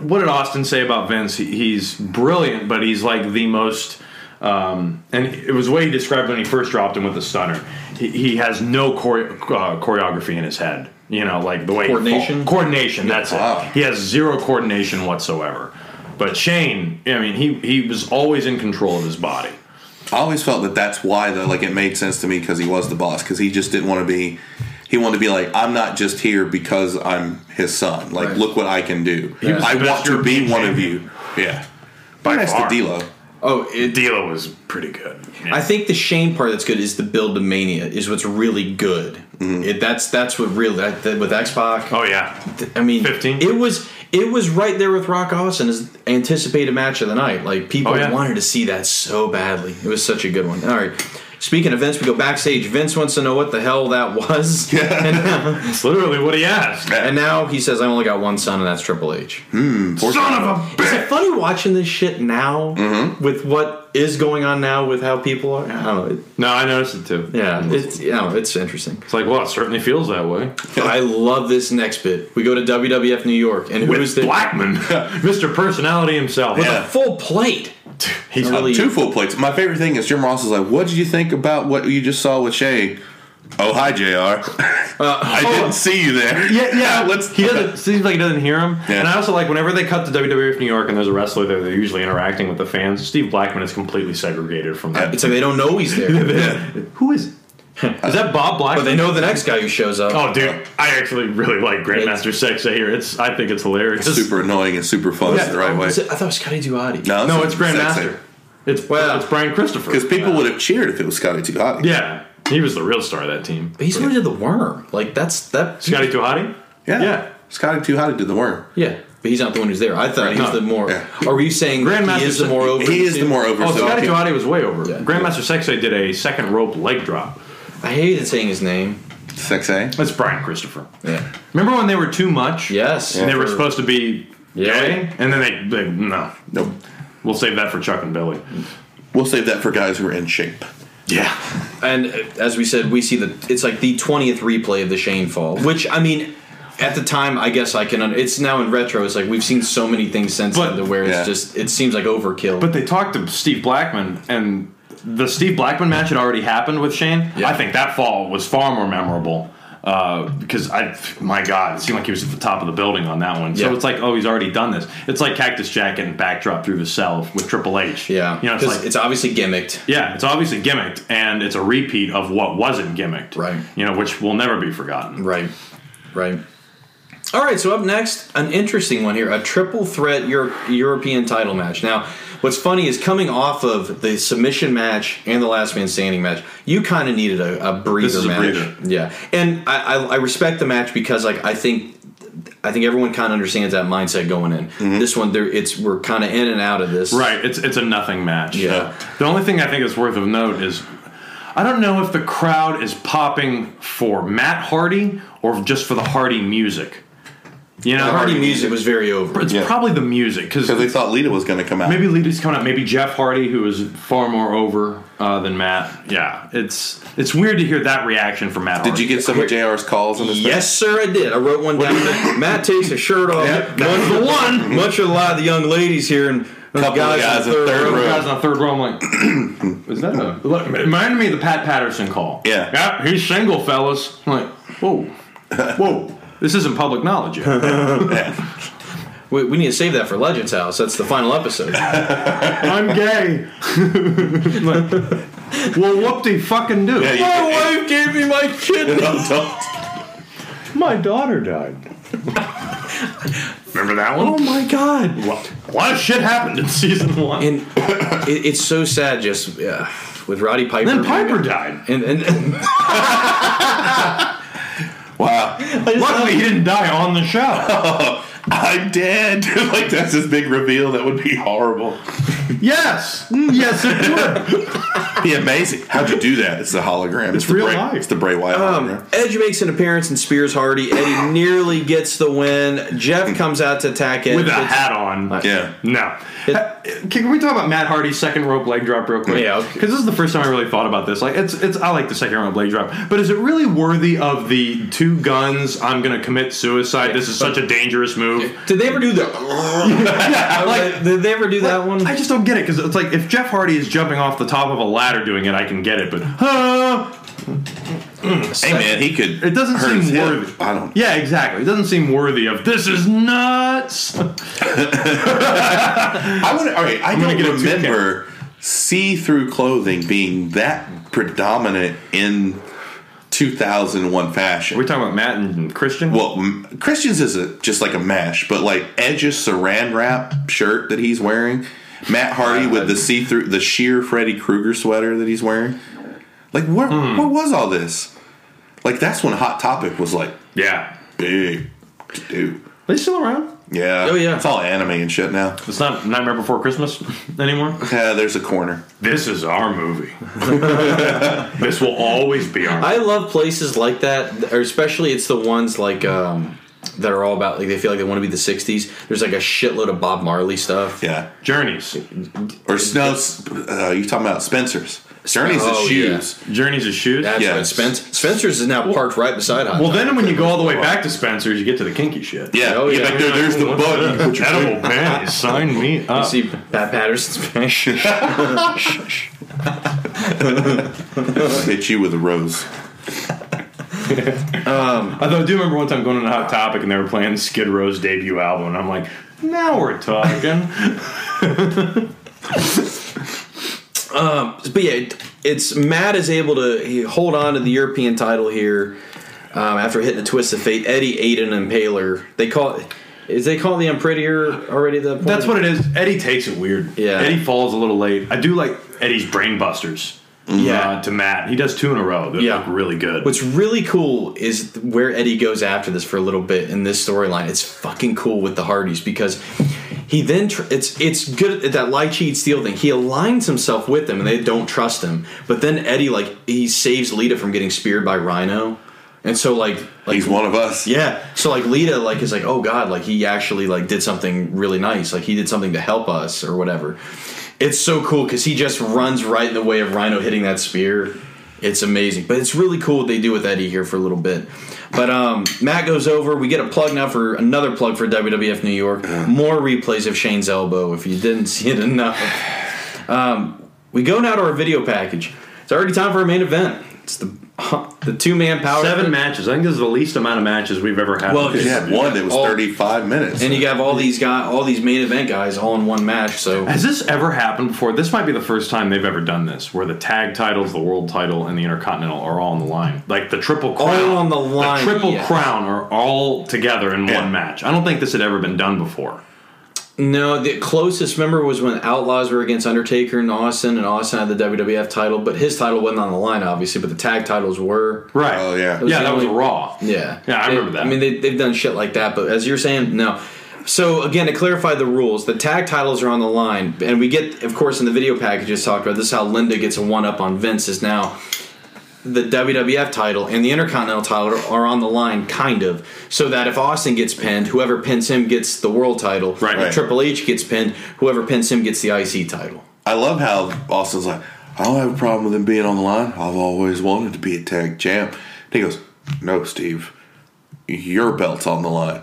What did Austin say about Vince? He, he's brilliant, but he's like the most Um, and it was the way he described when he first dropped him with the stunner. He, he has no chore- uh, choreography in his head. You know, like the way he Coordination? fall- coordination. That's Wow. it. He has zero coordination whatsoever. But Shane, I mean, he he was always in control of his body. I always felt that that's why though, like it made sense to me because he was the boss because he just didn't want to be. He wanted to be like, I'm not just here because I'm his son. Like, Right. look what I can do. was I the best want to be European one of champion. you. Yeah, By that's far. the D-Lo. Oh, it, D'Lo was pretty good. I think the Shane part that's good is the build to mania is what's really good. It, that's that's what really that, that- with X Pac. oh yeah, I mean, 15? It was it was right there with Rock Austin as anticipated match of the night. Like people Oh, yeah. wanted to see that so badly. It was such a good one. All right. Speaking of Vince, we go backstage. Vince wants to know what the hell that was, and, that's literally what he asked. and now he says, "I only got one son, and that's Triple H." Son of a Is it funny watching this shit now with what is going on now with how people are? I don't know. It- No, I noticed it too. Yeah, it's you know, it's interesting. It's like, well, it certainly feels that way. I love this next bit. We go to WWF New York, and With who's the Blackman, Mr. Personality himself. Yeah. full plate? He's Really? Two full plates. My favorite thing is Jim Ross is like, "What did you think about what you just saw with Shay?" Oh, hi, Jr. I didn't see you there. Uh, Yeah, yeah. Let's. He doesn't seems like he doesn't hear him. Yeah. And I also like whenever they cut to WWF New York and there's a wrestler there, they're usually interacting with the fans. Steve Blackman is completely segregated from that. It's like they don't know he's there, Who is? Is that but Bob Blackman? they know the next guy who shows up. Oh, dude, I actually really like Grandmaster Sex here. It's I think it's hilarious. super annoying and super fun. is the right way. Is it- I thought it was Scotty Duati. No, it's Grandmaster. It's Wow. it's Brian Christopher. Because people would have cheered if it was Scotty Tuhati. Yeah, he was the real star of that team. But he's really the worm. Like that's that. Scotty Tuhati. yeah, Yeah. Scotty Tuhati did the worm. Yeah, but he's not the one who's there. I thought he was the No. more. Yeah. Are you saying Grandmaster he is the said- more over? He is the more over. Oh, so Scotty people- Tuhati was way over. Yeah. Grandmaster Sexay did a second rope leg drop. I hated saying his name. Sex A. That's Brian Christopher. Yeah. Remember when they were too much? Yes. And they were supposed to be Yeah. gay, and then they, they no. Nope. We'll save that for Chuck and Billy. We'll save that for guys who are in shape. Yeah. And uh, as we said, we see that it's like the twentieth replay of the Shane fall, which I mean, at the time, I guess I can. Un- it's now in retro. It's like we've seen so many things since then But- to where it's Yeah. just it seems like overkill. But they talked to Steve Blackman, and the Steve Blackman match had already happened with Shane. Yeah. I think that fall was far more memorable. Uh, because I, my God, it seemed like he was at the top of the building on that one. So Yeah. it's like, oh, he's already done this. It's like Cactus Jack and backdrop through the cell with Triple H. yeah, you know, it's 'Cause like it's obviously gimmicked. Yeah, it's obviously gimmicked, and it's a repeat of what wasn't gimmicked. Right. You know, which will never be forgotten. Right, right. All right, so up next, an interesting one here a triple threat Euro- European title match. Now, what's funny is coming off of the submission match and the last man standing match, you kind of needed a, a breather is a match. breather. Yeah, and I, I, I respect the match because like I think. I think everyone kind of understands that mindset going in. This one, there, it's we're kind of in and out of this. Mm-hmm. Right. It's it's a nothing match. Yeah. The only thing I think is worth of note is I don't know if the crowd is popping for Matt Hardy or just for the Hardy music. You know, The Hardy music was very over. It's Yeah. probably the music because Because they thought Lita was going to come out. maybe Lita's coming up. Maybe Jeff Hardy, who is far more over uh, than Matt. Yeah. It's it's weird to hear that reaction from Matt. Did you get some of JR's calls on this? Yes, sir, I did. I wrote one down. Matt takes his shirt off. Yep. Much the one. Much of a lot of the young ladies here and Couple of guys in third row. guys on the third row. I'm like, is that a? Look, it reminded me of the Pat Patterson call. Yeah. yeah, he's single, fellas. I'm like, whoa, whoa, this isn't public knowledge yet. We, we need to save that for Legends House. That's the final episode. I'm gay. I'm like, well, whoop de fucking do. Yeah, you- wife gave me my kidney. No, don't. My daughter died. Remember that Oh one? my god! A lot of shit happened in season one. And it, it's so sad, just uh, with Roddy Piper. then Piper died. And, and, Wow. uh, Luckily, he didn't die on the show. I'm dead. like, that's his big reveal. That would be horrible. yes, yes, it would. Be amazing. How'd you do that? It's a hologram. It's, the real Bray, life. Um, It's the Bray Wyatt hologram. Edge makes an appearance and spears Hardy. Eddie nearly gets the win. Jeff comes out to attack Edge. with a It's- hat on. Yeah. No. Uh, Can, can we talk about Matt Hardy's second rope leg drop real quick? Yeah, okay. Because this is the first time I really thought about this. Like, it's it's I like the second rope leg drop, but is it really worthy of the two guns? I'm gonna commit suicide. This is such a dangerous move. Did they ever do the? Yeah, Like, like. did they ever do that one? I just don't don't get it because it's like if Jeff Hardy is jumping off the top of a ladder doing it, I can get it, but huh? Hey man, he could. It doesn't hurt his seem hip. worthy. I don't. Yeah, exactly. It doesn't seem worthy of this is nuts. I want. All right, I gonna don't get a two remember see-through clothing being that predominant in 2001 fashion. Are we talking about Matt and Christian? well, m- Christian's is a, just like a mesh, but like Edge's saran wrap shirt that he's wearing, Matt Hardy with the see through, the sheer Freddy Krueger sweater that he's wearing. Like, where, Hmm. what was all this? Like, that's when Hot Topic was like yeah. big to do. Are they still around? Yeah. Oh, yeah. It's all anime and shit now. It's not Nightmare Before Christmas anymore. Yeah, there's a corner. This is our movie. this will always be our. I love places like that, or especially it's the ones like um, that are all about like they feel like they want to be the '60s. There's like a shitload of Bob Marley stuff. Yeah. Journeys. Or no, s- uh, you talking about Spencer's? Journey's Oh, is shoes. Journeys is shoes. That's Yeah. right. Spence, Spencer's is now parked right beside Hot Well, Topic. then when you go all the way back to Spencer's, you get to the kinky shit. Yeah, Oh, yeah, yeah. back there. There's the What's bug. You can put your that? edible panties. Sign me you up. see Pat Patterson's Spanish. hit you with a rose. Although I do remember one time going on a Hot Topic and they were playing Skid Row's debut album, and I'm like, now we're talking. but yeah, it- it's Matt is able to he- hold on to the European title here um, after hitting the twist of fate. Eddie Aiden and Impaler. They call it. Is they call the unprettier already? The point? That's what it is. Eddie takes it weird. Yeah. Eddie falls a little late. I do like Eddie's brain busters. Yeah. uh, to Matt, he does two in a row. That Yeah. look really good. What's really cool is where Eddie goes after this for a little bit in this storyline. It's fucking cool with the Hardys because he then tr- it's it's good at that lie cheat steal thing. He aligns himself with them and they don't trust him. But then Eddie like he saves Lita from getting speared by Rhino, and so like like He's one of us. yeah, so like Lita like is like oh god like he actually like did something really nice like he did something to help us or whatever. It's so cool because he just runs right in the way of Rhino hitting that spear. It's amazing, but it's really cool what they do with Eddie here for a little bit. But um, Matt goes over. We get a plug now for another plug for WWF New York. More replays of Shane's elbow if you didn't see it enough. Um, we go now to our video package. It's already time for our main event. It's the the two man power Seven matches. I think this is the least amount of matches we've ever had. Well, You had one that was All- 35 minutes. And you have all these guy, all these main event guys, all in one match. So Has this ever happened before? This might be the first time they've ever done this, where the tag titles, the world title, and the intercontinental are all on the line. Like the triple crown, on the line, The triple yeah. crown are all together in Yeah. one match. I don't think this had ever been done before. no, the closest member was when Outlaws were against Undertaker and Austin, and Austin had the WWF title, but his title wasn't on the line, obviously. But the tag titles were. Right? Oh, yeah. It was yeah. the That was only- Raw. Yeah, Yeah, I They- remember that. I mean, they, they've done shit like that, but as you're saying, no. So again, to clarify the rules, the tag titles are on the line, and we get, of course, in the video packages talked about this is how Linda gets a one up on Vince is now the WWF title and the Intercontinental title are on the line, kind of, so that if Austin gets pinned, whoever pins him gets the World title. Right, If right. Triple H gets pinned, whoever pins him gets the IC title. I love how Austin's like, I don't have a problem with him being on the line. I've always wanted to be a tag champ. And he goes, No, Steve, your belt's on the line.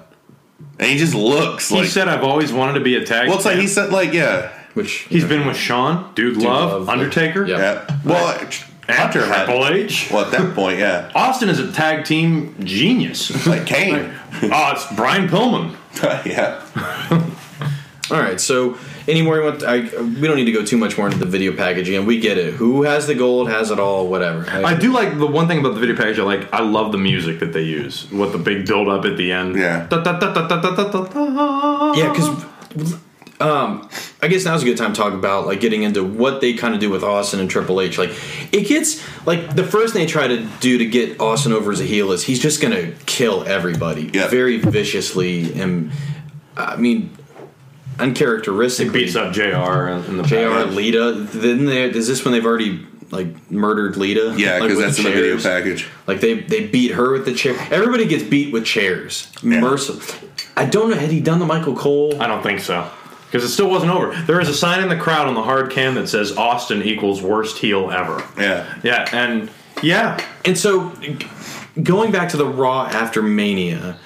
And he just looks He like. said, "I've always wanted to be a tag." well, it's like champ." he said, like, yeah. Which He's been with Sean, Dude, Love, Love, Undertaker, yeah. yeah. Well, and Hunter had. Triple H. Well, at that point, yeah. Austin is a tag team genius. oh, Like Kane. it's Brian Pillman. yeah. All right. So, any more? You want? I, we don't need to go too much more into the video packaging. And we get it. Who has the gold? Has it all? Whatever. I do like the one thing about the video package. I like. I love the music that they use. What the big build up at the end. Yeah. Da, da, da, da, da, da, da, da. yeah, because um, I guess now's a good time to talk about like getting into what they kind of do with Austin and Triple H. Like, it gets like the first thing they try to do to get Austin over as a heel is he's just gonna kill everybody Yeah. very viciously and I mean uncharacteristically. beats up Jr. in the JR package. Lita. Then they, is this when they've already like murdered Lita? Yeah, Like, because with that's in the video chairs? package. Like they they beat her with the chair. Everybody gets beat with chairs. Mercil. I don't know. Had he done the Michael Cole? I don't think so. Because it still wasn't over. There is a sign in the crowd on the hard cam that says Austin equals worst heel ever. Yeah. Yeah, and yeah, And so, g- going back to the Raw after Mania,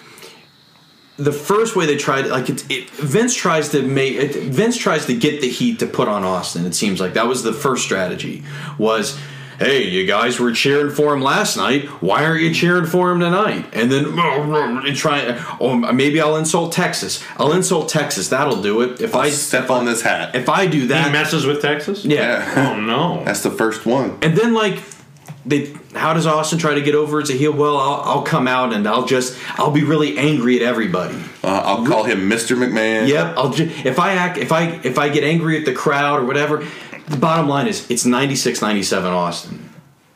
the first way they tried like it's it, Vince tries to make it, Vince tries to get the heat to put on Austin. It seems like that was the first strategy was. Hey, you guys were cheering for him last night. Why aren't you cheering for him tonight? And then and try. Oh, maybe I'll insult Texas. I'll insult Texas. That'll do it. If I I step on this hat. if I do that, He messes with Texas? yeah. Oh, no. That's the first one. And then like they how does Austin try to get over as a heel? Well, I'll, I'll come out and I'll just I'll be really angry at everybody. Uh, I'll call him Mr. McMahon. Yep, I'll ju- if I act if I if I get angry at the crowd or whatever. The bottom line is it's 96 97 Austin.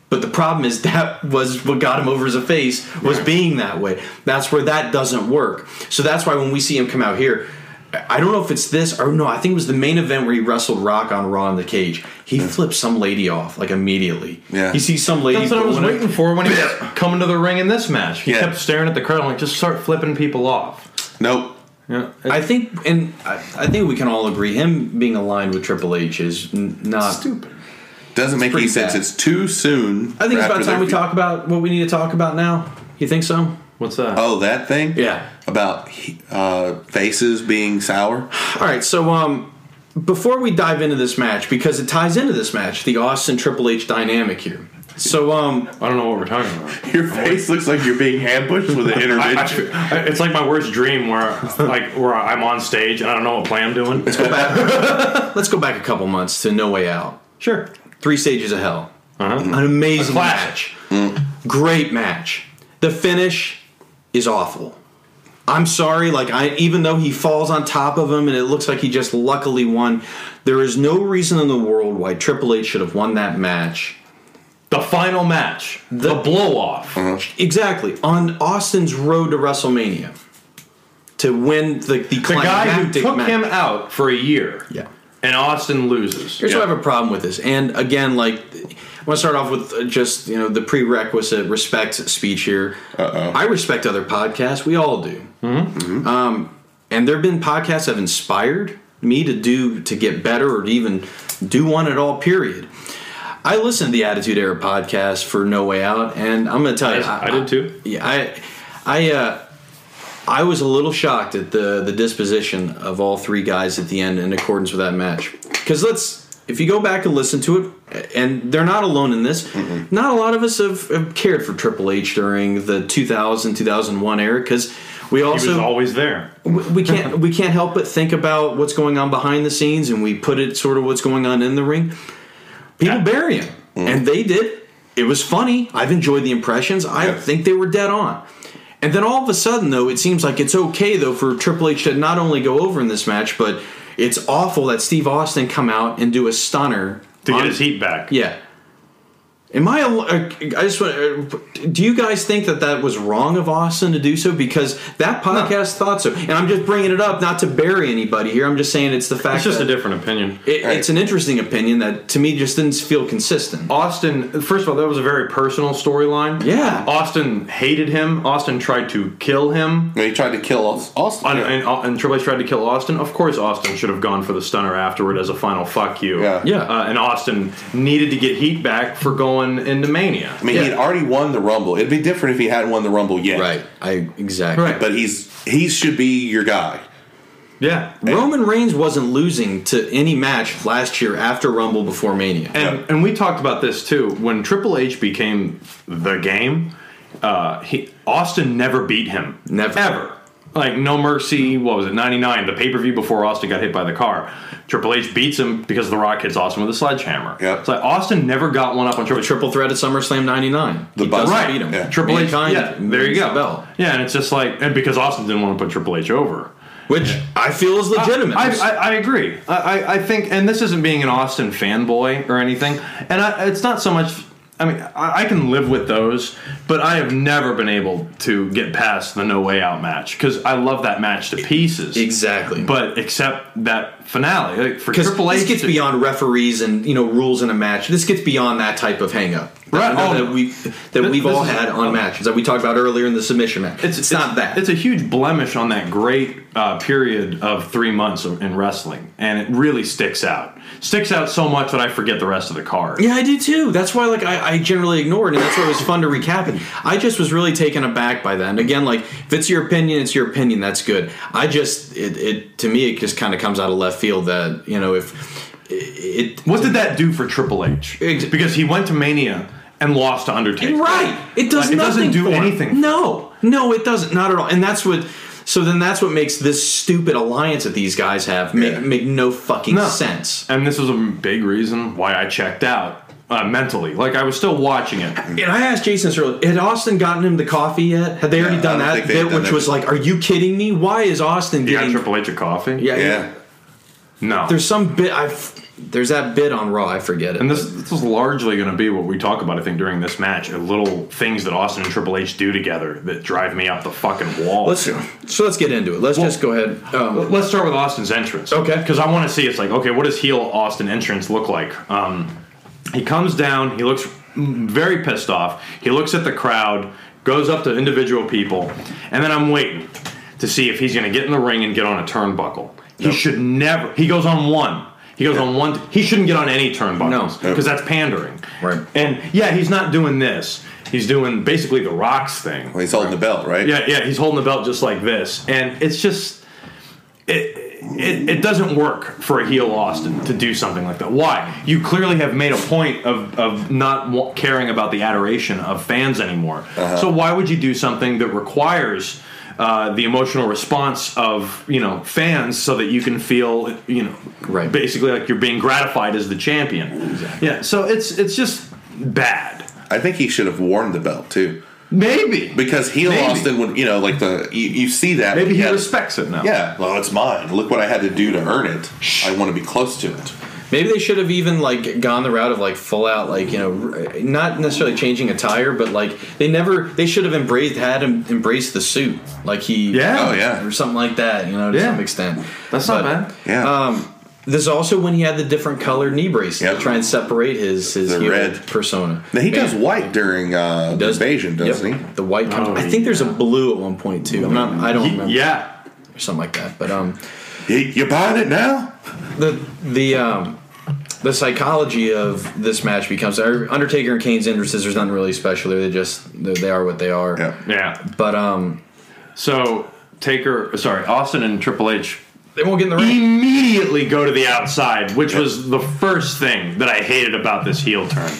But the problem is that was what got him over as a face was being that way. That's where that doesn't work. So that's why when we see him come out here, I I don't know if it's this or no. I think it was the main event where he wrestled Rock on Raw in the cage. He flips some lady off like immediately. Yeah. he sees some lady. That's what I was going- waiting for when he was coming to the ring in this match. He Yeah. kept staring at the crowd like, just start flipping people off. Nope. Yeah. I think, and I, I think we can all agree, him being aligned with Triple H is n- not stupid. Doesn't make any pretty sense. bad. It's too soon. I think it's about after time we their- talk about what we need to talk about now. You think so? What's that? Oh, that thing? Yeah. About uh, faces being sour? All right. So, um, before we dive into this match, because it ties into this match, the Austin Triple H dynamic here. So, um, I don't know what we're talking about. Your face looks like you're being ambushed with an I- intervention. I- it's like my worst dream where like where I'm on stage and I don't know what play I'm doing. go back- let's go back a couple months to No Way Out. Sure. Three stages of hell. Uh-huh. An amazing A classic. match. Great match. The finish is awful. I'm sorry, like I even though he falls on top of him and it looks like he just luckily won, there is no reason in the world why Triple H should have won that match. The final match. The, blow off. Uh-huh. Exactly. On Austin's road to WrestleMania to win the the, The guy who climactic took match. him out for a year. Yeah. And Austin loses. Here's Yeah. what I have a problem with this. And again, like, I want to start off with uh, just, you know, the prerequisite respect speech here. Uh-oh. I respect other podcasts. We all do. Um, and there have been podcasts that have inspired me to do, to get better or to even do one at all, period. I listened to the Attitude Era podcast for No Way Out, and I'm going to tell you. I- I did too. Yeah, I, I, uh, I was a little shocked at the the disposition of all three guys at the end in accordance with that match. Because let's, if you go back and listen to it, and they're not alone in this. Not a lot of us have, have cared for Triple H during the 2000 2001 era because we He was also always there. we we can't we can't help but think about what's going on behind the scenes, and we put it sort of what's going on in the ring. People bury him, and they did. It was funny. I've enjoyed the impressions. I Yeah. think they were dead on. And then all of a sudden, though, it seems like it's okay though for Triple H to not only go over in this match, but it's awful that Steve Austin come out and do a stunner To on- get his heat back. Yeah. Am I? al- uh, I just want. uh, Do you guys think that that was wrong of Austin to do so? Because that podcast thought so, and I'm just bringing it up not to bury anybody here. I'm just saying it's the fact. It's just that a different opinion. it- It's an interesting opinion that to me just didn't feel consistent. Austin, first of all, that was a very personal storyline. Yeah. Austin hated him. Austin tried to kill him. They tried to kill us. Austin. And, and, and Triple H tried to kill Austin. Of course, Austin should have gone for the stunner afterward as a final fuck you. Yeah. Yeah. Uh, and Austin needed to get heat back for going into Mania. I mean, he had Yeah. already won the Rumble. It'd be different if he hadn't won the Rumble yet. I exactly. Right. But he's he should be your guy. yeah. Roman Reigns wasn't losing to any match last year after Rumble before Mania. And, Yeah. and we talked about this too. When Triple H became the game, uh, he, Austin never beat him. Never. Ever. Like, No Mercy, what was it, 99, the pay per view before Austin got hit by the car. Triple H beats him because The Rock hits Austin with a sledgehammer. Yep. It's like Austin never got one up on Triple H. Triple threat at SummerSlam '99. The he bus- doesn't Right. beat him. Yeah. Triple H. Mankind Yeah, there you wins go. the belt. Yeah, and it's just like, and because Austin didn't want to put Triple H over. which I feel is legitimate. I, I, I agree. I, I, I think, and this isn't being an Austin fanboy or anything, and I, it's not so much. I mean, I, I can live with those, but I have never been able to get past the No Way Out match because I love that match to pieces. exactly. But except that finale like, for Because Triple H. this gets to- beyond referees and you know rules in a match. This gets beyond that type of hang up. Right. Right. that we that This- we've this all is- had on matches that we talked about earlier in the submission match. It's, not that. It's a huge blemish on that great uh, period of three months of- in wrestling, and it really sticks out. Sticks out so much that I forget the rest of the card. yeah, I do too. That's why like I, I generally ignore it, and that's why it was fun to recap it. I just was really taken aback by that. And again, like if it's your opinion, it's your opinion. That's good. I just it, it to me it just kind of comes out of left field that you know if it, What did that do for Triple H? Ex- Because he went to Mania and lost to Undertaker. Right. It does Like, it doesn't nothing. do for him. anything. No. No, it doesn't. Not at all. And that's what. So then that's what makes this stupid alliance that these guys have make, Yeah. make no fucking No. sense. And this was a big reason why I checked out uh, mentally. Like I was still watching it. And I asked Jason this earlier. Had Austin gotten him the coffee yet? Had they already I done don't that think they bit, had done which that. was like, "Are you kidding me? Why is Austin You got getting?" Triple H a coffee? yeah, Yeah. No. There's some bit. I there's that bit on Raw. I forget it. and this this is largely going to be what we talk about. I think during this match, are little things that Austin and Triple H do together that drive me up the fucking wall. let's so let's get into it. Let's just go ahead. Um, Let's start with Austin's entrance. Okay. Because I want to see it's like, okay, what does heel Austin entrance look like? Um, he comes down, he looks very pissed off. He looks at the crowd, goes up to individual people, and then I'm waiting to see if he's going to get in the ring and get on a turnbuckle. He should never. He goes on one. He goes on one. He shouldn't get on any turnbuckles No. because that's pandering. Right. And yeah, he's not doing this. He's doing basically the rocks thing. Well, he's holding the belt, right? Yeah, yeah, he's holding the belt just like this, and it's just it. It, it doesn't work for a heel Austin to do something like that. Why? You clearly have made a point of, of not wa- caring about the adoration of fans anymore. So why would you do something that requires uh, the emotional response of you know fans so that you can feel you know Right. basically like you're being gratified as the champion? Yeah. So it's it's just bad. I think he should have worn the belt too, Maybe because heel Maybe. Austin would, you know, like the you, you see that. maybe he yeah, respects it now. Yeah, well, it's mine. Look what I had to do to earn it. I want to be close to it. Maybe they should have even like gone the route of like full out like you know r- not necessarily changing attire but like they never they should have embraced had him embrace the suit like he Yeah. Oh yeah, or something like that you know to Yeah. some extent That's But, not bad. yeah. um this is also when he had the different colored knee braces Yep. to try and separate his his The heel red. persona now he does white during uh, Does- invasion, doesn't yep, he? the white comes Oh, I think there's a blue at one point too I'm not I don't remember Yeah. or something like that but um You, you buying it now? the the um the psychology of this match becomes uh, Undertaker and Kane's entrances. There's nothing really special. They just they are what they are. Yeah. Yeah. But um, So Taker, sorry, Austin and Triple H they won't get in the ring. immediately go to the outside, which was the first thing that I hated about this heel turn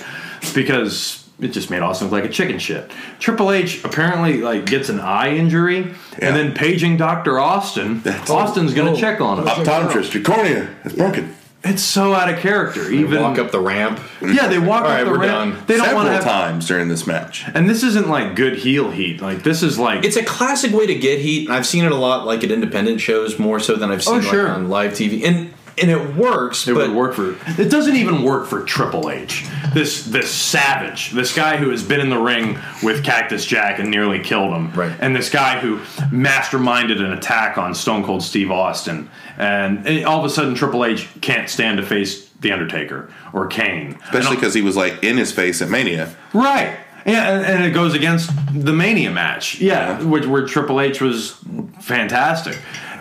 because it just made Austin look like a chicken shit. Triple H apparently like gets an eye injury Yeah. and then paging Dr. Austin, Austin's going to oh. check on him. Optometrist, your cornea is broken. It's so out of character. Even Walk up the ramp. Yeah, they walk All up right, the we're ramp. done. They don't Several want to have times during this match. And this isn't like good heel heat. Like this is like It's a classic way to get heat. and I've seen it a lot, like at independent shows, more so than I've seen Oh, sure. like, on live TV, and and it works. It but would work for. It doesn't even work for Triple H. This this savage, this guy who has been in the ring with Cactus Jack and nearly killed him, Right. And this guy who masterminded an attack on Stone Cold Steve Austin, and it- all of a sudden Triple H can't stand to face the Undertaker or Kane, Especially And- because he was like in his face at Mania. right. Yeah, and, and it goes against the Mania match. Yeah, Yeah. Which, where Triple H was fantastic.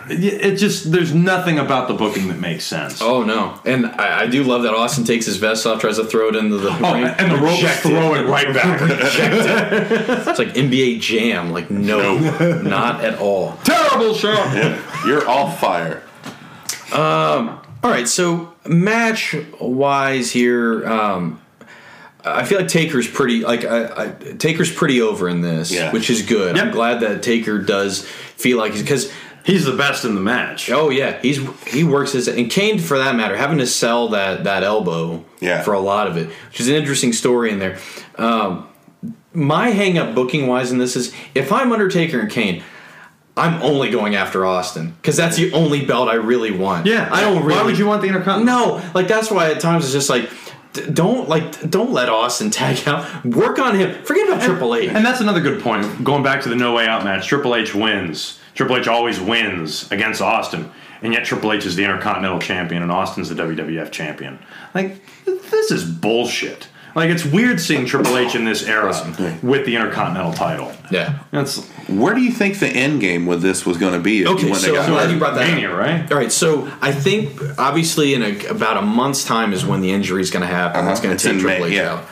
It, it just there's nothing about the booking that makes sense. Oh no! And I, I do love that Austin takes his vest off, tries to throw it into the Oh, ring, and the rope is Rejected. throwing right back. It's like NBA Jam. Like no, not at all. Terrible shot. You're off fire. All right, so match wise here, um, I feel like Taker's pretty like I, I, Taker's pretty over in this, Yeah. which is good. I'm Yep. glad that Taker does feel like because He's the best in the match. oh yeah, he's he works his and Kane for that matter having to sell that that elbow Yeah. for a lot of it, which is an interesting story in there. Um, my hang up booking wise in this is if I'm Undertaker and Kane. I'm only going after Austin because that's the only belt I really want. I don't really. Why would you want the Intercontinental? No, like that's why at times it's just like, d- don't like, don't let Austin tag out. Work on him. Forget about Triple H. And that's another good point. Going back to the No Way Out match, Triple H wins. Triple H always wins against Austin, and yet Triple H is the Intercontinental Champion and Austin's the WWF Champion. Like, th- this is bullshit. Like it's weird seeing Triple H in this era with the Intercontinental title. Yeah. That's Where do you think the end game with this was going to be? If Okay, when so I'm glad you brought that Mania, up. right? All right, so I think obviously in a, about a month's time is when the injury is going to happen. That's going Uh-huh. It's to take in May, Triple H yeah. out.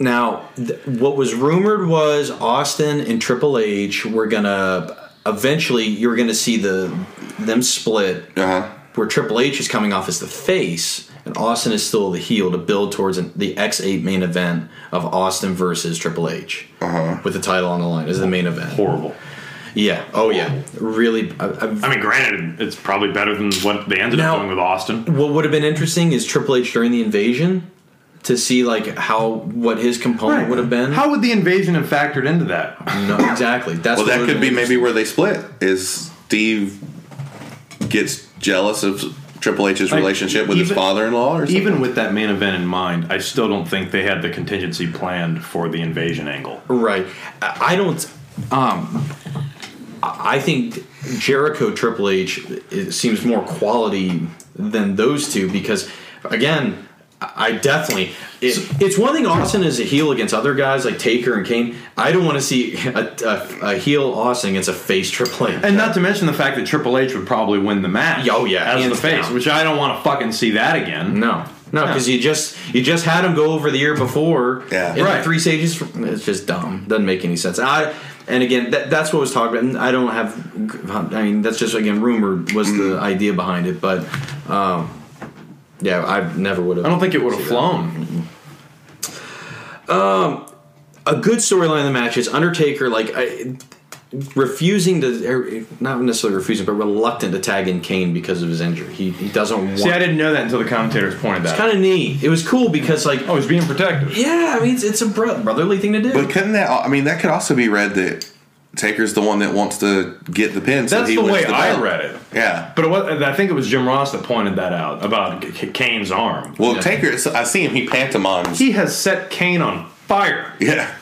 Now, th- what was rumored was Austin and Triple H were going to eventually you're going to see the them split Uh-huh. where Triple H is coming off as the face and Austin is still the heel to build towards an, the X8 main event of Austin versus Triple H uh-huh. with the title on the line as the main event. Horrible. Yeah. Oh yeah. Really I, I I mean, granted, it's probably better than what they ended Now- up doing with Austin. What would have been interesting is Triple H during the invasion to see like how what his component would have been. How would the invasion have factored into that? no, exactly. Well, That's what that would've could be been maybe where they split. Is Steve gets jealous of Triple H's relationship with his even- father-in-law, or something? Even with that main event in mind, I still don't think they had the contingency planned for the invasion angle. interesting. right. I I don't. Um, I I think Jericho Triple H it seems more quality than those two because again. I definitely. It, it's one thing Austin is a heel against other guys like Taker and Kane. I don't want to see a, a, a heel Austin against a face Triple H. And not to mention the fact that Triple H would probably win the match. Oh, yeah, as the hands face, down. which I don't want to fucking see that again. No, no, because you just you just had him go over the year before. Yeah. in the Right. three stages. From, it's just dumb. Doesn't make any sense. I and again that, that's what was talked about. And I don't have. I mean, that's just again rumored was Mm-hmm. the idea behind it, but. um yeah, I never would have. I don't think it would have flown. a good storyline in the match is Undertaker like I, refusing to, er, not necessarily refusing, but reluctant to tag in Kane because of his injury. He, he doesn't want. See, I didn't know that until the commentators pointed that. out. kind of neat. It was cool because like, oh, he's being protective. yeah, I mean it's, it's a bro- brotherly thing to do. But couldn't that? I mean, that could also be read that Taker's the one that wants to get the pin. so That's he the wins way I belt. read it. Yeah. But it was, I think it was Jim Ross that pointed that out about K- K- Kane's arm. Well, Taker, so I see him. He pantomimes. He has set Kane on fire. yeah.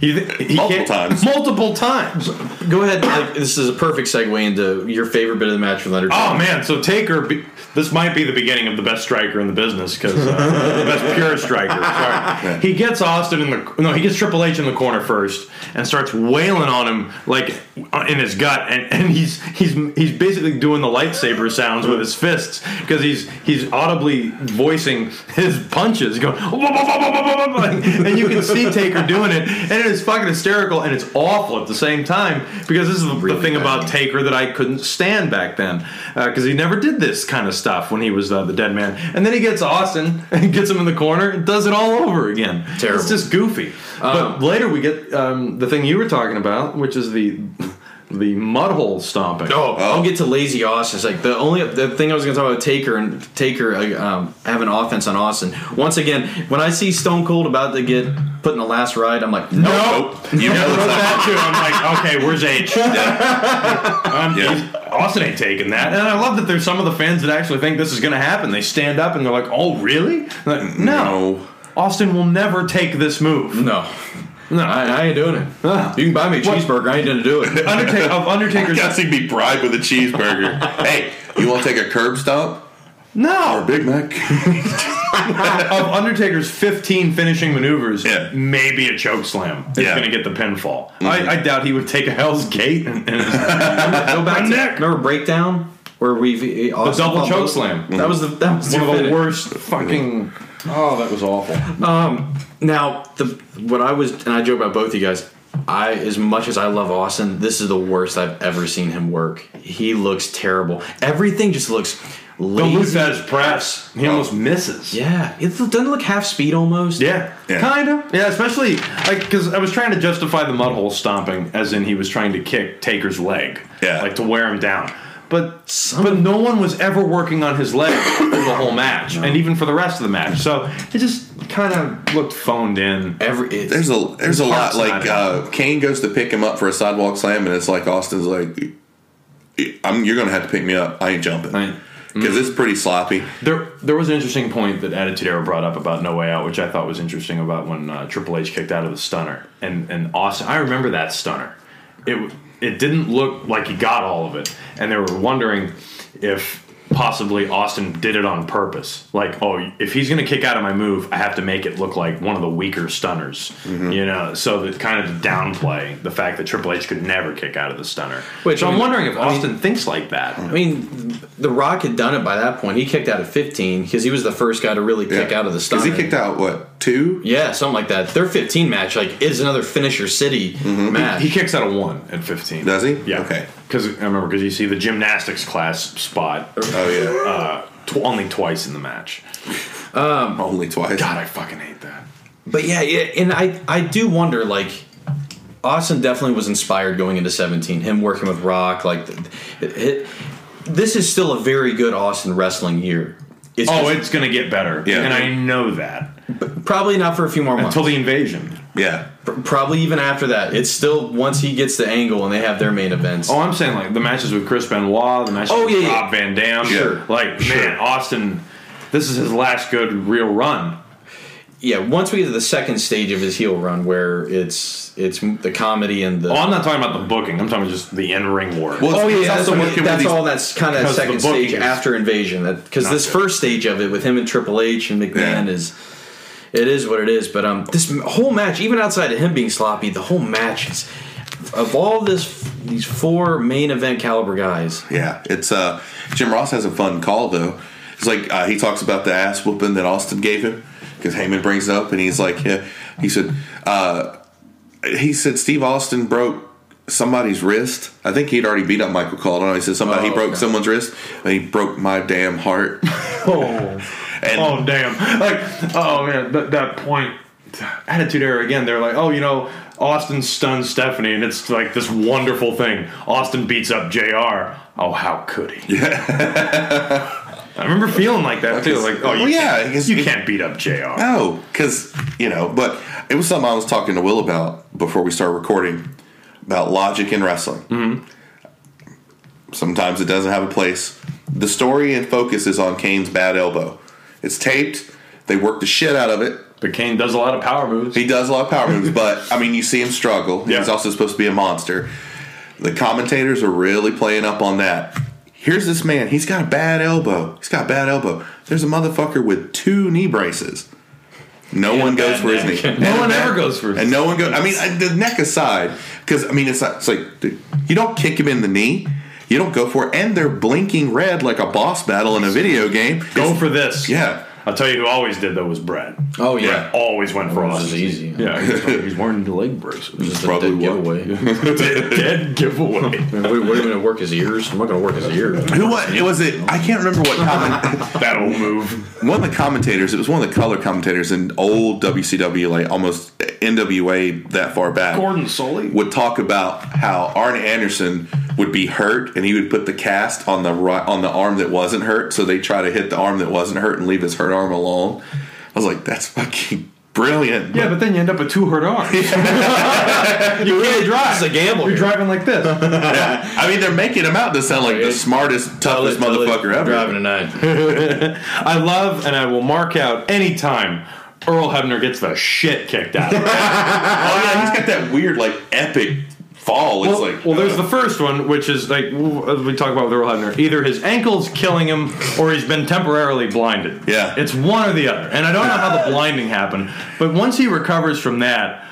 He, he Multiple can't- times. Multiple times. Go ahead. Like, this is a perfect segue into your favorite bit of the match with Undertaker. Oh man, so Taker. Be, this might be the beginning of the best striker in the business because uh, the best pure striker. Sorry, he gets Austin in the no, he gets Triple H in the corner first and starts wailing on him like uh, in his gut, and, and he's he's he's basically doing the lightsaber sounds with his fists because he's he's audibly voicing his punches, going "Wah, wah, wah, wah, wah, wah, wah," and you can see Taker doing it, and it is fucking hysterical and it's awful at the same time because this is the, the thing bad. about Taker that I couldn't stand back then because he never did this kind of stuff when he was uh, the Dead Man. And then he gets Austin and gets him in the corner and does it all over again. Terrible. It's just goofy. but later we get um, the thing you were talking about, which is the the mud hole stomping. Oh, I'll get to lazy Austin. It's like the only the thing I was going to talk about Taker and Taker like, um, having offense on Austin. Once again, when I see Stone Cold about to get put in the last ride, I'm like, no, Nope. You You know know it's that too. I'm like, okay, where's H? Um, Yeah. he's- Austin ain't taking that. And I love that there's some of the fans that actually think this is going to happen. They stand up and they're like, oh, really? Like, no. No. Austin will never take this move. no, No. I, I ain't doing it. Ah. You can buy me a What? cheeseburger. I ain't going to do it. Undertaker, of Undertaker's. Guess he'd be bribed with a cheeseburger. hey, you want to take a curb stomp or a No, Big Mac? of Undertaker's 15 finishing maneuvers, Yeah. maybe a choke slam is Yeah. Mm. going to get the pinfall. I, I doubt he would take a Hell's Gate and, and Go back My to neck. remember breakdown where we the double choke slam. That was the that was one your of the finish. worst fucking. Oh, that was awful. Now, the what I was and I joke about both you guys. I as much as I love Austin, this is the worst I've ever seen him work. He looks terrible. Everything just looks Don't lose lazy. that as press. He almost misses. Yeah, it doesn't look half speed almost. Yeah, Yeah. kind of. Yeah, especially like because I was trying to justify the mud hole stomping as in he was trying to kick Taker's leg, Yeah. like to wear him down. But but no one was ever working on his leg for the whole match, and even for the rest of the match. So it just kind of looked phoned in. Every it, There's a there's a lot Parts like not uh, Kane goes to pick him up for a sidewalk slam, and it's like Austin's like, "I'm you're gonna have to pick me up. I ain't jumping I- because it's pretty sloppy." There, there was an interesting point that Attitude Era brought up about No Way Out, which I thought was interesting about when uh, Triple H kicked out of the Stunner and and Austin. I remember that Stunner. It w- it didn't look like he got all of it, and they were wondering if possibly Austin did it on purpose. Like, oh, if he's going to kick out of my move, I have to make it look like one of the weaker stunners. Mm-hmm. You know, so that kind of downplay the fact that Triple H could never kick out of the stunner. Which, so I I'm mean, wondering if I mean- Austin thinks like that. I mean, The Rock had done it by that point. He kicked out at 15 because he was the first guy to really kick out of the stunner. Because he kicked out what two? Yeah, something like that. Their 15 match like is another finisher city Mm-hmm. match. He kicks out a one at 15. Does he? Yeah. Okay. Because I remember because you see the gymnastics class spot Oh yeah. uh, tw- only twice in the match. Only twice. God, I fucking hate that. but yeah, yeah, and I I do wonder like Austin definitely was inspired going into 17. Him working with Rock like th- it, it- this is still a very good Austin wrestling year. It's Oh, just it's gonna get better. Yeah. And I know that. probably not for a few more months. Until the invasion. Yeah. Pr- probably even after that. It's still once he gets the angle and they have their main events. Oh, I'm saying like the matches with Chris Benoit, the matches Oh, with yeah, yeah. Rob Van Dam. Sure. Like, man, Austin, this is his last good real run. Yeah, once we get to the second stage of his heel run where it's it's m- the comedy and the Oh, I'm not talking about the booking. I'm talking about just the in-ring work. Well, Oh yeah, he's yeah, that's, also what- working with that's these- all. That's kind of because the second booking stage is after Invasion. Because not this good. first stage of it with him and Triple H and Yeah. McMahon is, it is what it is. But um, this m- whole match, even outside of him being sloppy, the whole match is, of all this these four main event caliber guys. Yeah, it's uh, Jim Ross has a fun call though. It's like uh, he talks about the ass whooping that Austin gave him because Heyman brings it up and he's like, yeah, he said, uh, he said Steve Austin broke somebody's wrist. I think he'd already beat up Michael Cole. I don't know. He said somebody he Oh, broke okay. someone's wrist and he broke my damn heart. Oh, And oh damn! Like, oh man, that, that point, attitude error again. They're like, oh, you know, Austin stuns Stephanie, and it's like this wonderful thing. Austin beats up Jr. Oh, how could he? Yeah. I remember feeling like that too. Like, oh, you Well, yeah, can't, because you it- can't beat up Jr. No, because Oh, you know, but it was something I was talking to Will about before we started recording about logic in wrestling. Sometimes it doesn't have a place. The story and focus is on Kane's bad elbow. It's taped. They work the shit out of it. But Kane does a lot of power moves. He does a lot of power moves, but I mean, you see him struggle. Yeah. He's also supposed to be a monster. The commentators are really playing up on that. Here's this man. He's got a bad elbow. He's got a bad elbow. There's a motherfucker with two knee braces. No one a goes bad for his neck. knee. No And a one bad- ever goes for his And no one goes. I mean, I- the neck aside, because I mean, it's like, it's like dude, you don't kick him in the knee. You don't go for it. And they're blinking red like a boss battle in a video game. Go for this. Yeah. I'll tell you who always did though was Brad. Oh yeah, Brad always went for This Austin. is easy. Yeah, he's, he's wearing the leg braces. Just Probably a dead what? giveaway. dead, dead giveaway. Man, what, what are you going to work his ears? I'm not going to work his ears. Who was it? Was it? I can't remember what comment. that old move. one of the commentators, it was one of the color commentators in old WCW, like almost NWA that far back, Gordon Sully. would talk about how Arn Anderson would be hurt and he would put the cast on the right, on the arm that wasn't hurt, so they try to hit the arm that wasn't hurt and leave his hurt arm alone. I was like, that's fucking brilliant. Yeah, but then you end up with two hurt arms. you can't drive. It's a gamble You're here. driving like this. I mean, they're making him out to sound like the Right. smartest, Tell toughest it- tell it, motherfucker ever. Driving tonight. I love and I will mark out any time Earl Hebner gets the shit kicked out. of him. Oh yeah, he's got that weird, like epic fall. well, it's like, well, there's the first one, which is like w- as we talk about with Earl Hebner. Either his ankle's killing him, or he's been temporarily blinded. Yeah. it's one or the other. And I don't know how the blinding happened, but once he recovers from that,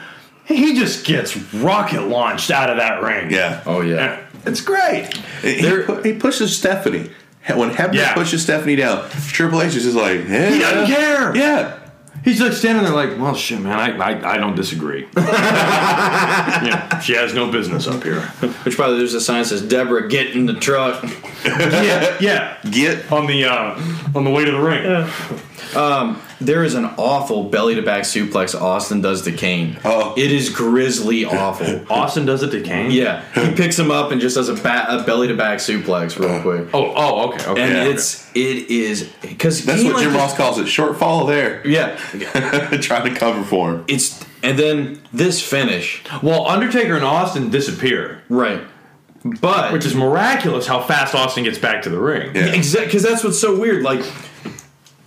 he just gets rocket launched out of that ring. yeah. Oh yeah. Yeah. It's great. He, There- pu- he pushes Stephanie. When Hebner Yeah. pushes Stephanie down, Triple H is just like, yeah, He doesn't care. Yeah. He's like standing there, like, well, shit, man, I, I, I don't disagree. yeah, she has no business up here. Which by the way, there's a sign that says Deborah, get in the truck. yeah, yeah. Get On the uh, on the way to the ring. There is an awful belly to back suplex Austin does to Kane. Oh. It is grisly awful. Austin does it to Kane. yeah. He picks him up and just does a, ba- a belly to back suplex real quick. Oh, oh, okay, okay. And Uh, yeah. it's it is because that's what Jim Ross calls it. Short fall there. Yeah. Trying to cover for him. It's and then this finish. well, Undertaker and Austin disappear, Right. But which is miraculous how fast Austin gets back to the ring. Yeah. Exactly, because that's what's so weird. Like,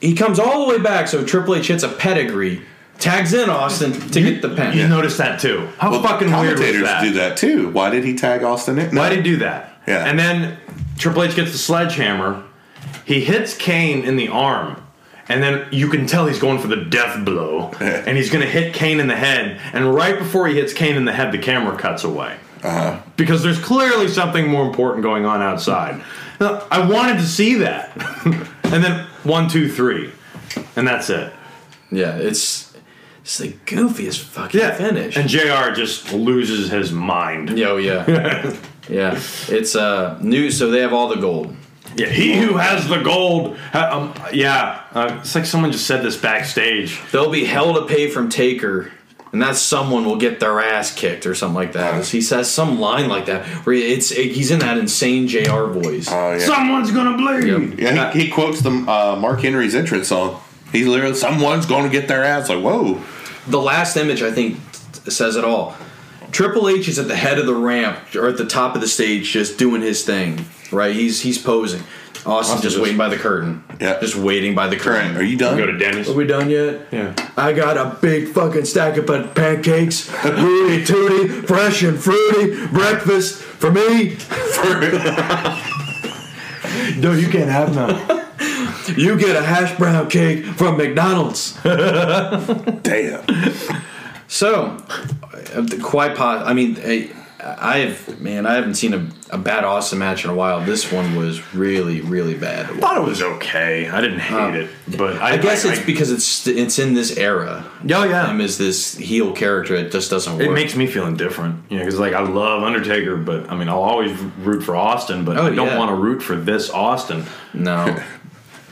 he comes all the way back, so Triple H hits a pedigree, tags in Austin to get the pen. You noticed that too. How Well, fucking weird commentators was that? do that too. Why did he tag Austin in? Why did he do that? Yeah. And then Triple H gets the sledgehammer. He hits Kane in the arm, and then you can tell he's going for the death blow, and he's going to hit Kane in the head. And right before he hits Kane in the head, the camera cuts away because there's clearly something more important going on outside. Now, I wanted to see that, and then one, two, three, and that's it. Yeah, it's it's the goofiest fucking finish. And Jr. just loses his mind. Yo, yeah, yeah. It's uh new, so they have all the gold. Yeah, he who has the gold. ha- um, yeah, uh, it's like someone just said this backstage. They'll be hell to pay from Taker, and that someone will get their ass kicked or something like that. He says some line like that where it's he's in that insane Jr. voice. Oh, yeah. Someone's gonna bleed. yeah, he, he quotes the uh, Mark Henry's entrance song. He's literally, someone's going to get their ass. Like, whoa. the last image I think t- says it all. Triple H is at the head of the ramp or at the top of the stage, just doing his thing. Right? He's he's posing. Austin, just just- waiting by the curtain. Yeah. just waiting by the curtain. Trent, are you done? Go to Denny's. Are we done yet? Yeah. I got a big fucking stack of pan- pancakes, rooty tooty, fresh and fruity, breakfast for me. No, you can't have none. You get a hash brown cake from McDonald's. Damn. So, uh, quite pos- I mean, I, I've man, I haven't seen a, a bad Austin match in a while. This one was really, really bad. I thought it was okay. I didn't hate it, but I, I guess it's I- because it's it's in this era. Oh, yeah. him is this heel character. It just doesn't work. it makes me feel indifferent. You know, because like I love Undertaker, but I mean I'll always root for Austin, but Oh, I don't yeah. want to root for this Austin. no.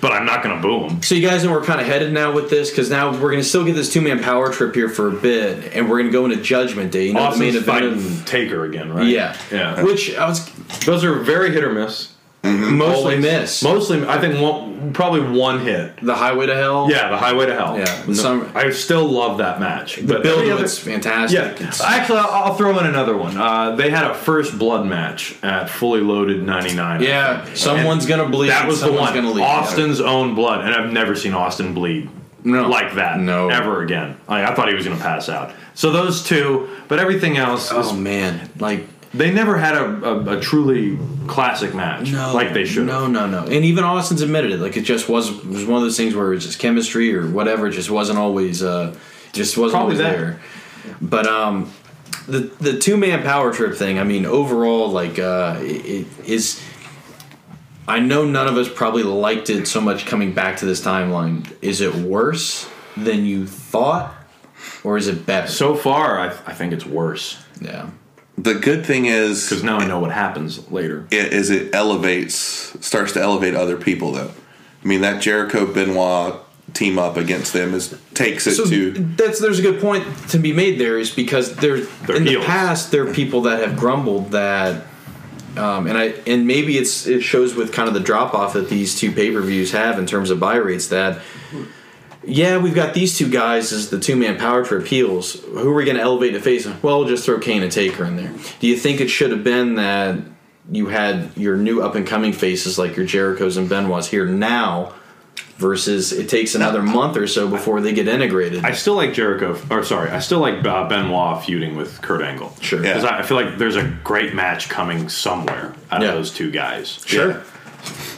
But I'm not gonna boo him. So you guys know we're kind of headed now with this because now we're going to still get this two man power trip here for a bit, and we're going to go into Judgment Day. You know Austin's the main fighting event of Taker again, right? yeah, yeah. Which I was Those are very hit or miss. mostly miss. Mostly, I think one, probably one hit. the Highway to Hell. Yeah, the Highway to Hell. Yeah, No, some- I still love that match. the build every of other- it's fantastic. Yeah, It's- actually, I'll I'll throw in another one. Uh, they had a first blood match at Fully Loaded '99. yeah. Someone's going to bleed. That was the someone's one. Gonna leave. Austin's own blood, and I've never seen Austin bleed No. like that No. ever again. Like, I thought he was going to pass out. So those two, but everything else, Oh is, man, like they never had a, a, a truly classic match No, like they should. No, no, no. And even Austin's admitted it. Like it just was it was one of those things where it's just chemistry or whatever. Just wasn't always. Uh, just wasn't Probably always that. there. But um, the the two man power trip thing. I mean, overall, like uh, it, it is. I know none of us probably liked it so much coming back to this timeline. Is it worse than you thought, or is it better? So far, I, I think it's worse yeah. The good thing is, because now I know what happens later. it, is it elevates starts to elevate other people though. I mean that Jericho Benoit team up against them is takes it So to that's there's a good point to be made there is because there They're in heels. the past there are people that have grumbled that um, and I and maybe it's it shows with kind of the drop off that these two pay per views have in terms of buy rates that yeah we've got these two guys as the two man power trip heels who are we going to elevate to face well we'll just throw Kane and Taker in there do you think it should have been that you had your new up and coming faces like your Jericho's and Benoit's here now versus it takes another month or so before they get integrated I still like Jericho, or sorry, I still like uh, Benoit feuding with Kurt Angle. Sure. Because Yeah. I, I feel like there's a great match coming somewhere out Yeah. of those two guys. Sure. Yeah.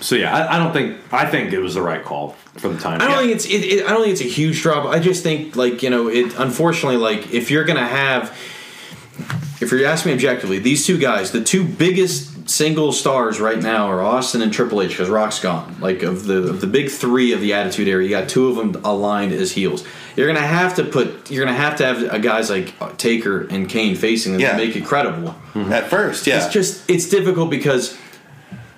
So yeah, I, I don't think I think it was the right call for the time. I don't Yeah. think it's it, it, I don't think it's a huge drop. I just think like you know it. Unfortunately, like if you're gonna have, if you're asking me objectively, these two guys, the two biggest single stars right now are Austin and Triple H because Rock's gone. Like of the of the big three of the Attitude Era, you got two of them aligned as heels. You're gonna have to put. You're gonna have to have a guys like Taker and Kane facing them Yeah. to make it credible at first, yeah. Mhm. it's just it's difficult because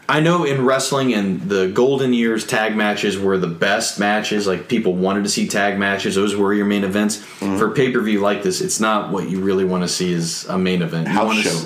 I know in wrestling and the golden years tag matches were the best matches. Like people wanted to see tag matches; those were your main events. Mm-hmm. For pay per view like this, it's not what you really want to see is a main event. You house wanna show. s-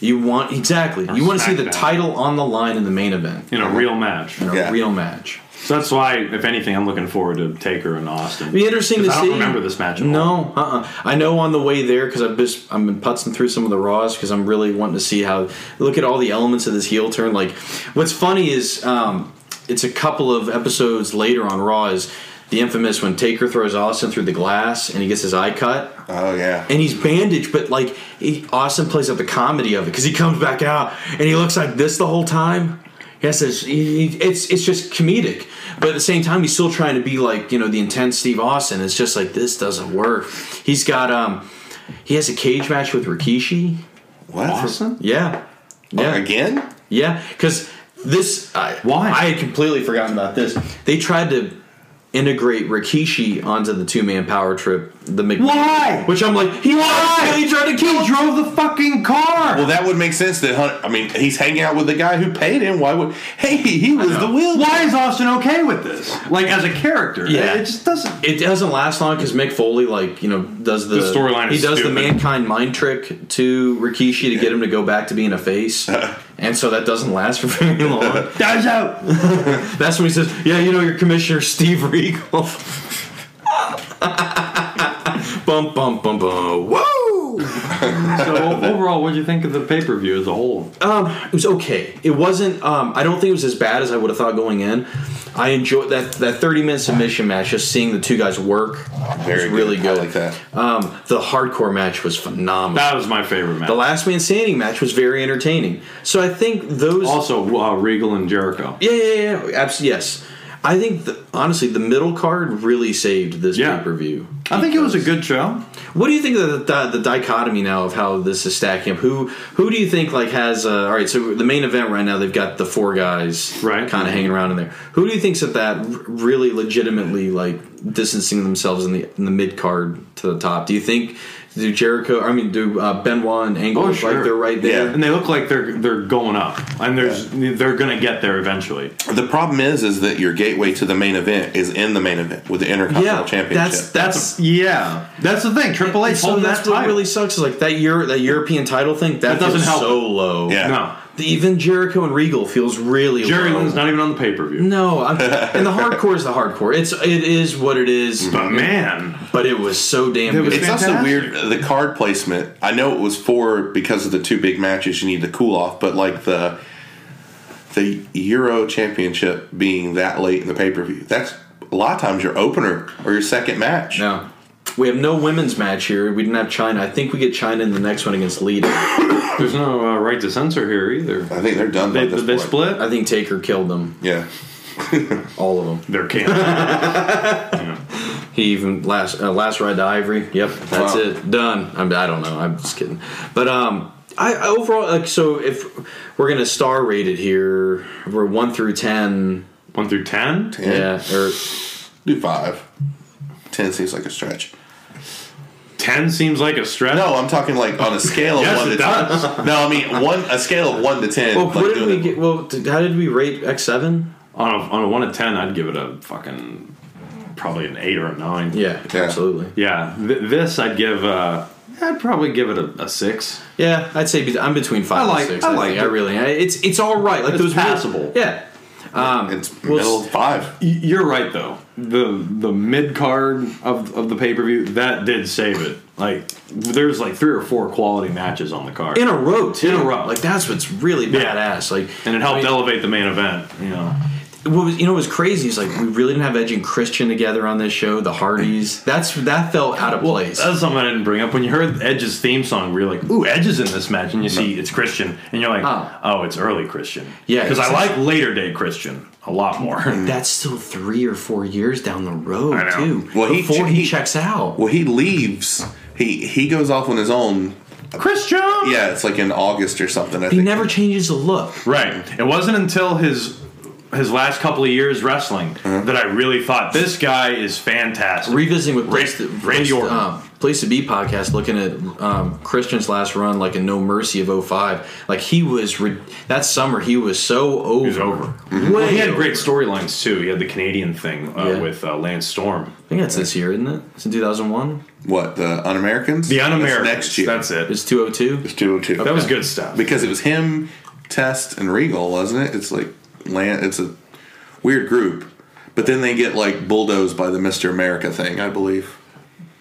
you want exactly. you want to see the SmackDown. title on the line in the main event in a real match. in a Yeah. real match. So that's why, if anything, I'm looking forward to Taker and Austin. Be interesting to 'Cause I don't see. remember this match at all. No, uh, uh I know on the way there because I've just I've been putzing through some of the raws because I'm really wanting to see how look at all the elements of this heel turn. Like, what's funny is um, it's a couple of episodes later on Raw is the infamous when Taker throws Austin through the glass and he gets his eye cut oh yeah. and he's bandaged, but like he, Austin plays up the comedy of it because he comes back out and he looks like this the whole time. He has this. He, he- it's it's just comedic, but at the same time, he's still trying to be like you know the intense Steve Austin. It's just like this doesn't work. He's got um, he has a cage match with Rikishi. What? Awesome. Yeah, yeah, Again? yeah, because this I, Why? I had completely forgotten about this. They tried to integrate Rikishi onto the two man power trip. The McMahon, Why? Which I'm like, he why? He tried to kill. He drove the fucking car. Well, that would make sense. That Hunter, I mean, he's hanging out with the guy who paid him. Why would? Hey, he was the wheel. Why is Austin okay with this? Like as a character, Yeah. it just doesn't. It doesn't last long because Mick Foley, like you know, does the, The storyline He is does stupid. the mankind mind trick to Rikishi to get him to go back to being a face, and so that doesn't last for very long. Dies out. That's when he says, "Yeah, you know, your commissioner Steve Regal." bum bum bum bum. Whoa! So overall, what do Oh, you think of the pay per view as a whole? Um, it was okay. It wasn't. Um, I don't think it was as bad as I would have thought going in. I enjoyed that that thirty minute submission match. Just seeing the two guys work was really good. I like that. Um, the hardcore match was phenomenal. That was my favorite match. the last man standing match was very entertaining. So I think those. also, uh, Regal and Jericho. yeah, yeah, yeah, yeah. Abs- yes. I think the, honestly, the middle card really saved this Yeah. pay per view. I think it was a good show. What do you think of the, the, the dichotomy now of how this is stacking up? Who who do you think like has uh, all right? So the main event right now they've got the four guys Right. kind of hanging around in there. Who do you think's at that r- really legitimately like distancing themselves in the in the mid card to the top? Do you think do Jericho? I mean, do uh, Benoit and Angle Oh, look sure. like they're right there? Yeah. And they look like they're they're going up, and there's they're gonna get there eventually. The problem is, is that your gateway to the main event is in the main event with the Intercontinental yeah, Championship. that's that's Yeah, that's the thing. Triple H so holding that's that what title. really sucks is like that Euro, that European title thing that It doesn't feels help. so low. Yeah. no. even Jericho and Regal feels really Jerry low. Lynn's not even on the pay per view. No, I'm, and the hardcore is the hardcore. It's it is what it is. But man, But it was so damn It was good. It's also fantastic. weird uh, the card placement. I know it was for because of the two big matches you need to cool off, but like the the Euro Championship being that late in the pay per view, that's a lot of times your opener or your second match. no, we have no women's match here. We didn't have China. I think we get China in the next one against Lita. I there's no uh, right to censor here either. I think they're done They, by this they point. split. think Taker killed them, Yeah, all of them. They're canceled. He even last uh, last ride to Ivory. Yep, that's Wow. it. Done. I'm, I don't know. I'm just kidding. But um, I, I overall like so if we're gonna star rate it here, we're one through ten. One through ten. Yeah, or do five. Ten seems like a stretch. Ten seems like a stretch. No, I'm talking like on a scale of Yes, one it to ten. No, I mean one a scale of one to ten. well, like what did doing we it- get? Well, t- how did we rate X seven? On a, on a one to ten, I'd give it a fucking probably an eight or a nine. Yeah, Yeah. absolutely. Yeah, th- this I'd give. Uh, I'd probably give it a, a six. Yeah, I'd say be- I'm between five I like- and six. I I, like think. I it. really. I, it's it's all right. Like It's those weird- passable. yeah. It's Well, middle of five. Y- You're right though. The the mid card of of the pay per view that did save it. Like there's like three or four quality matches on the card, In a row, too. In a row. Like that's what's really Yeah. badass. Like, and it helped I mean, elevate the main event. You know, What was you know what was crazy is like we really didn't have Edge and Christian together on this show. The Hardys. That's that felt out of place. that's something I didn't bring up. When you heard Edge's theme song, we were like, "Ooh, Edge is in this match," and you see it's Christian, and you're like, Oh. "Oh, it's early Christian." Yeah, because I it's- like later day Christian a lot more. that's still three or four years down the road I know. too. Well, he- before he, he- checks out. Well, he leaves. He he goes off on his own. Christian, Yeah, it's like in August or something. I he think. never changes the look. Right. It wasn't until his his last couple of years wrestling that I really thought this guy is fantastic. Revisiting with Place to, Ra- Randy Place- Orton. um, Place to Be podcast, looking at um, Christian's last run, like a No Mercy of 05. Like he was re- that summer, he was so over. was over. Way Well, he had over. great storylines too. He had the Canadian thing uh, Mm-hmm. Yeah. with uh, Lance Storm. I think that's this year, isn't it? It's in 2001. What the Un-Americans? The Un-Americans. That's next year. That's it. It's 202. It's 202. that was good stuff. because it was him, Test, and Regal, wasn't it? It's like land. It's a weird group, but then they get like bulldozed by the Mister America thing, I believe.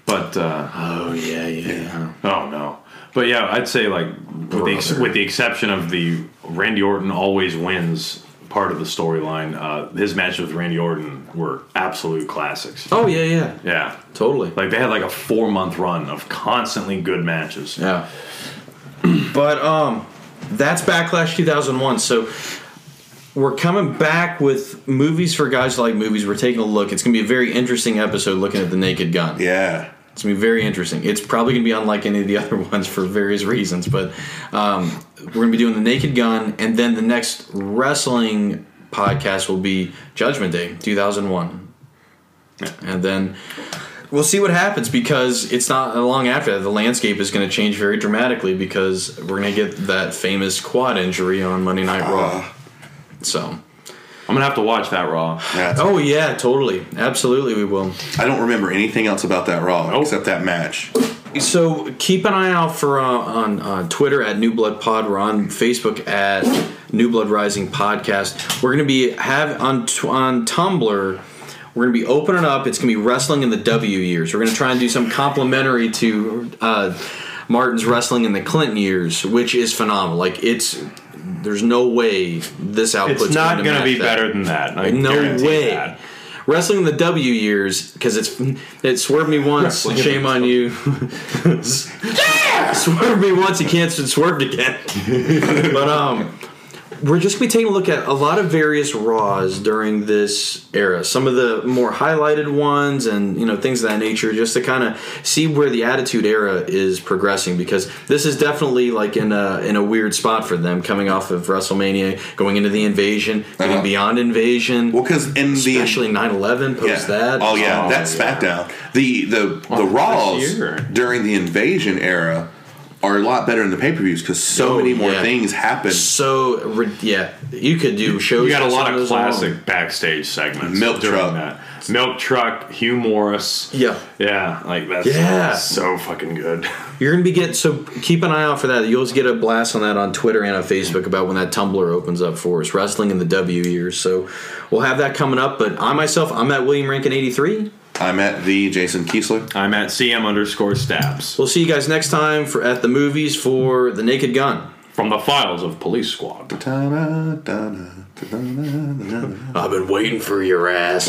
But uh, Oh yeah, yeah. yeah. oh no. But yeah, I'd say like with the, ex- Brother. with the exception of the Randy Orton always wins part of the storyline, uh, his matches with Randy Orton were absolute classics. Oh yeah, yeah. Yeah. Totally. Like they had like a four month run of constantly good matches. Yeah. but um, that's Backlash 2001. So We're coming back with movies for guys who like movies. We're taking a look. It's going to be a very interesting episode looking at the Naked Gun. Yeah. It's gonna be very interesting. It's probably gonna be unlike any of the other ones for various reasons, but um, we're gonna be doing the Naked Gun, and then the next wrestling podcast will be Judgment Day, two thousand one, and then we'll see what happens because it's not long after that. The landscape is gonna change very dramatically because we're gonna get that famous quad injury on Monday Night Raw. So, I'm gonna have to watch that Raw. yeah oh yeah, totally, absolutely, we will. I don't remember anything else about that Raw except that match. So keep an eye out for uh, on uh, Twitter at New Blood Pod. We're on Facebook at New Blood Rising Podcast. We're gonna be have on t- on Tumblr. We're gonna be opening up. It's gonna be wrestling in the W years. We're gonna try and do some complimentary to uh, Martin's wrestling in the Clinton years, which is phenomenal. Like it's there's no way this output's It's not going gonna, be match that. better than that. I No guarantee way. That. Wrestling in the W years because it's it swerved me once. Wrestling in shame the on you. swerved me once. You can't swerve again. but um, we're just gonna be taking a look at a lot of various Raws during this era. Some of the more highlighted ones, and you know things of that nature, just to kind of see where the Attitude Era is progressing. Because this is definitely like in a in a weird spot for them, coming off of WrestleMania, going into the Invasion, Uh-huh. going beyond Invasion. Well, because in the Especially 9/11 post yeah. that. oh yeah, Oh, that SmackDown, the the Oh, the Raws year. during the Invasion era are a lot better in the pay per views because so Oh, many more yeah. things happen. So ri- yeah, you could do shows. You got a just lot on of those um, alone. classic backstage segments. Milk during Truck. That. Milk truck. Hugh Morris. Yeah. Yeah. Like that's Yeah. so fucking good. You're gonna be getting so keep an eye out for that. You'll get a blast on that on Twitter and on Facebook about when that Tumblr opens up for us. Wrestling in the W years. So we'll have that coming up. But I myself, I'm at William Rankin 83. I'm at the Jason Kiesler. I'm at CM underscore stabs We'll see you guys next time for at the movies for the Naked Gun. from the files of Police Squad. Ta-da, ta-da, ta-da, ta-da. I've been waiting for your ass.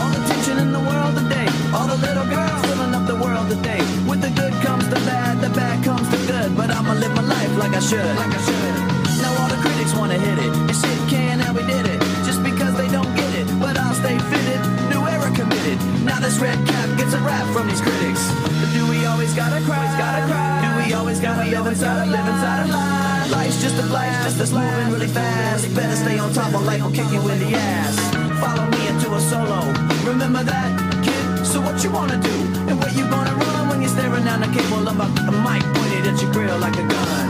All the tension in the world today. All the little girls filling up the world today. With the good comes the bad, the bad comes the good. But I'ma live my life like I should. Like I should. Now all the critics wanna hit it. And shit can and we did it. Just because they don't get it. But I'll stay fitted. New era committed. Now this red cap gets a rap from these critics. But do we always gotta cry? Gotta cry. Do we always gotta live inside a live inside a lie? Life's just a blast, that's moving really fast. Better stay on top or life will kick you in the ass follow me into a solo. Remember that, kid? So what you wanna do? And where you gonna run when you're staring down the cable of a, a mic pointed at your grill like a gun?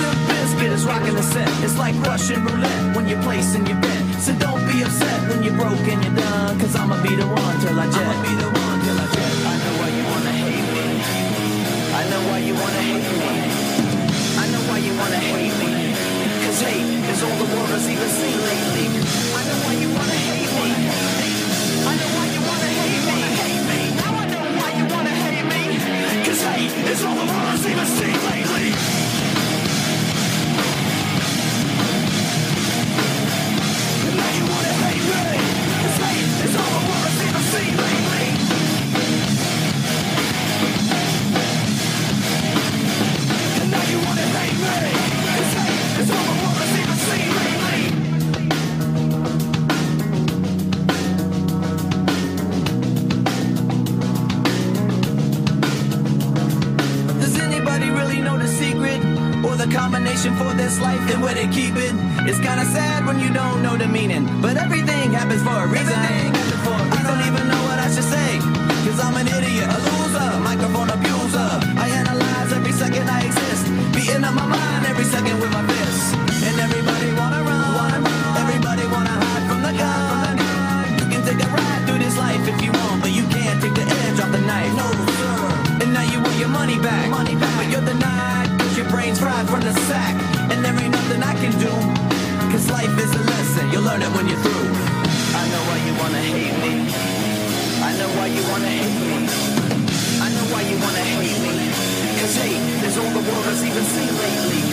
The biscuit is rocking the set. It's like Russian roulette when you're placing your bet. So don't be upset when you're broke and you're done. Cause I'ma be the one till I jet. I'ma be the one till I jet. I know why you wanna hate me. I know why you wanna hate me. I know why you wanna hate me. Cause hate is all the world has even seen lately. I know why you wanna hate me. I know why you wanna hate me. Now I know why you wanna hate me. Cause hate is all the world has even seen lately. Now you wanna hate me. Cause hate is all the world has even seen lately. And now you wanna hate me. Cause hate is all the world has even seen lately. Does anybody really know the secret or the combination for this life and where they keep it? It's kind of sad when you don't know the meaning, but everything happens for a reason. I don't even know what I should say, cause I'm an idiot, a loser, microphone abuser. I analyze every second I exist, beating up my mind every second with my fists. And everybody wanna run, everybody wanna hide from the gun. You can take a ride through this life if you want, but you can't take the learn it when you're through. I know why you wanna hate me. I know why you wanna hate me. I know why you wanna hate me. Cause hate is all the world has even seen lately.